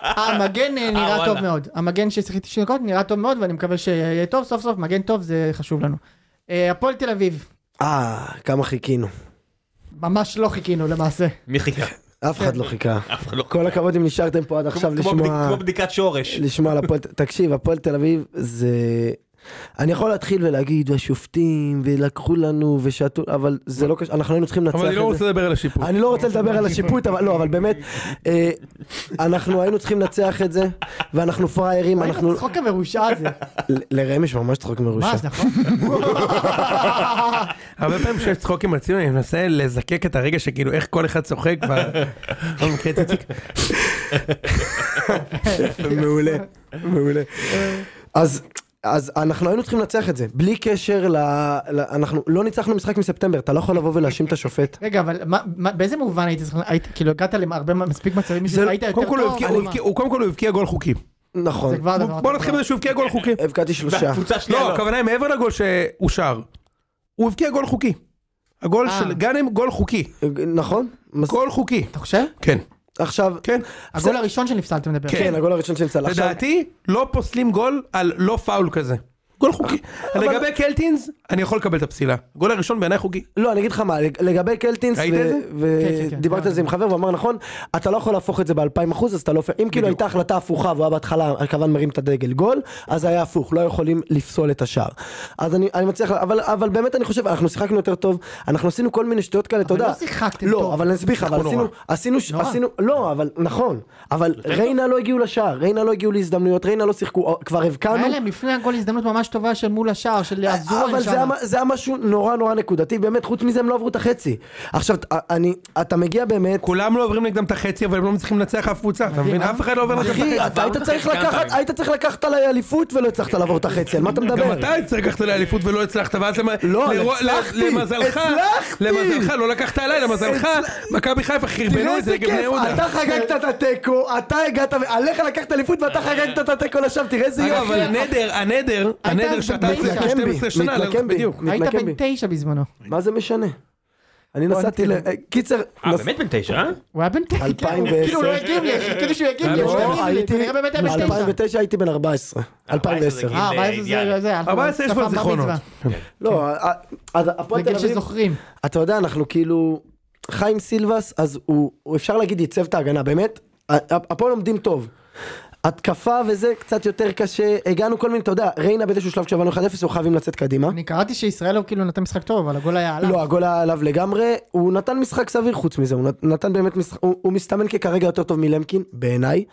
Speaker 1: המגן אה, נראה
Speaker 3: וואלה.
Speaker 1: טוב מאוד. המגן ששיחקתי 90 דקות נראה טוב מאוד, ואני מקווה שיהיה טוב. סוף סוף מגן טוב זה חשוב לנו. אה, הפועל תל אביב,
Speaker 2: אה, כמה חיכינו.
Speaker 1: ממש לא חיכינו למעשה.
Speaker 3: מי חיכה?
Speaker 2: אף אחד לא חיכה.
Speaker 3: אף אחד לא.
Speaker 2: כל הכבוד אם נשארתם פה עד עכשיו
Speaker 3: כמו- כמו בדיק-
Speaker 2: לשמוע...
Speaker 3: כמו בדיקת שורש.
Speaker 2: לשמוע על הפועל, תקשיב, הפועל תל אביב זה... אני יכול להתחיל ולהגיד, והשופטים, ולקחו לנו, ושעטו, אבל זה לא קשור, אנחנו היינו צריכים לנצח
Speaker 4: אבל אני לא
Speaker 2: את
Speaker 4: רוצה
Speaker 2: זה.
Speaker 4: לדבר על השיפור.
Speaker 2: אני לא רוצה לדבר על השיפוט, אבל לא, אבל באמת, אה, אנחנו היינו צריכים לנצח את זה, ואנחנו פראיירים, אנחנו...
Speaker 1: הצחוק המרושע הזה.
Speaker 2: ל- לראם יש ממש צחוק מרושע.
Speaker 1: מה, זה נכון?
Speaker 4: הרבה פעמים כשיש צחוקים על ציון, אני מנסה לזקק את הרגע שכאילו איך כל אחד צוחק. ו- לא מכיר את איציק.
Speaker 2: מעולה, מעולה. אז... אז אנחנו היינו צריכים לנצח את זה, בלי קשר ל... ל... אנחנו לא ניצחנו משחק מספטמבר, אתה לא יכול לבוא ולהאשים את השופט.
Speaker 1: רגע, אבל מה- מה- באיזה מובן היית צריך... היית- כאילו, הגעת להרבה מספיק מצבים
Speaker 4: זה-
Speaker 1: בשביל... היית יותר
Speaker 4: קודם כל הוא
Speaker 1: טוב?
Speaker 4: הבקיע-
Speaker 1: אבל
Speaker 4: הוא
Speaker 1: מה? לא
Speaker 4: הבקיע- הוא- קודם כל הוא הבקיע גול חוקי.
Speaker 2: נכון,
Speaker 1: זה כבר דבר...
Speaker 4: בוא נתחיל בזה שהוא הבקיע גול חוקי.
Speaker 1: כן,
Speaker 2: הבקעתי שלושה.
Speaker 3: והקבוצה השנייה
Speaker 4: לא,
Speaker 3: לא.
Speaker 4: הכוונה היא מעבר לגול שהוא שר. הוא הבקיע גול חוקי. הגול
Speaker 1: אה.
Speaker 4: של גאנם גול חוקי.
Speaker 2: נכון? מס-
Speaker 4: גול חוקי.
Speaker 1: אתה חושב?
Speaker 4: כן.
Speaker 2: עכשיו,
Speaker 4: כן.
Speaker 1: הגול הראשון שנפסל אתה מדבר.
Speaker 2: כן, הגול הראשון של צלח. עכשיו,
Speaker 4: לדעתי לא פוסלים גול על לא פאול כזה. גול חוקי. לגבי קלטינס, אני יכול לקבל את הפסילה. גול הראשון בעיניי חוקי.
Speaker 2: לא, אני אגיד לך מה, לג- לגבי קלטינס,
Speaker 4: ראית את זה?
Speaker 1: כן, כן,
Speaker 2: ודיברת
Speaker 1: כן.
Speaker 2: על זה עם חבר, והוא אמר נכון, אתה לא יכול להפוך את זה ב-2000 אחוז, אז אתה לא... הופך- אם כאילו הייתה החלטה הפוכה, והוא היה בהתחלה, הכוון מרים את הדגל גול, אז היה הפוך, לא יכולים לפסול את השער. אז אני אני מצליח, אבל- אבל באמת אני חושב, אנחנו שיחקנו יותר טוב, אנחנו עשינו כל מיני שטויות כאלה, אתה
Speaker 1: אבל
Speaker 2: יודע.
Speaker 1: לא שיחקתם טוב.
Speaker 2: לא, אבל אני אסביר לך, אבל
Speaker 4: שיחקו נורא.
Speaker 2: עשינו, עשינו, ש-
Speaker 1: נורא.
Speaker 2: עשינו, לא, אבל נכון, אבל ריינה לא הגיעו לשער, ריינה לא הגיעו להזדמנויות, ריינה לא שיחקו, כבר
Speaker 1: היה
Speaker 2: הבקענו,
Speaker 1: להם לפני הגול הזדמנות ממש טובה של מול השער של
Speaker 4: אה,
Speaker 2: אבל
Speaker 1: אזורן
Speaker 2: זה היה,
Speaker 1: שם.
Speaker 2: זה היה משהו נורא נורא נקודתי, באמת, חוץ מזה הם לא עברו את החצי. עכשיו, ת- אני, אתה מגיע באמת,
Speaker 4: כולם לא עוברים נגדם את החצי, אבל הם לא מצליחים לנצח אף קבוצה. אתה מבין?
Speaker 1: אה?
Speaker 4: אף אחד לא עובר נגדם את
Speaker 2: אחי,
Speaker 4: החצי.
Speaker 2: אתה היית
Speaker 3: עברנו את
Speaker 2: צריך
Speaker 3: החצי כמה
Speaker 2: לקחת,
Speaker 3: פעמים.
Speaker 2: היית צריך לקחת עליי אליפות ולא הצלחת לעבור את החצי, על מה אתה מדבר?
Speaker 4: גם אתה הצלחת לאליפות ולא הצלחת, ואז למ-
Speaker 2: לא,
Speaker 4: לרוא-
Speaker 2: הצלחתי,
Speaker 4: ל- למזלך,
Speaker 2: הצלחתי.
Speaker 4: למזלך, לא לקחת עליי, למזלך, מכבי חיפה חרבנו
Speaker 2: תראה
Speaker 4: את
Speaker 2: איזה
Speaker 4: זה נגד בני
Speaker 2: כיף,
Speaker 4: יהודה.
Speaker 2: אתה חגגת את התיקו, אתה הגעת, עליך לקחת אליפות ואתה חגגת את התיקו לשם, תראה איזה
Speaker 4: אה. אגב,
Speaker 2: יופי.
Speaker 4: אבל הנדר, הנדר, הנדר
Speaker 1: אז
Speaker 4: שאתה
Speaker 1: בבית
Speaker 4: עשית
Speaker 1: שם.
Speaker 4: 12 שנה,
Speaker 2: מתנקם
Speaker 4: לא-
Speaker 2: מתנקם בי,
Speaker 4: בדיוק.
Speaker 1: היית
Speaker 2: מתנקם
Speaker 1: בן
Speaker 2: בי.
Speaker 1: תשע בזמנו.
Speaker 2: מה זה משנה? אני נסעתי ל... אה, קיצר,
Speaker 3: אה,
Speaker 2: נס-
Speaker 3: באמת בן תשע, אה?
Speaker 1: הוא היה בן תשע. כן,
Speaker 2: 2010.
Speaker 1: כאילו הוא לא הגיב לי, חיכיתי שהוא יגיב לי, הוא לא
Speaker 2: לא,
Speaker 1: הגיב לי,
Speaker 2: הייתי...
Speaker 1: כנראה באמת היה בן תשע.
Speaker 2: 2009 הייתי בן 14. 2010.
Speaker 3: זה
Speaker 1: אה,
Speaker 3: גיל,
Speaker 1: 14
Speaker 3: אידיאלי.
Speaker 1: זה, זה, אנחנו
Speaker 4: 14 יש כבר
Speaker 1: שפם בר
Speaker 4: זיכרונות.
Speaker 1: מצווה.
Speaker 2: לא, אה, אז הפועל
Speaker 1: זה
Speaker 2: תל
Speaker 1: גיל
Speaker 2: אביב,
Speaker 1: שזוכרים.
Speaker 2: אתה יודע, אנחנו כאילו... חיים סילבס, אז הוא, הוא אפשר להגיד ייצב את ההגנה, באמת, ה- הפועל עומדים טוב. התקפה וזה קצת יותר קשה, הגענו כל מיני, אתה יודע, ריינה באיזשהו שלב כשעברנו 1-0, היו חייבים לצאת קדימה.
Speaker 1: אני קראתי שישראל הוא כאילו נתן משחק טוב, אבל הגול היה עליו.
Speaker 2: לא, הגול היה עליו לגמרי, הוא נתן משחק סביר חוץ מזה, הוא נת- נתן באמת משחק, הוא, הוא מסתמן ככרגע יותר טוב מלמקין, בעיניי.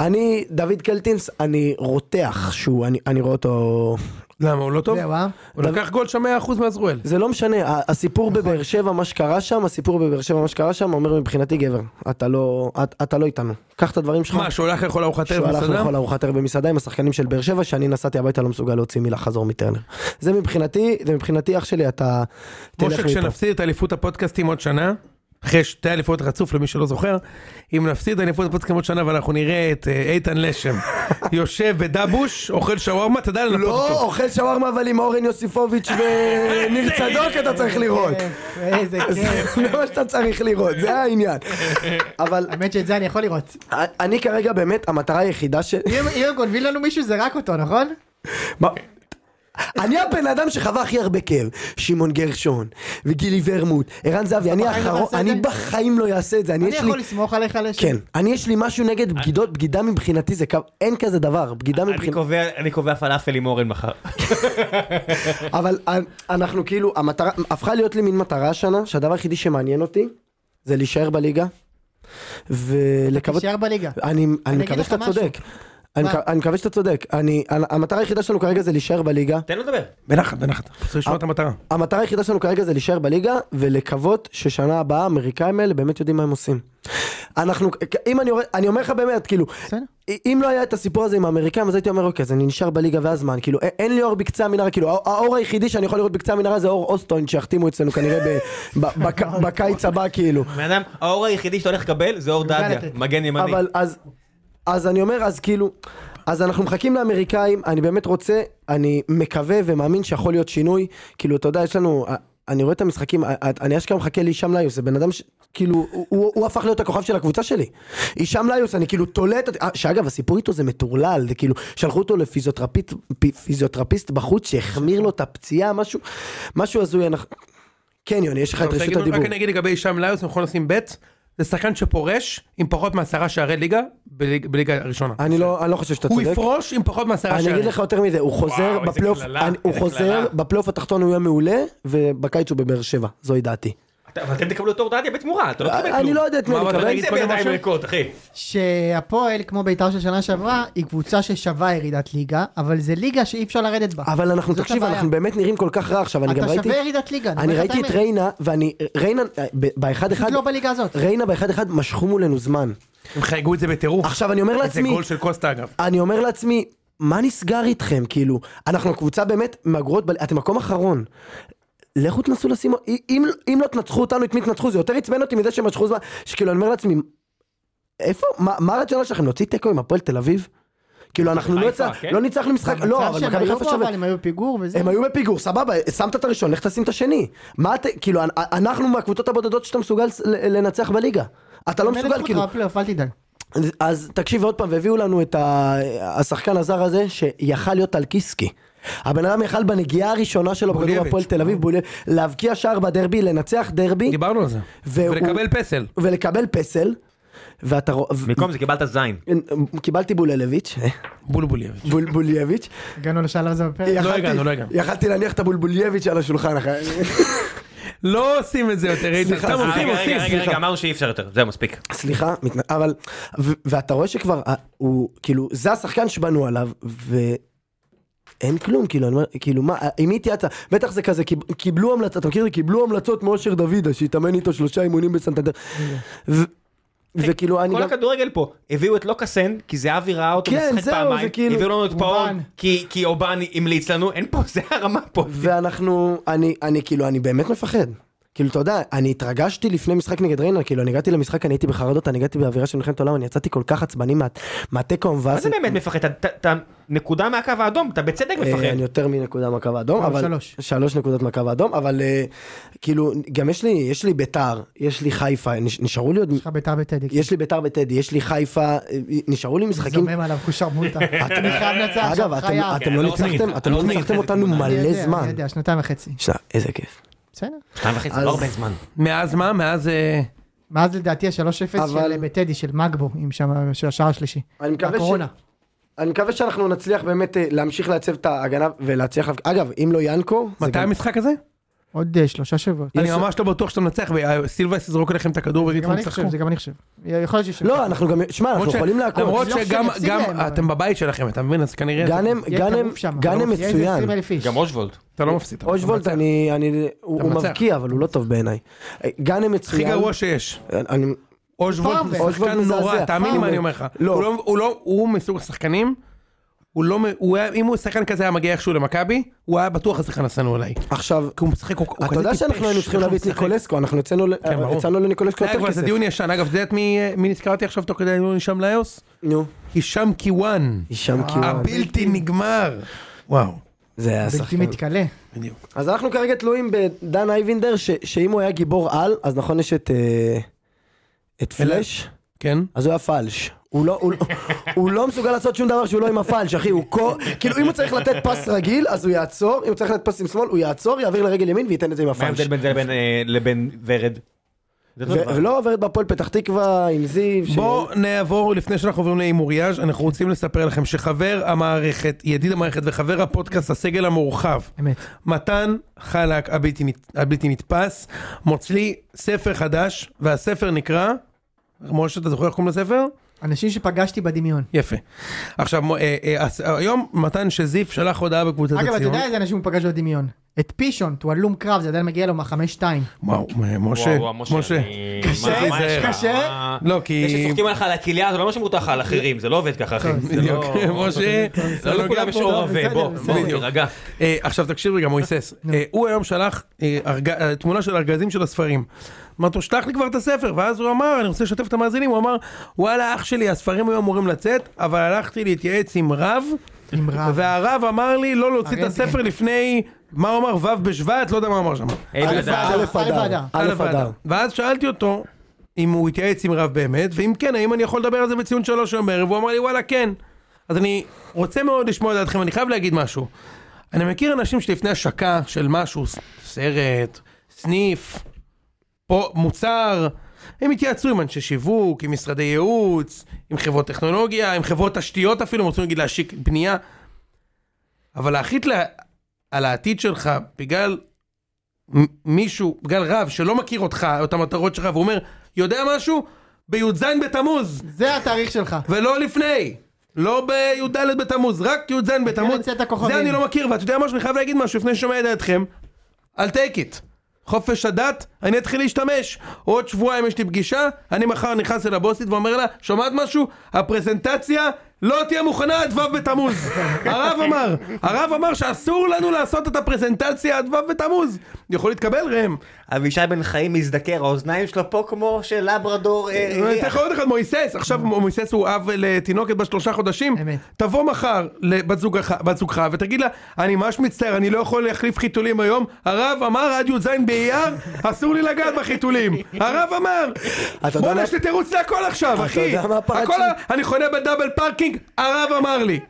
Speaker 2: אני, דוד קלטינס, אני רותח שהוא, אני, אני רואה אותו...
Speaker 4: למה, הוא לא טוב?
Speaker 1: זהו, אה?
Speaker 4: הוא לקח גול שם 100% מעזרואל.
Speaker 2: זה לא משנה, ה- הסיפור
Speaker 4: נכון.
Speaker 2: בבאר שבע, מה שקרה שם, הסיפור בבאר שבע, מה שקרה שם, אומר מבחינתי גבר, אתה לא, אתה, אתה לא איתנו. קח את הדברים שלך.
Speaker 4: מה, שהוא הלך לאכול ארוחת
Speaker 2: שהוא
Speaker 4: ערב
Speaker 2: הלך
Speaker 4: מסעדה?
Speaker 2: לאכול ארוחת ערב במסעדה עם השחקנים של באר שבע שאני נסעתי הביתה לא מסוגל להוציא מילה חזור מטרנר. זה מבחינתי, זה מבחינתי אח שלי אתה תלך
Speaker 4: משה,
Speaker 2: מפה.
Speaker 4: כשנפסיד את אליפות הפודקאסטים עוד שנה, אחרי שתי אליפויות רצוף למי שלא זוכר, אם נפסיד אליפות הפודקאסטים עוד שנה ואנחנו נראה את אה, איתן לשם יושב בדבוש, אוכל שווארמה, תדע לנפות
Speaker 2: לא,
Speaker 4: אותו.
Speaker 2: אוכל שווארמה אבל עם אורן יוסיפוביץ' וניר צדוק אתה צריך
Speaker 4: כן.
Speaker 2: לראות.
Speaker 1: כיף, איזה כיף.
Speaker 2: זה מה שאתה צריך לראות, זה העניין. אבל אה,
Speaker 1: האמת שאת זה אני יכול לראות.
Speaker 2: אני כרגע באמת, המטרה היחידה ש...
Speaker 1: אם אם הם גונבים לנו מישהו זה רק אותו, נכון?
Speaker 2: מה? אני הבן אדם שחווה הכי הרבה כאב, שמעון גרשון וגילי ורמוט, ערן זהבי, אני
Speaker 1: בחיים לא תעשה את
Speaker 2: האחרון, אני
Speaker 1: זה?
Speaker 2: בחיים לא אעשה את זה, אני
Speaker 1: אני
Speaker 2: יש לי,
Speaker 1: יכול לסמוך עליך לשם.
Speaker 2: כן, אני יש לי משהו נגד בגידות, בגידה מבחינתי זה קו, אין כזה דבר, בגידה
Speaker 3: אני
Speaker 2: מבחינתי,
Speaker 3: קובע- אני קובע פלאפל עם אורן מחר.
Speaker 2: אבל אנ- אנחנו כאילו, המטרה, הפכה להיות לי מין מטרה השנה, שהדבר היחידי שמעניין אותי, זה להישאר בליגה, ולקוות,
Speaker 1: תישאר בליגה.
Speaker 2: אני, אני
Speaker 1: אגיד
Speaker 2: מקווה
Speaker 1: לך
Speaker 2: שאתה
Speaker 1: משהו.
Speaker 2: צודק, אני
Speaker 1: מה?
Speaker 2: מקו- אני מקווה שאתה צודק, אני, המטרה היחידה שלנו כרגע זה להישאר בליגה,
Speaker 3: תן לו לדבר.
Speaker 4: בנחת, בנחת. צריך
Speaker 2: אה,
Speaker 4: לשמוע את המטרה.
Speaker 2: המטרה היחידה שלנו כרגע זה להישאר בליגה ולקוות ששנה הבאה האמריקאים האלה באמת יודעים מה הם עושים. אנחנו, אם אני, יורד- אני אומר לך באמת, כאילו,
Speaker 1: בסדר.
Speaker 2: אם לא היה את הסיפור הזה עם האמריקאים אז הייתי אומר אוקיי אז אני נשאר בליגה והזמן, כאילו א- אין לי אור בקצה המנהרה, כאילו הא- האור היחידי שאני יכול לראות בקצה המנהרה זה אור אוסטון שיחתימו אצלנו כנראה ב, ב, בק, בקיץ הבא כאילו.
Speaker 3: בן אדם, האור היחידי שאתה הולך לקבל זה אור דדיה,
Speaker 1: לתת.
Speaker 3: מגן ימני.
Speaker 2: אבל אז, אז אני אומר, אז כאילו, אז אנחנו מחכים לאמריקאים, אני באמת רוצה, אני מקווה ומאמין שיכול להיות שינוי, כאילו, אתה יודע, יש לנו, אני רואה את המשחקים, אה, אני אשכרה מחכה להישאם ליוס, זה בן אדם ש... כאילו, הוא, הוא, הוא הפך להיות הכוכב של הקבוצה שלי. הישאם ליוס, אני כאילו תולה את... ה- שאגב, הסיפור איתו זה מטורלל, זה כאילו, שלחו אותו לפיזיותרפיסט פי- פיזיותרפיסט בחוץ, שהחמיר לו את הפציעה, משהו, משהו הזוי. אנחנו... כן, יוני, יש לך את
Speaker 4: אתה רוצה
Speaker 2: רשות
Speaker 4: להגיד משהו?
Speaker 2: הדיבור.
Speaker 4: רק אני אגיד לגבי הישאם ליוס, אני יכול לשים בית, זה שחקן שפורש עם פחות מעשרה שערי ליגה בליג- בליגה הראשונה.
Speaker 2: אני לא, אני לא חושב שאתה
Speaker 4: הוא
Speaker 2: צודק.
Speaker 4: יפרוש עם פחות מעשרה
Speaker 2: אני
Speaker 4: שערים.
Speaker 2: אגיד לך יותר מזה, הוא חוזר
Speaker 3: וואו, איזה
Speaker 2: בפלייאוף,
Speaker 3: קללה,
Speaker 2: אני- הוא
Speaker 3: איזה
Speaker 2: חוזר
Speaker 3: קללה.
Speaker 2: בפלייאוף התחתון הוא יהיה מעולה, ובקיץ הוא בבאר שבע, זוהי דעתי.
Speaker 3: אתה- אבל אתם תקבלו את אור דדיה בתמורה, אתה לא תקבל כלום.
Speaker 2: אני לא יודע את מי
Speaker 4: מה,
Speaker 2: אני
Speaker 4: אבל אתה
Speaker 2: מקבל.
Speaker 4: תגיד
Speaker 3: זה
Speaker 4: קודם
Speaker 3: בידיים
Speaker 4: משהו?
Speaker 3: ריקות, אחי.
Speaker 1: שהפועל, כמו בית"ר של שנה שעברה, היא קבוצה ששווה ירידת ליגה, אבל זה ליגה שאי אפשר לרדת בה.
Speaker 2: אבל אנחנו,
Speaker 1: זאת
Speaker 2: תקשיב,
Speaker 1: הבעיה.
Speaker 2: אנחנו באמת נראים כל כך רע עכשיו, אני גם
Speaker 1: אתה
Speaker 2: ראיתי,
Speaker 1: שווה ירידת ליגה.
Speaker 2: אני ראיתי את ריינה, ואני, ריינה, אה, ב- באחד אחד,
Speaker 1: ריינה. לא בליגה הזאת.
Speaker 2: ריינה באחד אחד משכו מולנו זמן.
Speaker 4: הם חייגו את זה בטירוף.
Speaker 2: עכשיו אני אומר
Speaker 4: זה
Speaker 2: לעצמי,
Speaker 4: גול של קוסטה אגב.
Speaker 2: אני אומר לעצמי, מה נסגר איתכם? כאילו, אנחנו קבוצה באמת מהגרועות, ב- אתם מקום אחרון. לכו תנסו לשים, אם, אם לא תנצחו אותנו, את מי תנצחו? זה יותר עצבן אותי מזה שהם משכו זמן, שכאילו אני אומר לעצמי, איפה, מה, מה הרציונל שלכם? להוציא תיקו עם הפועל תל אביב? כאילו אנחנו לא,
Speaker 3: חיפה,
Speaker 2: יצא,
Speaker 3: כן?
Speaker 2: לא ניצחנו משחק, לא, אבל
Speaker 1: המצב
Speaker 2: מכבי
Speaker 1: שהם היו
Speaker 2: חיפה
Speaker 1: בו,
Speaker 2: שווה.
Speaker 1: אבל הם היו בפיגור וזה.
Speaker 2: הם היו בפיגור, סבבה, שמת את הראשון, לך תשים את השני. מה אתה, כאילו, אנ- אנחנו מהקבוצות הבודדות שאתה מסוגל ל- לנצח בליגה. אתה לא
Speaker 1: הם
Speaker 2: מסוגל,
Speaker 1: ינצחו
Speaker 2: כאילו,
Speaker 1: אותך בפלייאוף, אל תדאג.
Speaker 2: אז תקשיב עוד פעם, והביאו לנו את ה... השחקן הזר הזה שיכל להיות טלקיסקי. הבן אדם יכל בנגיעה הראשונה שלו בכדור
Speaker 4: בולייביץ'. אה.
Speaker 2: הפועל תל אביב, בולי... להבקיע שער בדרבי, לנצח דרבי
Speaker 4: דיברנו על זה.
Speaker 2: והוא-
Speaker 4: ולקבל פסל.
Speaker 2: ולקבל פסל. ואתה רואה,
Speaker 3: במקום זה קיבלת זין.
Speaker 2: קיבלתי בוללביץ',
Speaker 4: בולבולייביץ'.
Speaker 2: בול, בולייביץ',
Speaker 1: הגענו לשלב הזה בפרק.
Speaker 2: יכלתי-
Speaker 4: לא הגענו, לא הגענו.
Speaker 2: יכלתי להניח את הבולבולייביץ' על השולחן אחרי,
Speaker 4: לא עושים את זה יותר, איתן.
Speaker 2: סליחה,
Speaker 4: סתם
Speaker 2: סליחה.
Speaker 4: עושים,
Speaker 3: רגע, אה, רגע,
Speaker 4: עושים.
Speaker 3: רגע,
Speaker 2: סליחה.
Speaker 3: רגע, אמרנו שאי אפשר יותר, זהו מספיק.
Speaker 2: סליחה, מתנ... אבל, ו- ואתה רואה שכבר, אה, הוא, כאילו, זה השחקן שבנו עליו, ואין כלום, כאילו, אני אומר, כאילו, מה, אה, עם מי התייעצת? בטח זה כזה, קיב- קיבלו המלצות, אתה מכיר? קיבלו המלצות מאושר דוידה, שהתאמן איתו שלושה אימונים בסנטנדר. ו- וכאילו, אני
Speaker 3: Mm. כל
Speaker 2: גם...
Speaker 3: הכדורגל פה, הביאו את לוקאסן, כי זהבי ראה אותו
Speaker 2: כן,
Speaker 3: משחק
Speaker 2: זהו,
Speaker 3: פעמיים,
Speaker 2: זה כאילו-
Speaker 3: הביאו לנו את פאון,
Speaker 1: אובן.
Speaker 3: כי- כי אובן המליץ לנו, אין פה, זה הרמה פה.
Speaker 2: ואנחנו, אני, אני, כאילו, אני באמת מפחד. כאילו, אתה יודע, אני התרגשתי לפני משחק נגד ריינה, כאילו, אני הגעתי למשחק, אני הייתי בחרדות, אני הגעתי באווירה של מלחמת העולם, אני יצאתי כל כך עצבני מה- מהתיקו
Speaker 3: מה
Speaker 2: המבאס.
Speaker 3: זה באמת מפחד? אתה- אתה אתה נקודה מהקו האדום, אתה בצדק
Speaker 2: אה,
Speaker 3: מפחד.
Speaker 2: אני יותר מנקודה מהקו האדום,
Speaker 1: אבל
Speaker 2: אבל...
Speaker 1: שלוש.
Speaker 2: שלוש נקודות מהקו האדום, אבל אה, כאילו, גם יש לי, יש לי ביתר, יש לי חיפה, נש- נשארו לי עוד...
Speaker 1: יש לך ביתר בטדי.
Speaker 2: יש לי ביתר בטדי, יש לי חיפה, אה, נשארו לי משחקים...
Speaker 1: זומם עליו חושרמוטה. אני חייב לנצח
Speaker 2: אגב,
Speaker 1: עכשיו,
Speaker 2: אתם-
Speaker 1: חייב.
Speaker 2: אתם לא
Speaker 3: לא רוצה
Speaker 2: ניצחתם,
Speaker 3: להגיד,
Speaker 2: אתם
Speaker 3: לא
Speaker 2: לא
Speaker 3: רוצה להגיד
Speaker 2: ניצחתם
Speaker 3: את זה,
Speaker 2: אותנו
Speaker 1: אני
Speaker 2: מלא
Speaker 1: יודע, אני
Speaker 2: זמן.
Speaker 1: יודע, שנתיים וחצי.
Speaker 2: שנייה, איזה כיף.
Speaker 1: בסדר.
Speaker 3: שתיים וחצי, זה
Speaker 2: אז-
Speaker 3: לא הרבה זמן.
Speaker 4: מאז מה? מאז... אה,
Speaker 1: מאז לדעתי ה-3-0
Speaker 2: אבל-
Speaker 1: של אה, בטדי, של מגבו, עם שם, של השער השלישי.
Speaker 2: אני מקווה ש-
Speaker 1: הקורונה.
Speaker 2: אני מקווה שאנחנו נצליח באמת אה, להמשיך לעצב את ההגנה ולהצליח... להב- אגב, אם לא ינקו... זה
Speaker 4: מתי
Speaker 2: גם-
Speaker 4: המשחק הזה?
Speaker 1: עוד אה, שלושה שבועות.
Speaker 4: אני ממש לא בטוח שאתה מנצח, וסילבס יזרוק עליכם את הכדור ויגיד
Speaker 1: גם
Speaker 4: לכם
Speaker 1: אני
Speaker 4: תשחקו.
Speaker 1: חושב, זה גם אני חושב. יכול להיות שיש...
Speaker 2: לא, אנחנו גם... שמע, אנחנו
Speaker 4: למרות ש-
Speaker 2: יכולים לעקוב.
Speaker 4: למרות
Speaker 1: לא
Speaker 4: שגם
Speaker 1: שנפסיד
Speaker 4: גם
Speaker 1: להם, אבל-
Speaker 4: אתם בבית שלכם, אתה מבין? אז כנראה...
Speaker 2: גאנם,
Speaker 1: יהיה
Speaker 2: גאנם,
Speaker 1: טירוף שם, אבל
Speaker 2: גאנם
Speaker 1: לא- יהיה איזה
Speaker 2: מצוין.
Speaker 1: 20,000 איש.
Speaker 3: גם אושוולד.
Speaker 4: אתה לא מפסיד. אתה
Speaker 2: אושבולט,
Speaker 4: מנצח.
Speaker 2: אני, אני, הוא,
Speaker 4: אתה
Speaker 2: הוא
Speaker 4: מנצח.
Speaker 2: מבקיע, אבל הוא לא טוב בעיניי. אה, גאנם מצוין.
Speaker 4: הכי גרוע שיש.
Speaker 2: אני,
Speaker 4: אושוולד
Speaker 1: פרווה.
Speaker 4: הוא
Speaker 2: אושוולד
Speaker 4: שחקן
Speaker 2: מזעזע.
Speaker 4: נורא, תאמין לי מה
Speaker 2: פרווה.
Speaker 4: אני אומר לך.
Speaker 2: לא.
Speaker 4: הוא לא- הוא לא, הוא מסוג השחקנים, הוא לא, מ- הוא היה- אם הוא שחקן כזה היה מגיע איכשהו למכבי, הוא היה בטוח השחקן השנוא עליי. כי
Speaker 2: עכשיו,
Speaker 4: הוא משחק, הוא הוא כזה טיפש.
Speaker 2: אתה יודע שאנחנו היינו צריכים להביא את ניקולסקו, אנחנו יצאנו ל-
Speaker 4: כן, ברור.
Speaker 2: יצאנו לניקולסקו
Speaker 4: זה
Speaker 2: יותר
Speaker 4: כבר, זה
Speaker 2: כסף.
Speaker 4: דיון ישן. אגב, את יודעת מי מי נזכרתי עכשיו תוך כדי הדיון שם לאיוס?
Speaker 2: נו,
Speaker 4: הישאם קיוואן.
Speaker 2: הישאם קיוואן.
Speaker 4: אה, הבלתי נגמר. וואו.
Speaker 2: זה היה
Speaker 1: בלתי
Speaker 2: שחקן.
Speaker 1: מתכלה.
Speaker 4: בדיוק.
Speaker 2: אז אנחנו כרגע תלויים בדן אייבינדר, ש- שאם הוא היה גיבור על, אז נכון יש את אה, את
Speaker 4: אלה.
Speaker 2: פלאש,
Speaker 4: כן?
Speaker 2: אז הוא היה פלש. הוא לא, הוא, לא- הוא לא מסוגל לעשות שום דבר שהוא לא עם הפלש, אחי, הוא כל... כאילו, אם הוא צריך לתת פס רגיל, אז הוא יעצור, אם הוא צריך לתת פס עם שמאל, הוא יעצור, יעביר לרגל ימין וייתן את זה עם
Speaker 3: מה
Speaker 2: הפלש.
Speaker 3: ההבדל בין זה לבין, אה, לבין ורד? זה אותו דבר.
Speaker 2: ו- לא, ולא עוברת בהפועל פתח תקווה עם זיו. ש-
Speaker 4: בואו נעבור, לפני שאנחנו עוברים להימורייאז', אנחנו רוצים לספר לכם שחבר המערכת, ידיד המערכת וחבר הפודקאסט, הסגל המורחב,
Speaker 1: אמת.
Speaker 4: מתן חלק הבלתי, נת- הבלתי נתפס, מוציא ספר חדש, והספר נקרא, משה, אתה זוכר איך קוראים לספר?
Speaker 1: אנשים שפגשתי בדמיון.
Speaker 4: יפה. עכשיו, מו- אה, אה, הס- היום מתן שזיף שלח הודעה בקבוצת
Speaker 1: אגב, אתה
Speaker 4: הציון.
Speaker 1: יודע איזה אנשים הוא פגש בדמיון? את פישון, הוא הלום קרב, זה עדיין מגיע לו מהחמש-שתיים.
Speaker 4: וואו, מ- משה,
Speaker 3: וואו, וואו,
Speaker 4: משה.
Speaker 3: אני-
Speaker 1: קשה,
Speaker 3: מה- מה
Speaker 4: זה-
Speaker 3: יש לך?
Speaker 1: קשה.
Speaker 3: מה-
Speaker 4: לא, כי-
Speaker 3: זה שצוחקים עליך על הכליה, זה לא אומר שמותר לך על אחרים, זה לא עובד ככה, אחי. זה לא-
Speaker 4: בדיוק, משה,
Speaker 3: לא
Speaker 4: אתה
Speaker 3: לכולם
Speaker 4: נוגע
Speaker 3: יש
Speaker 4: פה,
Speaker 3: אור
Speaker 4: לא,
Speaker 3: עבה,
Speaker 1: בסדר,
Speaker 3: בוא,
Speaker 1: בסדר.
Speaker 3: בוא,
Speaker 4: בדיוק.
Speaker 3: תירגע.
Speaker 4: אה, עכשיו תקשיב רגע מויסס, אה, הוא היום שלח אה, ארג- אה, תמונה של ארגזים של הספרים. אמרתי לו, שלח לי כבר את הספר, ואז הוא אמר, אני רוצה לשתף את המאזינים, הוא אמר, וואלה אח שלי, הספרים היו אמורים לצאת, אבל הלכתי להתייעץ עם רב,
Speaker 1: עם רב.
Speaker 4: והרב אמר לי לא להוציא את
Speaker 1: הרנטגן.
Speaker 4: הספר לפני, מה הוא אמר, ו' בשבט, לא יודע מה הוא אמר שם.
Speaker 3: אלי
Speaker 1: א',
Speaker 3: אדר.
Speaker 2: א'
Speaker 1: אה,
Speaker 2: אדר. א' אדר.
Speaker 4: ואז שאלתי אותו אם הוא התייעץ עם רב באמת, ואם כן, האם אני יכול לדבר על זה בציון שלוש היום בערב, והוא אמר לי וואלה כן. אז אני רוצה מאוד לשמוע את דעתכם, אני חייב להגיד משהו. אני מכיר אנשים שלפני השקה של משהו, ס- סרט, סניף, פה, מוצר, הם התייעצו עם אנשי שיווק, עם משרדי ייעוץ, עם חברות טכנולוגיה, עם חברות תשתיות אפילו, הם רוצים להגיד להשיק בנייה. אבל להחליט לה, על העתיד שלך בגלל מ- מישהו, בגלל רב שלא מכיר אותך, או את המטרות שלך, והוא אומר, יודע משהו? בי"ז בתמוז,
Speaker 1: זה התאריך שלך.
Speaker 4: ולא לפני. לא בי"ד בתמוז, רק י"ז בתמוז.
Speaker 1: לצאת הכוכבים.
Speaker 4: זה אני לא מכיר, ואתה יודע משהו? אני חייב להגיד משהו לפני ששומע את דעתכם. אל טייק איט. חופש הדת, אני אתחיל להשתמש. עוד שבועיים יש לי פגישה, אני מחר נכנס אל הבוסית ואומר לה, שומעת משהו? הפרזנטציה לא תהיה מוכנה עד ו' בתמוז. הרב אמר, הרב אמר שאסור לנו לעשות את הפרזנטציה עד ו' בתמוז. יכול להתקבל ראם.
Speaker 3: אבישי בן חיים מזדקר, האוזניים שלו פה כמו של לברדור. אה,
Speaker 4: אני
Speaker 3: ריח.
Speaker 4: אתן לך עוד אחד, מויסס,
Speaker 2: אה.
Speaker 4: עכשיו מויסס הוא אב לתינוקת בת שלושה חודשים,
Speaker 1: אמת.
Speaker 4: תבוא מחר לבת זוגך- בת זוגך ותגיד לה, אני ממש מצטער, אני לא יכול להחליף חיתולים היום, הרב אמר עד י"ז באייר, אסור לי לגעת בחיתולים, הרב אמר,
Speaker 2: יודע
Speaker 4: בואנה
Speaker 2: מה-
Speaker 4: יש לי תירוץ להכל עכשיו, אחי,
Speaker 2: יודע מה הפחד
Speaker 4: הכל
Speaker 2: שלי?
Speaker 4: ה- אני חונה בדאבל פארקינג, הרב אמר לי,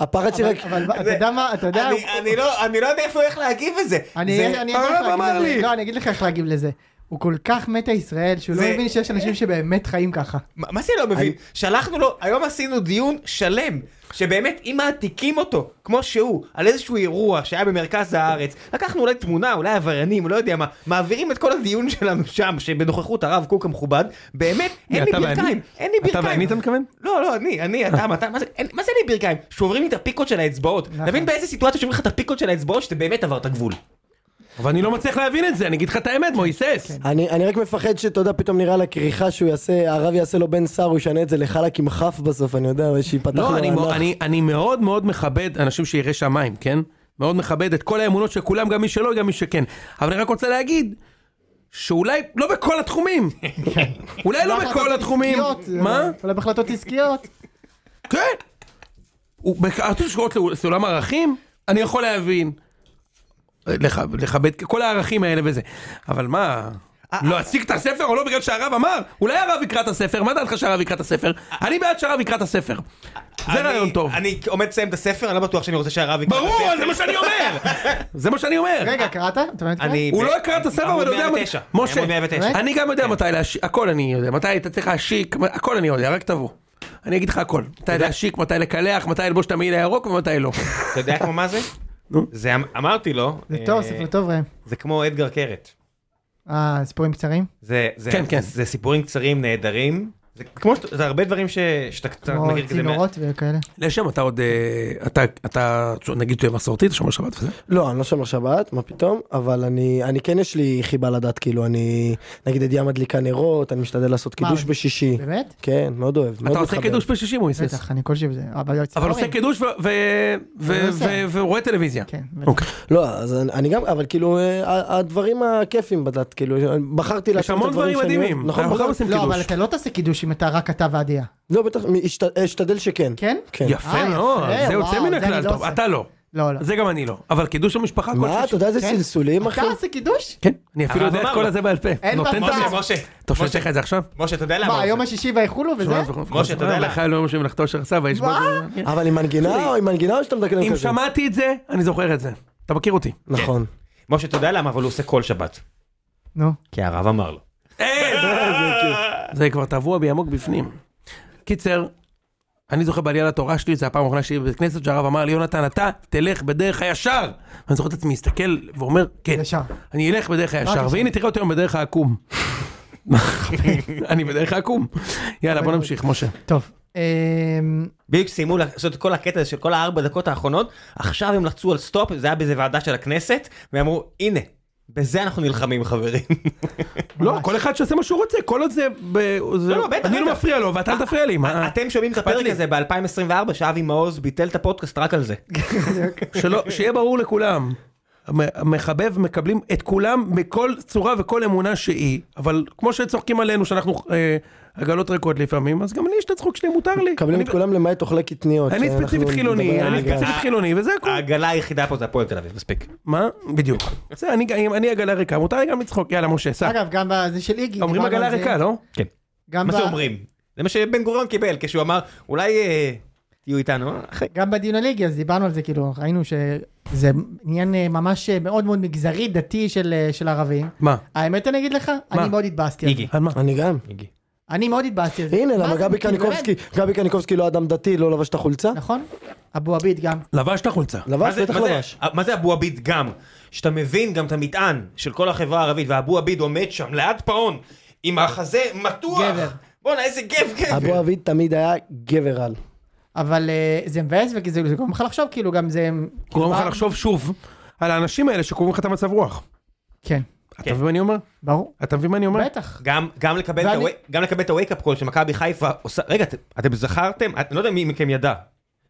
Speaker 2: הפחד שלי רק...
Speaker 1: אה, אבל אתה יודע מה, אתה יודע...
Speaker 3: אני- אני לא- אני לא יודע איפה איך להגיב לזה.
Speaker 1: אני
Speaker 3: זה-
Speaker 1: אני אגיד לך
Speaker 4: הרב
Speaker 1: להגיב
Speaker 4: אמר
Speaker 1: לזה.
Speaker 4: לי.
Speaker 1: לא, אני אגיד לך איך להגיב לזה. הוא כל כך מתה ישראל, שהוא לא
Speaker 3: זה-
Speaker 1: מבין שיש אנשים שבאמת חיים ככה.
Speaker 3: מה מה זה לא מבין? שלחנו לו, היום עשינו דיון שלם, שבאמת אם מעתיקים אותו, כמו שהוא, על איזשהו אירוע שהיה במרכז הארץ, לקחנו אולי תמונה, אולי עבריינים, לא יודע מה, מעבירים את כל הדיון שלנו שם, שבנוכחות הרב קוק המכובד, באמת, אין לי
Speaker 4: אתה ואני?
Speaker 3: ברכיים, אין לי
Speaker 4: אתה
Speaker 3: ברכיים.
Speaker 4: ואני, אתה מתכוון? אה.
Speaker 3: לא, לא, אני, אני, אתה, אתה, מה זה, אין- מה זה אין לי ברכיים? שוברים לי את הפיקות של האצבעות.
Speaker 4: נכון.
Speaker 3: אתה מבין באיזה סיטואציה שוברים לך את הפיקות של האצבעות, שאתה באמת עברת גבול.
Speaker 4: אבל אני לא מצליח להבין את זה, אני אגיד לך את האמת, מויסס,
Speaker 2: אני, אני רק מפחד שאתה יודע, פתאום נראה לכריכה שהוא יעשה, הרב יעשה לו בן סער, הוא ישנה את זה לחלק עם כף בסוף, אני יודע, אבל שיפתח לו
Speaker 4: לא, אני,
Speaker 2: הענף.
Speaker 4: מאוד, אני, אני מאוד מאוד מכבד אנשים שיראי שמיים, כן? מאוד מכבד את כל האמונות של כולם, גם מי שלא, גם מי שכן. אבל אני רק רוצה להגיד שאולי לא בכל התחומים. אולי לא בכל התחומים. מה?
Speaker 1: אולי לא- בהחלטות עסקיות.
Speaker 4: כן. הוא- בהחלטות שקורות לסולם ערכים, אני יכול להבין. לכ- לכבד כל הערכים האלה וזה. אבל מה... לא אציג את הספר או לא בגלל שהרב אמר? אולי הרב יקרא את הספר? מה דעתך שהרב יקרא את הספר? אני בעד שהרב יקרא את הספר. זה
Speaker 3: אני-
Speaker 4: רעיון טוב.
Speaker 3: אני עומד לסיים את הספר, אני לא בטוח שאני רוצה שהרב יקרא את
Speaker 4: ברור,
Speaker 3: הספר.
Speaker 4: זה מה שאני אומר! זה מה שאני אומר!
Speaker 1: רגע, קראת? אתה באמת קראת?
Speaker 3: אני...
Speaker 4: הוא לא יקרא את הספר, אבל הוא כן. יודע...
Speaker 3: עמוד
Speaker 4: מתי-
Speaker 3: 109.
Speaker 4: משה,
Speaker 3: עמוד 109.
Speaker 4: אני גם יודע מתי להשיק, הכל אני יודע. מתי אתה צריך להשיק, הכל אני יודע, רק תבוא. אני אגיד לך הכל. מתי להשיק, מתי לקלח, מתי ללבוש את המעיל הירוק ומתי לא.
Speaker 3: אתה יודע כמו מה זה? זה אמ- אמרתי לו,
Speaker 1: זה
Speaker 3: אה,
Speaker 1: טוב, ספר טוב ראם.
Speaker 3: זה כמו אדגר קרת.
Speaker 1: אה, סיפורים קצרים?
Speaker 3: זה, זה,
Speaker 4: כן, כן.
Speaker 3: זה סיפורים קצרים נהדרים. זה כמו שאתה, זה הרבה דברים ש, שאתה קצת
Speaker 1: כמו
Speaker 3: מכיר כזה. מה-
Speaker 1: צינורות וכאלה.
Speaker 4: לשם אתה עוד, אה, אתה, אתה, נגיד, תהיה מסורתי, אתה שומר שבת וזה.
Speaker 2: לא, אני לא שומר שבת, מה פתאום, אבל אני, אני כן יש לי חיבה לדת, כאילו, אני, נגיד, ידיעה מדליקה נרות, אני משתדל לעשות
Speaker 1: מה?
Speaker 2: קידוש בשישי.
Speaker 1: באמת?
Speaker 2: כן, מאוד אוהב, מאוד
Speaker 4: אתה עושה
Speaker 2: מתחבר.
Speaker 4: קידוש בשישים, הוא היסס.
Speaker 1: בטח, אני כלשהי בזה. אבל לא,
Speaker 4: אבל
Speaker 1: ציפורים.
Speaker 4: עושה קידוש ו- ו- ו-
Speaker 1: עושה.
Speaker 4: ו- ורואה טלוויזיה.
Speaker 1: לא כן. בטח.
Speaker 4: אוקיי.
Speaker 2: לא, אז אני, אני גם, אבל כאילו, אה, ה- הדברים הכיפים בדת, כאילו, אני בחרתי
Speaker 4: יש
Speaker 2: לעשות את
Speaker 4: המון
Speaker 2: הדברים שאני
Speaker 4: דברים
Speaker 2: אוהב.
Speaker 4: מדהימים.
Speaker 2: נכון,
Speaker 4: אנחנו גם
Speaker 2: בחרתי.
Speaker 4: עושים
Speaker 1: לא, אבל
Speaker 4: קידוש.
Speaker 1: אתה לא תעשה קידוש אם אתה רק אתה והדיה.
Speaker 2: לא, בטח, משת- אשתדל שכן.
Speaker 1: כן?
Speaker 2: כן.
Speaker 1: אה,
Speaker 4: יפה
Speaker 1: יפה,
Speaker 4: מאוד, זה יוצא
Speaker 1: וואו,
Speaker 4: מן
Speaker 1: זה אני
Speaker 4: הכלל
Speaker 1: לא
Speaker 4: טוב.
Speaker 1: עושה.
Speaker 4: אתה לא.
Speaker 1: לא, לא.
Speaker 4: זה גם אני לא. אבל קידוש במשפחה כל
Speaker 2: מה, אתה יודע איזה
Speaker 1: כן.
Speaker 2: סלסולים, אחי?
Speaker 1: אתה עושה קידוש?
Speaker 4: כן, אני אפילו
Speaker 3: הרב
Speaker 4: יודע את
Speaker 3: אמר
Speaker 4: כל
Speaker 3: לו.
Speaker 4: הזה בעל פה.
Speaker 1: אין
Speaker 4: נותן
Speaker 1: מצב.
Speaker 4: את
Speaker 3: משה,
Speaker 4: זה.
Speaker 3: משה,
Speaker 4: אתה חושב
Speaker 3: משה,
Speaker 4: שאני לך את זה עכשיו?
Speaker 3: משה, אתה יודע למה?
Speaker 1: מה,
Speaker 3: הוא
Speaker 1: היום
Speaker 3: עושה?
Speaker 1: השישי והאיחול הוא וזה?
Speaker 3: משה, אתה יודע למה?
Speaker 4: לך אלוהים השם לחטוא שרצה, ויש
Speaker 1: מה?
Speaker 2: אבל עם מנגינה או עם מנגינה או שאתה מדקלם כזה?
Speaker 4: אם שמעתי את זה, אני זוכר את זה. אתה מכיר אותי.
Speaker 2: נכון.
Speaker 3: משה, אתה יודע למה, אבל הוא עושה כל שבת.
Speaker 1: נו.
Speaker 3: כי הרב אמר לו.
Speaker 4: אה, זה כבר טבוע בי עמוק בפנים. קיצר, אני זוכר בעלייה לתורה שלי, זו הפעם האחרונה שלי בבית כנסת, שהרב אמר לי, יונתן, אתה תלך בדרך הישר. ואני זוכר את עצמי מסתכל ואומר, כן,
Speaker 1: ישר.
Speaker 4: אני אלך בדרך הישר,
Speaker 1: ישר.
Speaker 4: והנה תראה אותי היום בדרך העקום. אני בדרך העקום. יאללה, בוא נמשיך, משה.
Speaker 1: טוב. אמ,
Speaker 3: בדיוק סיימו לעשות את כל הקטע הזה של כל הארבע דקות האחרונות, עכשיו הם לחצו על סטופ, זה היה באיזה ועדה של הכנסת, והם אמרו, הנה, בזה אנחנו נלחמים חברים.
Speaker 4: לא, כל אחד שעושה מה שהוא רוצה, כל עוד זה... ב- זה-
Speaker 3: לא, בטח,
Speaker 4: אני לא
Speaker 3: בטח. אה,
Speaker 4: מפריע לו, ואתה אל תפריע לי, מה?
Speaker 3: אתם שומעים את הפרק
Speaker 4: לי.
Speaker 3: הזה ב-2024, שאבי מעוז ביטל את הפודקאסט רק על זה.
Speaker 4: כן. שלא, שיהיה ברור לכולם. המ- המחבב מקבלים את כולם בכל צורה וכל אמונה שהיא, אבל כמו שצוחקים עלינו שאנחנו אה, עגלות ריקות לפעמים, אז גם לי יש את הצחוק שלי, מותר לי.
Speaker 2: מקבלים
Speaker 4: אני-
Speaker 2: את כולם למעט אוכלי קטניות.
Speaker 4: אני
Speaker 2: שאנחנו
Speaker 4: ספציפית חילוני,
Speaker 2: נדבר
Speaker 4: אני
Speaker 2: עליהם גם.
Speaker 4: ספציפית חילוני, וזה הכול.
Speaker 3: העגלה היחידה פה זה הפועל תל אביב, מספיק.
Speaker 4: מה? בדיוק. בסדר, אני- אני אני עגלה ריקה, מותר לי גם לצחוק, יאללה משה, סע.
Speaker 1: אגב, גם בזה של איגי.
Speaker 4: לא. אומרים
Speaker 1: דיברנו על
Speaker 4: עגלה
Speaker 1: זה.
Speaker 4: ריקה, לא?
Speaker 3: כן.
Speaker 1: גם
Speaker 3: מה
Speaker 1: ב-
Speaker 3: זה אומרים? זה מה שבן גוריון קיבל כשהוא אמר אולי אה, תהיו איתנו. אה, אחי.
Speaker 1: גם בדיון הליגי, אז דיברנו על זה, כאילו, ראינו שזה עניין אה, ממש אה, מאוד מאוד מגזרי, דתי של אה, של ערבים.
Speaker 4: מה?
Speaker 1: האמת, אני אגיד לך, אני מאוד התבאסתי על זה.
Speaker 3: איגי.
Speaker 4: על מה?
Speaker 2: אני גם.
Speaker 1: אני מאוד התבאסתי על זה.
Speaker 2: הנה,
Speaker 1: מה
Speaker 2: למה
Speaker 1: זה,
Speaker 2: גבי
Speaker 1: כאילו,
Speaker 2: קניקובסקי,
Speaker 1: באמת.
Speaker 2: גבי קניקובסקי לא אדם דתי, לא לבש את החולצה?
Speaker 1: נכון? אבו עביד גם.
Speaker 4: לבש את החולצה.
Speaker 3: מה
Speaker 2: לבש,
Speaker 3: זה-
Speaker 2: בטח
Speaker 3: מה זה-
Speaker 2: לבש.
Speaker 3: אה, מה זה אבו עביד גם? שאתה מבין גם את המטען של כל החברה הערבית, ואבו עביד עומד שם ליד פאון עם החזה מתוח.
Speaker 1: גבר.
Speaker 3: בואנה איזה גב
Speaker 2: אבו
Speaker 3: גבר.
Speaker 2: עביד תמיד היה גבר על.
Speaker 1: אבל אה, זה מבאס וכאילו זה גורם לך לחשוב, כאילו גם זה...
Speaker 4: גורם לך
Speaker 1: כאילו,
Speaker 4: לחשוב שוב על האנשים האלה שקובעים לך את המצב רוח.
Speaker 1: כן,
Speaker 4: אתה מבין מה אני אומר?
Speaker 1: ברור.
Speaker 4: אתה מבין מה אני אומר?
Speaker 1: בטח.
Speaker 3: גם, גם לקבל
Speaker 1: ואני-
Speaker 3: את ה- גם לקבל את הווייקאפ קול שמכבי חיפה עושה, רגע, את- אתם זכרתם? אני לא יודע מי מכם ידע,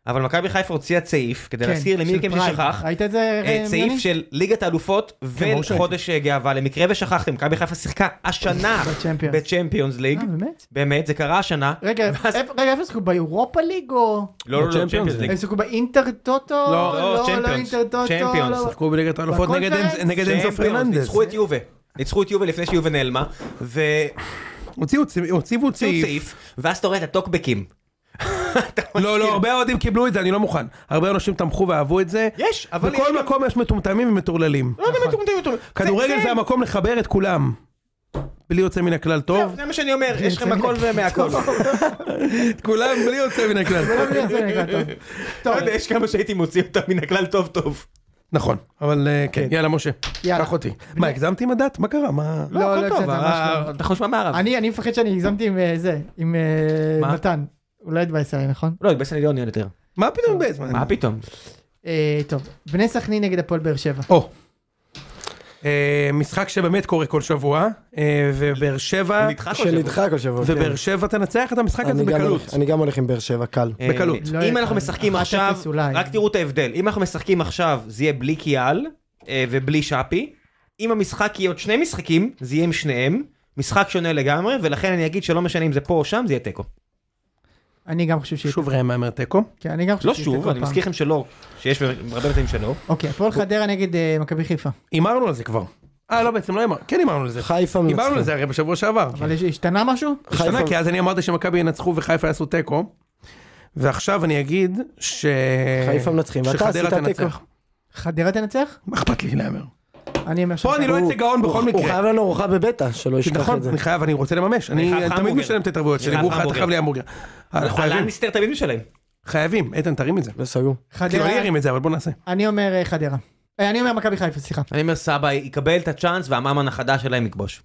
Speaker 3: אבל מכבי חיפה הוציאה צעיף, כדי
Speaker 1: כן,
Speaker 3: להזכיר למי
Speaker 1: של
Speaker 3: מכם
Speaker 1: פרייד.
Speaker 3: ששכח,
Speaker 1: ראית את זה?
Speaker 3: אה,
Speaker 1: אה, כן,
Speaker 3: צעיף
Speaker 1: יוני?
Speaker 3: של ליגת האלופות
Speaker 4: ברור שראיתי.
Speaker 3: וחודש אה, גאווה, למקרה ושכחתם, מכבי חיפה שיחקה השנה
Speaker 1: בצ'מפיונס.
Speaker 3: בצ'מפיונס ליג,
Speaker 1: אה, באמת?
Speaker 3: באמת, זה קרה השנה.
Speaker 1: רגע, אה,
Speaker 3: ואז-
Speaker 1: איפה- רגע, איפה שיחקו? באירופה ליג או...
Speaker 3: לא, לא, לא,
Speaker 4: בצ'מפיונס
Speaker 3: צ'מפיונס
Speaker 4: ליג.
Speaker 3: ליג.
Speaker 1: הם שיחקו באינטר טוטו?
Speaker 4: לא,
Speaker 3: לא, צ'מפיונס.
Speaker 1: אינטר טוטו,
Speaker 3: צ'מפיונס.
Speaker 1: לא-
Speaker 4: שיחקו בליגת האלופות נגד
Speaker 1: בקונפרנס?
Speaker 4: אנז- נגד אנזו
Speaker 3: צ'מפיונס,
Speaker 4: פרננדס.
Speaker 3: ניצחו את יובה. ניצחו את יובה לפני שיובה נעלמה, והוציאו
Speaker 4: הוציאו צי- הוציאו צעיף.
Speaker 3: צעיף, ואז אתה רואה את הטוקבקים. אתה רואה
Speaker 4: לא, לא,
Speaker 3: כאילו-
Speaker 4: הרבה אוהדים קיבלו את זה, אני לא מוכן. הרבה אנשים תמכו ואהבו את זה.
Speaker 3: יש, אבל יש
Speaker 4: בכל
Speaker 3: גם-
Speaker 4: מקום יש מטומטמים ומטורללים.
Speaker 3: לא יודע מה אתם יודעים אותו.
Speaker 4: כדורגל זה
Speaker 3: זה-
Speaker 4: המקום לחבר את כולם. בלי יוצא מן הכלל טוב.
Speaker 3: לא, זה מה שאני אומר, יש לכם הכל ומהכל.
Speaker 4: את כולם בלי יוצא מן הכלל.
Speaker 3: לא אתה לא יודע, יש כמה שהייתי מוציא אותם מן הכלל טוב טוב.
Speaker 4: נכון, אבל אה, כן,
Speaker 1: כן.
Speaker 4: יאללה משה.
Speaker 1: יאללה.
Speaker 4: קח אותי. מה, הגזמתי עם הדת? מה קרה? מה...
Speaker 1: לא, לא,
Speaker 3: הכל
Speaker 1: לא,
Speaker 3: טוב,
Speaker 1: קצת, ממש
Speaker 3: אה,
Speaker 1: לא.
Speaker 3: אתה
Speaker 4: נכון.
Speaker 3: חושב מהמערב.
Speaker 1: אני אני מפחד שאני הגזמתי עם אה, זה, עם אה,
Speaker 3: מה?
Speaker 1: מתן. הוא לא התבאס עליי, נכון?
Speaker 3: לא, התבאס אני לא עונה יותר.
Speaker 4: מה פתאום בעצם?
Speaker 3: מה פתאום?
Speaker 1: אה, טוב, בני סכנין נגד הפועל באר שבע.
Speaker 4: או. אה, משחק שבאמת קורה כל שבוע, אה, ובאר שבע...
Speaker 3: הוא נדחה כל שבוע.
Speaker 2: שנדחה כל שבוע. כן.
Speaker 4: ובאר שבע תנצח את המשחק
Speaker 2: אני
Speaker 4: הזה
Speaker 2: גם
Speaker 4: בקלות.
Speaker 2: הולך- אני גם הולך עם באר שבע, קל.
Speaker 3: אה,
Speaker 4: בקלות.
Speaker 1: לא
Speaker 3: אם
Speaker 1: יהיה
Speaker 3: אנחנו
Speaker 1: אחד.
Speaker 3: משחקים
Speaker 1: אחת
Speaker 3: עכשיו,
Speaker 1: אפס אולי.
Speaker 3: רק תראו את ההבדל. אם אנחנו משחקים עכשיו, זה יהיה בלי קיאל אה, ובלי שפי, אם המשחק יהיה עוד שני משחקים, זה יהיה עם שניהם, משחק שונה לגמרי, ולכן אני אגיד שלא משנה אם זה פה או שם, זה יהיה תיקו.
Speaker 1: אני גם חושב שהיא...
Speaker 4: שוב ראם מהמר תיקו.
Speaker 1: כן, אני גם חושב
Speaker 3: לא
Speaker 1: שהיא
Speaker 3: שוב,
Speaker 1: תיקו
Speaker 3: אני
Speaker 1: הפעם.
Speaker 3: מזכיר לכם שלא, שיש הרבה מצבים שלא.
Speaker 1: אוקיי, הפועל חדרה נגד אה, מכבי חיפה.
Speaker 3: כן.
Speaker 4: הימרנו על זה כבר. אה לא בעצם לא הימרנו, כן הימרנו על זה.
Speaker 2: חיפה מנצחים.
Speaker 4: הימרנו על זה הרי בשבוע שעבר.
Speaker 1: אבל יש- השתנה משהו?
Speaker 4: השתנה,
Speaker 2: חיפה-
Speaker 4: כי אז אני אמרתי שמכבי ינצחו וחיפה יעשו תיקו. ועכשיו אני אגיד ש...
Speaker 2: חיפה מנצחים, ואתה
Speaker 4: שחדרה
Speaker 2: עשית
Speaker 4: תנצח.
Speaker 2: תיקו.
Speaker 1: חדרה תנצח?
Speaker 4: מה אכפת לי להמר?
Speaker 1: אני אומר
Speaker 4: פה אני לא אצא גאון
Speaker 2: הוא-
Speaker 4: בכל
Speaker 2: הוא
Speaker 4: מקרה.
Speaker 2: חייב לנו ארוחה בבטא, שלא ישכח
Speaker 4: נכון,
Speaker 2: את זה.
Speaker 4: אני חייב, אני רוצה לממש. אני
Speaker 3: חייב לך
Speaker 4: תמיד
Speaker 3: המבורגר.
Speaker 4: משלם את ההתערבויות שלי,
Speaker 3: אני חייב לך נכון,
Speaker 4: ברור אתה חייב לי המבורגר. אה, אנחנו
Speaker 3: על
Speaker 4: חייבים,
Speaker 3: הנסתר תמיד משלם.
Speaker 4: חייבים, איתן תרים את זה.
Speaker 2: זה סגור.
Speaker 4: כאילו
Speaker 1: חדרה...
Speaker 3: לא
Speaker 4: אני ארים את זה, אבל בוא נעשה.
Speaker 1: אני אומר אה, חדרה. אה, אני אומר מכבי חיפה, סליחה.
Speaker 3: אני אומר סבא יקבל את הצ'אנס והממן החדש שלהם יכבוש.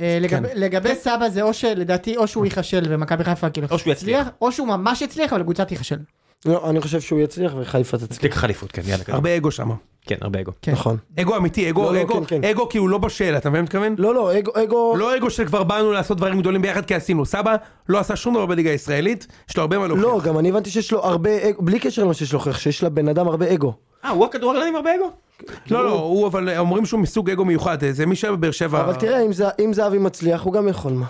Speaker 1: אה, לגבי-
Speaker 3: כן.
Speaker 1: לגבי סבא זה או שלדעתי, או שהוא ייכשל ומכבי חיפה כאילו...
Speaker 3: או שהוא יצליח.
Speaker 1: או שהוא ממש יצליח, אבל הקבוצה תיכשל.
Speaker 2: לא, אני חושב שהוא יצליח וחיפה תצליח.
Speaker 3: תיק חליפות, כן, יאללה. קדימה.
Speaker 4: הרבה אגו שם.
Speaker 3: כן, הרבה אגו.
Speaker 1: כן.
Speaker 2: נכון.
Speaker 4: אגו אמיתי, אגו,
Speaker 2: לא, לא,
Speaker 4: אגו,
Speaker 2: כן, כן.
Speaker 4: אגו כי הוא לא בשל, אתה מבין מה אני מתכוון?
Speaker 2: לא, לא, אגו, אגו,
Speaker 4: לא אגו שכבר באנו לעשות דברים גדולים ביחד כי עשינו. סבא לא עשה שום דבר בליגה הישראלית, יש לו הרבה מה
Speaker 2: לא,
Speaker 4: להוכיח.
Speaker 2: גם אני הבנתי שיש לו הרבה אגו, בלי קשר למה שיש לו הוכיח, שיש לבן אדם הרבה אגו.
Speaker 3: אה, הוא הכדורגלן עם הרבה אגו?
Speaker 4: לא, לא, הוא אבל אומרים שהוא מסוג אגו מיוחד, זה מי שהיה בבאר שבע.
Speaker 2: אבל תראה, אם זה- אם זהבי מצליח, הוא גם יכול, מה.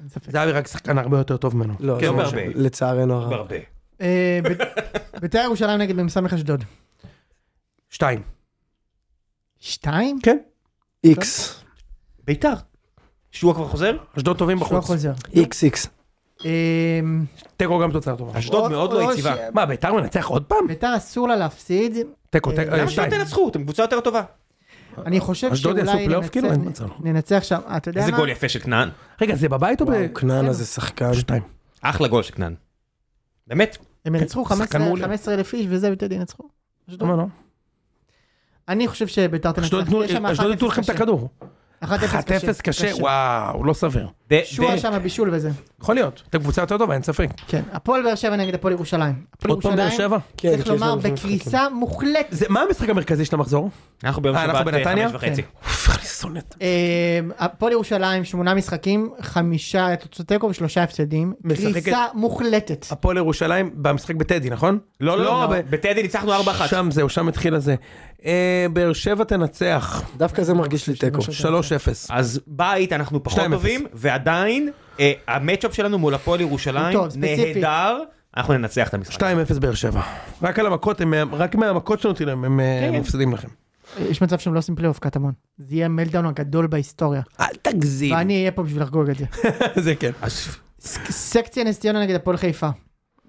Speaker 1: אין ספק.
Speaker 4: זהבי רק שחקן הרבה יותר טוב ממנו.
Speaker 2: לא,
Speaker 3: כן,
Speaker 2: זה
Speaker 3: בהרבה.
Speaker 2: משהו- לצערנו הרב.
Speaker 3: בהרבה.
Speaker 1: אה, ב- בית"ר ירושלים נגד מ"ס אשדוד.
Speaker 4: שתיים.
Speaker 1: שתיים?
Speaker 4: כן.
Speaker 2: איקס.
Speaker 3: ביתר. שועה כבר חוזר?
Speaker 4: אשדוד טובים
Speaker 1: לא
Speaker 4: בחוץ.
Speaker 1: חוזר.
Speaker 2: איקס איקס.
Speaker 1: אמ,
Speaker 4: תיקו גם תוצאה
Speaker 2: אה,
Speaker 4: טובה.
Speaker 3: אשדוד מאוד
Speaker 1: או-
Speaker 3: לא
Speaker 1: או
Speaker 3: יציבה.
Speaker 1: ש-
Speaker 4: מה, ביתר מנצח עוד פעם?
Speaker 1: ביתר אסור לה להפסיד.
Speaker 4: תיקו,
Speaker 1: אה,
Speaker 4: תיקו,
Speaker 1: למה
Speaker 4: אה,
Speaker 3: למה לא-
Speaker 4: שתיים.
Speaker 3: שלא תנצחו? אתם קבוצה יותר טובה.
Speaker 1: אני חושב
Speaker 4: אשדוד יעשו
Speaker 1: שאולי
Speaker 4: פלייאוף? כאילו, אין
Speaker 1: ננצח-
Speaker 4: מצב.
Speaker 1: ננצח שם. אה, אתה יודע מה?
Speaker 3: איזה גול יפה של כנען.
Speaker 4: רגע, זה בבית
Speaker 1: אה,
Speaker 4: או ב...
Speaker 2: וואו,
Speaker 1: כן.
Speaker 2: כנען הזה שחקן.
Speaker 4: שתיים.
Speaker 3: אחלה גול של כנען. באמת.
Speaker 1: הם ינצחו
Speaker 4: כן, שחקן
Speaker 1: 15
Speaker 4: מעולה.
Speaker 1: 15 אלף איש וזה, וטדי ינצחו. אשדוד.
Speaker 4: למה לא?
Speaker 1: אני חושב שביתר תנצח.
Speaker 4: אשדוד תנו-
Speaker 1: לא- יש שם
Speaker 4: אשדוד
Speaker 1: 1-0
Speaker 4: יתנו לכם את
Speaker 1: קשה.
Speaker 4: הכדור. 1-0
Speaker 1: 1-0
Speaker 4: קשה, וואו, לא סביר.
Speaker 3: ד-
Speaker 1: שועה
Speaker 3: ד-
Speaker 1: שם הבישול וזה.
Speaker 4: יכול להיות. אתם קבוצה יותר טובה, אין ספק.
Speaker 1: כן. הפועל באר שבע נגד הפועל ירושלים. הפועל
Speaker 4: עוד פעם באר
Speaker 1: ירושלים,
Speaker 4: שבע?
Speaker 2: כן,
Speaker 1: צריך
Speaker 2: כי יש
Speaker 1: לומר,
Speaker 2: לנו שני משחקים.
Speaker 1: בקריסה מוחלטת.
Speaker 4: זה- מה המשחק המרכזי של המחזור?
Speaker 3: אנחנו ביום
Speaker 4: אה, אנחנו
Speaker 3: שבת אה,
Speaker 4: בנתניה?
Speaker 3: חמש וחצי.
Speaker 4: אוף, אני שונא את...
Speaker 1: אמ, הפועל ירושלים, שמונה משחקים, חמישה תוצאות תיקו ושלושה הפסדים.
Speaker 4: משחקת-
Speaker 1: קריסה מוחלטת.
Speaker 4: הפועל ירושלים במשחק בטדי, נכון?
Speaker 3: לא, לא, לא,
Speaker 4: ב-
Speaker 3: בטדי ניצחנו 4-1.
Speaker 4: שם זהו, שם התחיל הזה. אה, באר שבע תנצח,
Speaker 2: דווקא זה מרגיש לי תיקו.
Speaker 4: 3-0.
Speaker 3: אז בית אנחנו פחות
Speaker 4: 2-0.
Speaker 3: טובים, ועדיין אה, המצ'אפ שלנו מול הפועל ירושלים
Speaker 1: הוא טוב, ספציפית.
Speaker 3: נהדר, אנחנו ננצח את המשחק.
Speaker 4: 2-0 באר שבע. רק על המכות, הם- רק מהמכות שנותנים להם, הם אה,
Speaker 3: כן.
Speaker 4: מפסידים לכם.
Speaker 1: יש מצב שהם לא עושים פלייאוף קטמון. זה יהיה המלדאון הגדול בהיסטוריה.
Speaker 4: אל תגזים.
Speaker 1: ואני אהיה פה בשביל לחגוג את זה.
Speaker 4: זה כן.
Speaker 3: אז
Speaker 1: ס- סקציה נס ציונה נגד הפועל חיפה.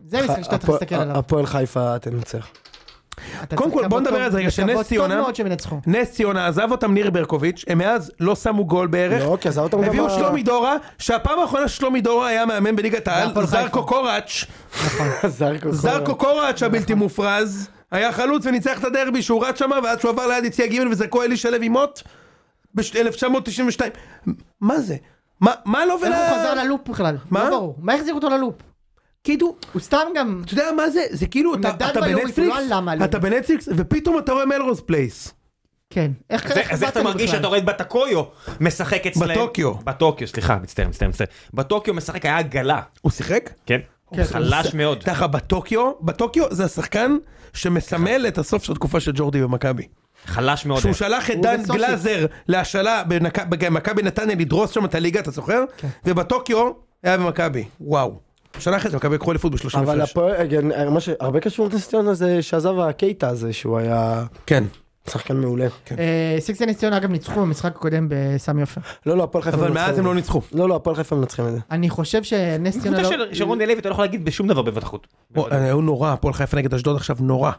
Speaker 1: זה משחק שאתה צריך
Speaker 2: הפועל-
Speaker 1: להסתכל עליו.
Speaker 2: הפועל חיפה תנצח.
Speaker 1: אתה
Speaker 4: קודם
Speaker 1: צריך
Speaker 4: כל, בוא
Speaker 1: לקוות
Speaker 4: נדבר
Speaker 1: טוב-
Speaker 4: על זה רגע, שנס
Speaker 1: לקוות
Speaker 4: ציונה-
Speaker 1: טוב מאוד שהם ינצחו.
Speaker 4: נס ציונה, עזב אותם ניר ברקוביץ', הם מאז לא שמו גול בערך.
Speaker 2: לא, כי עזב אותם גם...
Speaker 4: הביאו
Speaker 2: ה-
Speaker 4: שלומי דורה, שהפעם האחרונה ששלומי דורה היה מאמן בליגת העל,
Speaker 1: והפועל חיפה.
Speaker 4: זרקו קוראץ',
Speaker 1: נכון.
Speaker 2: זרקו כל-
Speaker 4: זרקו קוראץ' הבלתי מופרז, היה חלוץ וניצח את הדרבי שהוא רץ שמה, ואז שהוא עבר ליד יציע ג' וזרקו אלישע לוי מוט ב-1992. מה זה? מה- מה לא
Speaker 1: איך הוא חזר
Speaker 4: ול...
Speaker 1: ללופ בכלל?
Speaker 4: מה?
Speaker 1: לא ברור. מה החזיר אותו ללופ?
Speaker 4: כאילו,
Speaker 1: הוא סתם גם...
Speaker 4: אתה יודע מה זה? זה כאילו,
Speaker 1: הוא
Speaker 4: אתה
Speaker 1: נדד
Speaker 4: אתה
Speaker 1: בלאומית, הוא
Speaker 4: בנטפליקס,
Speaker 1: לא עלה מהלאומית.
Speaker 4: אתה בנטפליקס, ופתאום אתה רואה מלרוז פלייס.
Speaker 1: כן. איך
Speaker 3: אז אז איך
Speaker 1: באתם
Speaker 3: אתה מרגיש
Speaker 1: בכלל?
Speaker 3: שאתה רואה את בטקויו משחק אצלהם?
Speaker 4: בטוקיו.
Speaker 3: בטוקיו, סליחה, מצטער, מצטער, מצטער. בטוקיו משחק, היה הגלה.
Speaker 4: הוא שיחק?
Speaker 3: כן. הוא חלש מאוד.
Speaker 4: ככה בטוקיו, בטוקיו זה השחקן שמסמל את הסוף של התקופה של ג'ורדי במכבי.
Speaker 3: חלש מאוד.
Speaker 4: שהוא שלח את
Speaker 1: הוא
Speaker 4: דן
Speaker 1: וסושיץ'.
Speaker 4: גלאזר להשאלה בנק- במכבי נתניה לדרוס שם את הליגה, אתה זוכר?
Speaker 2: כן.
Speaker 4: ובטוקיו היה במכבי, וואו. הוא שלח את זה, מכבי לקחו אליפות בשלושים
Speaker 2: אבל
Speaker 4: הפרש.
Speaker 2: הפועל, רגע, מה שהרבה קשור לנס ציונה זה שעזב הקייטה הזה שהוא היה
Speaker 4: כן.
Speaker 2: שחקן מעולה.
Speaker 1: אה, סיקסטי נס ציונה אגב ניצחו במשחק הקודם בסמי עופר.
Speaker 2: לא, לא, הפועל חיפה
Speaker 4: אבל
Speaker 2: מנצחים את
Speaker 4: מאז
Speaker 2: זה.
Speaker 4: הם לא ניצחו.
Speaker 2: לא, לא, הפועל חיפה מנצחים את זה.
Speaker 1: אני חושב שנס ציונה
Speaker 3: קבוצה
Speaker 1: לא...
Speaker 3: של שרון דלוי אתה לא יכול להגיד בשום דבר בבטחות.
Speaker 4: או, אה, הוא נורא, הפועל חיפה נגד אשדוד עכשיו נורא.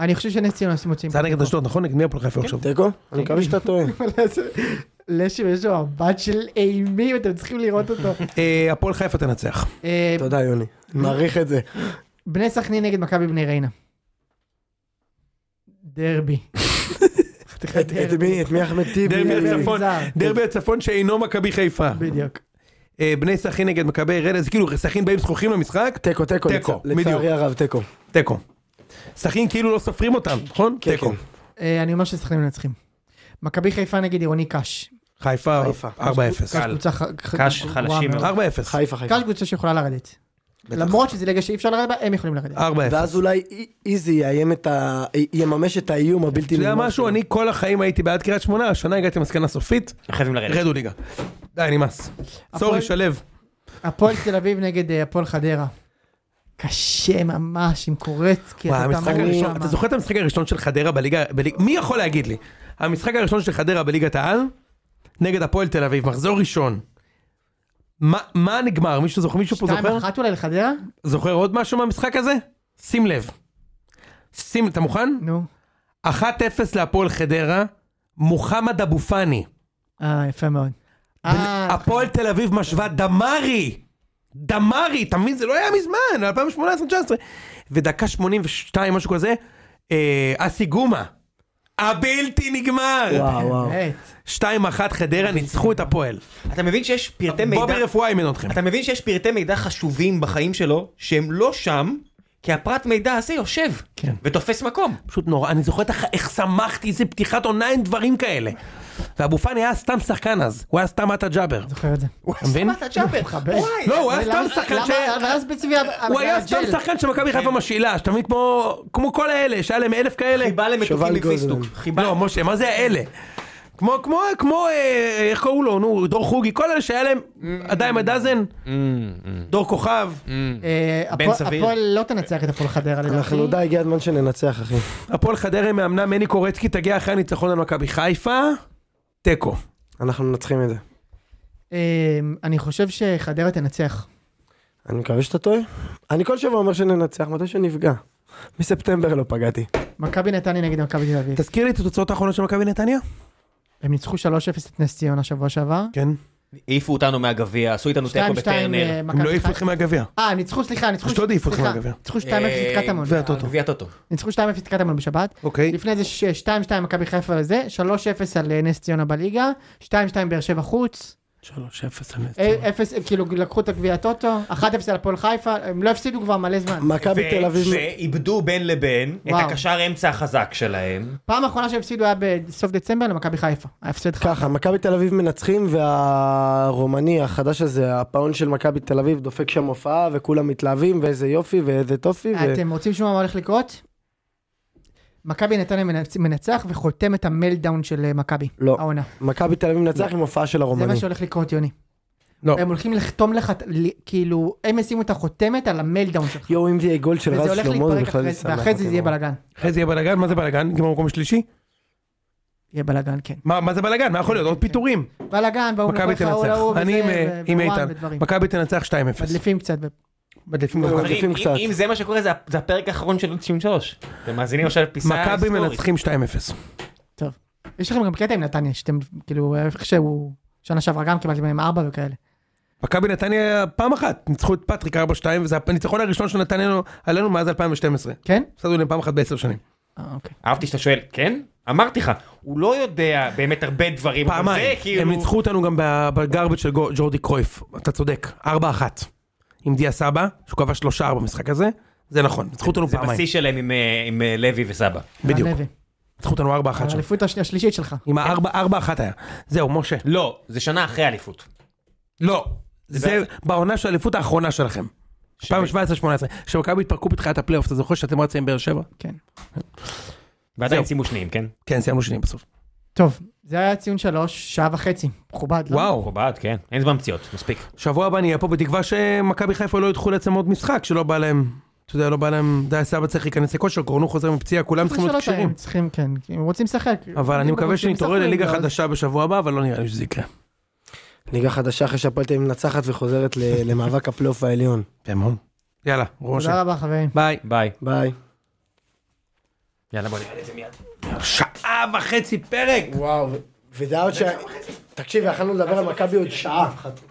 Speaker 1: אני חושב שנס ציונה עושים מוצאים.
Speaker 4: זה היה נגד אשדוד, נכון? נגד מי הפועל חיפה עכשיו?
Speaker 2: תיקו? אני מקווה שאתה טועה.
Speaker 1: לשם יש לו מבט של אימים, אתם צריכים לראות אותו.
Speaker 4: אה, הפועל חיפה תנצח.
Speaker 1: אה,
Speaker 2: תודה יוני. מעריך את זה.
Speaker 1: בני סכנין נגד מכבי בני ריינה. דרבי. חתיכת
Speaker 2: את- את מי? את מי אחמד טיבי?
Speaker 4: דרבי
Speaker 1: דרבי
Speaker 4: הצפון,
Speaker 1: מגזר.
Speaker 4: דרבי הצפון שאינו מכבי חיפה.
Speaker 1: בדיוק.
Speaker 4: אה, בני סכין נגד מכבי רנה, זה כאילו סכין באים זכוכים למשחק,
Speaker 2: תיקו, תיקו,
Speaker 4: תיקו,
Speaker 2: לצ-
Speaker 4: בדיוק.
Speaker 2: לצערי הרב, תיקו.
Speaker 4: תיקו. סכין כאילו לא סופרים אותם, נכון?
Speaker 2: כן,
Speaker 4: תיקו.
Speaker 2: כן.
Speaker 1: אה, אני אומר שסכנין מנצחים. מכבי חיפה נגד עירוני קאש.
Speaker 4: חיפה
Speaker 2: חיפה.
Speaker 4: 4-0.
Speaker 1: קאש קבוצה ח- ח-
Speaker 3: קאש
Speaker 1: גרועה
Speaker 3: חלשים
Speaker 1: מאוד.
Speaker 3: מאוד.
Speaker 4: 4-0.
Speaker 2: חיפה, חיפה.
Speaker 1: קאש קבוצה שיכולה לרדת. למרות שזה ליגה שאי אפשר לרדת בה, הם יכולים לרדת.
Speaker 4: 4-0. אתה
Speaker 2: ואז אולי אי- איזי יאיים את ה... יממש את האיום הבלתי
Speaker 4: יודע
Speaker 2: נגמר
Speaker 4: משהו?
Speaker 2: שלו.
Speaker 4: אני כל החיים הייתי בעד קריית שמונה, השנה הגעתי למסקנה סופית,
Speaker 3: חייבים לרדת.
Speaker 4: רדו ליגה. די, נמאס. סורי, שלו.
Speaker 1: הפועל תל אביב נגד אה, הפועל חדרה. קשה ממש עם קורצקי.
Speaker 4: וואי,
Speaker 1: כן, אתה
Speaker 4: המשחק
Speaker 1: תמרור
Speaker 4: הראשון,
Speaker 1: שמה.
Speaker 4: אתה זוכר את המשחק הראשון של חדרה בליגה, בליג- מי יכול להגיד לי? המשחק הראשון של חדרה בליגת העל, נגד הפועל תל אביב, מחזור ראשון. מה- מה נגמר? מישהו זוכר? מישהו פה
Speaker 1: שתיים
Speaker 4: זוכר?
Speaker 1: אחת אולי לחדרה?
Speaker 4: זוכר עוד משהו מהמשחק הזה? שים לב. שים, אתה מוכן?
Speaker 1: נו.
Speaker 4: 1-0 להפועל חדרה, מוחמד אבו פאני.
Speaker 1: אה, יפה מאוד. אה,
Speaker 4: הפועל תל אביב משווה דמרי! דמרי, אתה מבין? זה לא היה מזמן, 2018-2019. ודקה 82, משהו כזה, אה, אסי גומה. הבלתי נגמר!
Speaker 2: וואו וואו.
Speaker 1: באמת.
Speaker 4: 2-1 חדרה ניצחו את הפועל.
Speaker 3: אתה מבין שיש פרטי מידע...
Speaker 4: בובי רפואה אימן אתכם.
Speaker 3: אתה מבין שיש פרטי מידע חשובים בחיים שלו, שהם לא שם, כי הפרט מידע הזה יושב,
Speaker 4: כן.
Speaker 3: ותופס מקום.
Speaker 4: פשוט נורא, אני זוכר את הח- איך שמחתי, איזה פתיחת עונה עם דברים כאלה. ואבו פאני היה סתם שחקן אז, הוא היה סתם עטה ג'אבר.
Speaker 1: זוכר את זה.
Speaker 4: אתה מבין?
Speaker 3: מה אתה ג'אבר? וואי.
Speaker 4: לא, הוא היה
Speaker 1: אבל
Speaker 4: סתם
Speaker 1: למה-
Speaker 4: שחקן
Speaker 1: למה-
Speaker 4: שהיה-
Speaker 1: אבל היה ספציפי,
Speaker 4: הוא היה סתם שחקן שמכבי חיפה משאילה, שאתה מבין? כמו כמו כל האלה, שהיה להם אלף כאלה.
Speaker 3: חיבה
Speaker 2: שובל
Speaker 3: למתוקים
Speaker 2: גוזלן.
Speaker 3: מפיסטוק. חיבה...
Speaker 4: לא, משה, מה זה האלה? כמו, כמו, כמו, אה, איך קראו לו, נו, דור חוגי, כל אלה שהיה להם,
Speaker 1: Mm,
Speaker 4: עדיין הדזן, דור כוכב,
Speaker 3: בן סביר.
Speaker 1: אה, הפועל לא תנצח את הפועל חדרה לדעתי.
Speaker 4: לא
Speaker 2: אנחנו די, הגיע הזמן שננצח אחי.
Speaker 1: Mm.
Speaker 4: הפועל חדרה מאמנה מני קורצקי, תגיע אחרי הניצחון על מכבי חיפה, תיקו.
Speaker 2: אנחנו מנצחים את זה.
Speaker 1: אה, אני חושב שחדרה תנצח.
Speaker 2: אני מקווה שאתה טועה. אני כל שבוע אומר שננצח, מתי שנפגע. מספטמבר לא פגעתי.
Speaker 1: מכבי נתניה נגד מכבי תל אביב.
Speaker 4: תזכיר לי את התוצאות האחרונות של מכבי נתניה?
Speaker 1: הם ניצחו 3-0 את נס ציונה שבוע שעבר.
Speaker 4: כן.
Speaker 3: העיפו אותנו מהגביע, עשו איתנו
Speaker 1: 2-2
Speaker 3: תיקו בטרנר.
Speaker 1: אה, מכבי
Speaker 4: הם לא העיפו
Speaker 1: חיפה.
Speaker 4: אתכם מהגביע.
Speaker 1: אה, ניצחו, סליחה, ניצחו...
Speaker 4: אשדוד העיפו אותך
Speaker 1: סליחה,
Speaker 4: מהגביע.
Speaker 1: ניצחו 2-0 את קטמון.
Speaker 4: והטוטו.
Speaker 3: אה, גביע הטוטו.
Speaker 1: ניצחו 2-0 את קטמון בשבת.
Speaker 4: אוקיי.
Speaker 1: לפני זה ש- 2-2 מכבי חיפה וזה, 3-0 על אה, נס ציונה בליגה, 2-2 באר שבע חוץ,
Speaker 4: 3-0 על נס ציונה.
Speaker 1: אה, 0, אה, כאילו לקחו את הגביע הטוטו, 1-0 על הפועל חיפה, הם לא הפסידו כבר מלא זמן.
Speaker 2: מכבי תל אביב...
Speaker 3: ואיבדו בין לבין את
Speaker 1: וואו.
Speaker 3: הקשר אמצע החזק שלהם.
Speaker 1: פעם האחרונה שהם הפסידו היה בסוף דצמבר למכבי חיפה. ההפסד חד.
Speaker 2: ככה, מכבי תל אביב מנצחים והרומני החדש הזה, הפאון של מכבי תל אביב, דופק שם הופעה וכולם מתלהבים ואיזה יופי ואיזה טופי. ו-
Speaker 1: אתם רוצים לשמוע מה הולך לקרות? מכבי נתניה מנצ- מנצח וחותם את המלדאון של אה, מכבי.
Speaker 2: לא.
Speaker 1: העונה.
Speaker 2: מכבי תל אביב מנצח עם הופעה של
Speaker 1: זה מה
Speaker 2: הרומני.
Speaker 1: שהולך לקרות יוני.
Speaker 4: לא.
Speaker 1: הם הולכים לחתום לך, ל- כאילו, הם ישימו את החותמת על המלדאון שלך.
Speaker 2: יואו, אם זה יהיה גול של
Speaker 1: וזה
Speaker 2: רז
Speaker 1: הולך
Speaker 2: שלמה, זה
Speaker 1: להתפרק
Speaker 2: בכלל
Speaker 1: אחרי
Speaker 2: יהיה
Speaker 1: זה,
Speaker 2: שמח.
Speaker 1: ואחרי זה
Speaker 2: אותי
Speaker 1: זה יהיה
Speaker 2: נורא.
Speaker 1: בלאגן.
Speaker 4: אחרי זה יהיה בלאגן, מה זה בלאגן? נגמר במקום השלישי?
Speaker 1: יהיה בלאגן, כן.
Speaker 4: מה מה זה בלאגן? מה יכול להיות?
Speaker 1: אוקיי.
Speaker 4: עוד פיטורים.
Speaker 1: בלאגן, באו
Speaker 4: מכבי
Speaker 1: אוקיי.
Speaker 4: תנצח. אני עם, אה, עם איתן. מכבי תנצח 2-0.
Speaker 1: מדליפים קצת. ו-
Speaker 4: מדליפים
Speaker 2: לא,
Speaker 4: בחוץ.
Speaker 2: חברים,
Speaker 3: חברים,
Speaker 2: קצת.
Speaker 3: אם זה מה שקורה, זה זה הפרק האחרון של 93. אתם מאזינים עכשיו לפיסה
Speaker 4: מכבי
Speaker 3: היסטורית.
Speaker 4: מנצחים 2-0.
Speaker 1: טוב. יש לכם גם קטע עם נתניה, שאתם, כאילו, איך שהוא... שנה שעברה גם קיבלתם מהם ארבע וכאלה.
Speaker 4: מכבי נתניה פעם אחת, ניצחו את פטריק 4-2, וזה הניצחון הראשון של נתניה לנו- עלינו מאז 2012.
Speaker 1: כן?
Speaker 4: הפסדנו להם פעם אחת בעשר שנים.
Speaker 1: אה, אוקיי.
Speaker 3: אהבתי שאתה שואל, כן? אמרתי לך, הוא לא יודע באמת הרבה דברים. אבל
Speaker 4: פעמיים,
Speaker 3: זה כאילו-
Speaker 4: הם ניצחו אותנו גם ב- בגרבג' של גו- ג'ורדי קרויף, אתה צודק, 4-1. עם דיה סבא, שהוא כבש שלושה במשחק הזה, זה נכון, ניצחו אותנו
Speaker 3: זה
Speaker 4: פעמיים,
Speaker 3: בשיא שלהם עם, אה, עם אה, לוי וסבא.
Speaker 4: בדיוק,
Speaker 1: רן לוי.
Speaker 4: ניצחו אותנו 4-1 שם.
Speaker 1: האליפות השני- השלישית שלך.
Speaker 4: עם ה-4-1 היה. זהו, משה.
Speaker 3: לא, זה שנה אחרי האליפות.
Speaker 4: לא. זה בעונה של האליפות האחרונה שלכם. 2017-2018. כשמכבי התפרקו בתחילת הפלייאוף, אתה זוכר שאתם רצים עם באר שבע?
Speaker 1: כן.
Speaker 3: ועדיין
Speaker 4: זהו.
Speaker 3: שימו שניים, כן?
Speaker 4: כן, סיימנו שניים בסוף.
Speaker 1: טוב, זה היה ציון שלוש, שעה וחצי. מכובד. לא?
Speaker 4: וואו.
Speaker 3: מכובד, כן. אין זמן פציעות, מספיק.
Speaker 4: שבוע הבא נהיה פה בתקווה שמכבי חיפה לא ידחו לעצם עוד משחק, שלא בא להם, אתה יודע, לא בא להם, די סבא צריך להיכנס לכושר, קורנו חוזר מפציעה, כולם צריכים להיות
Speaker 1: שלוש
Speaker 4: כשירים.
Speaker 1: הם צריכים, כן. הם רוצים לשחק.
Speaker 4: אבל אני
Speaker 1: אם
Speaker 4: מקווה
Speaker 1: רוצים,
Speaker 4: שנתעורר
Speaker 1: משחקים,
Speaker 4: לליגה
Speaker 1: אז-
Speaker 4: חדשה בשבוע הבא, אבל לא נראה לי שזה יקרה.
Speaker 2: ליגה חדשה אחרי שהפועל תל אביב מנצחת וחוזרת ל- למאבק הפלייאוף העליון.
Speaker 4: בהמון. יאללה, ראשה.
Speaker 1: תודה רבה, חברים.
Speaker 4: ביי.
Speaker 3: ביי.
Speaker 2: ביי.
Speaker 3: יאללה בוא נראה את זה מיד.
Speaker 4: שעה וחצי פרק!
Speaker 2: וואו, וזה היה עוד ש... תקשיב, יכלנו לדבר על מכבי עוד שעה.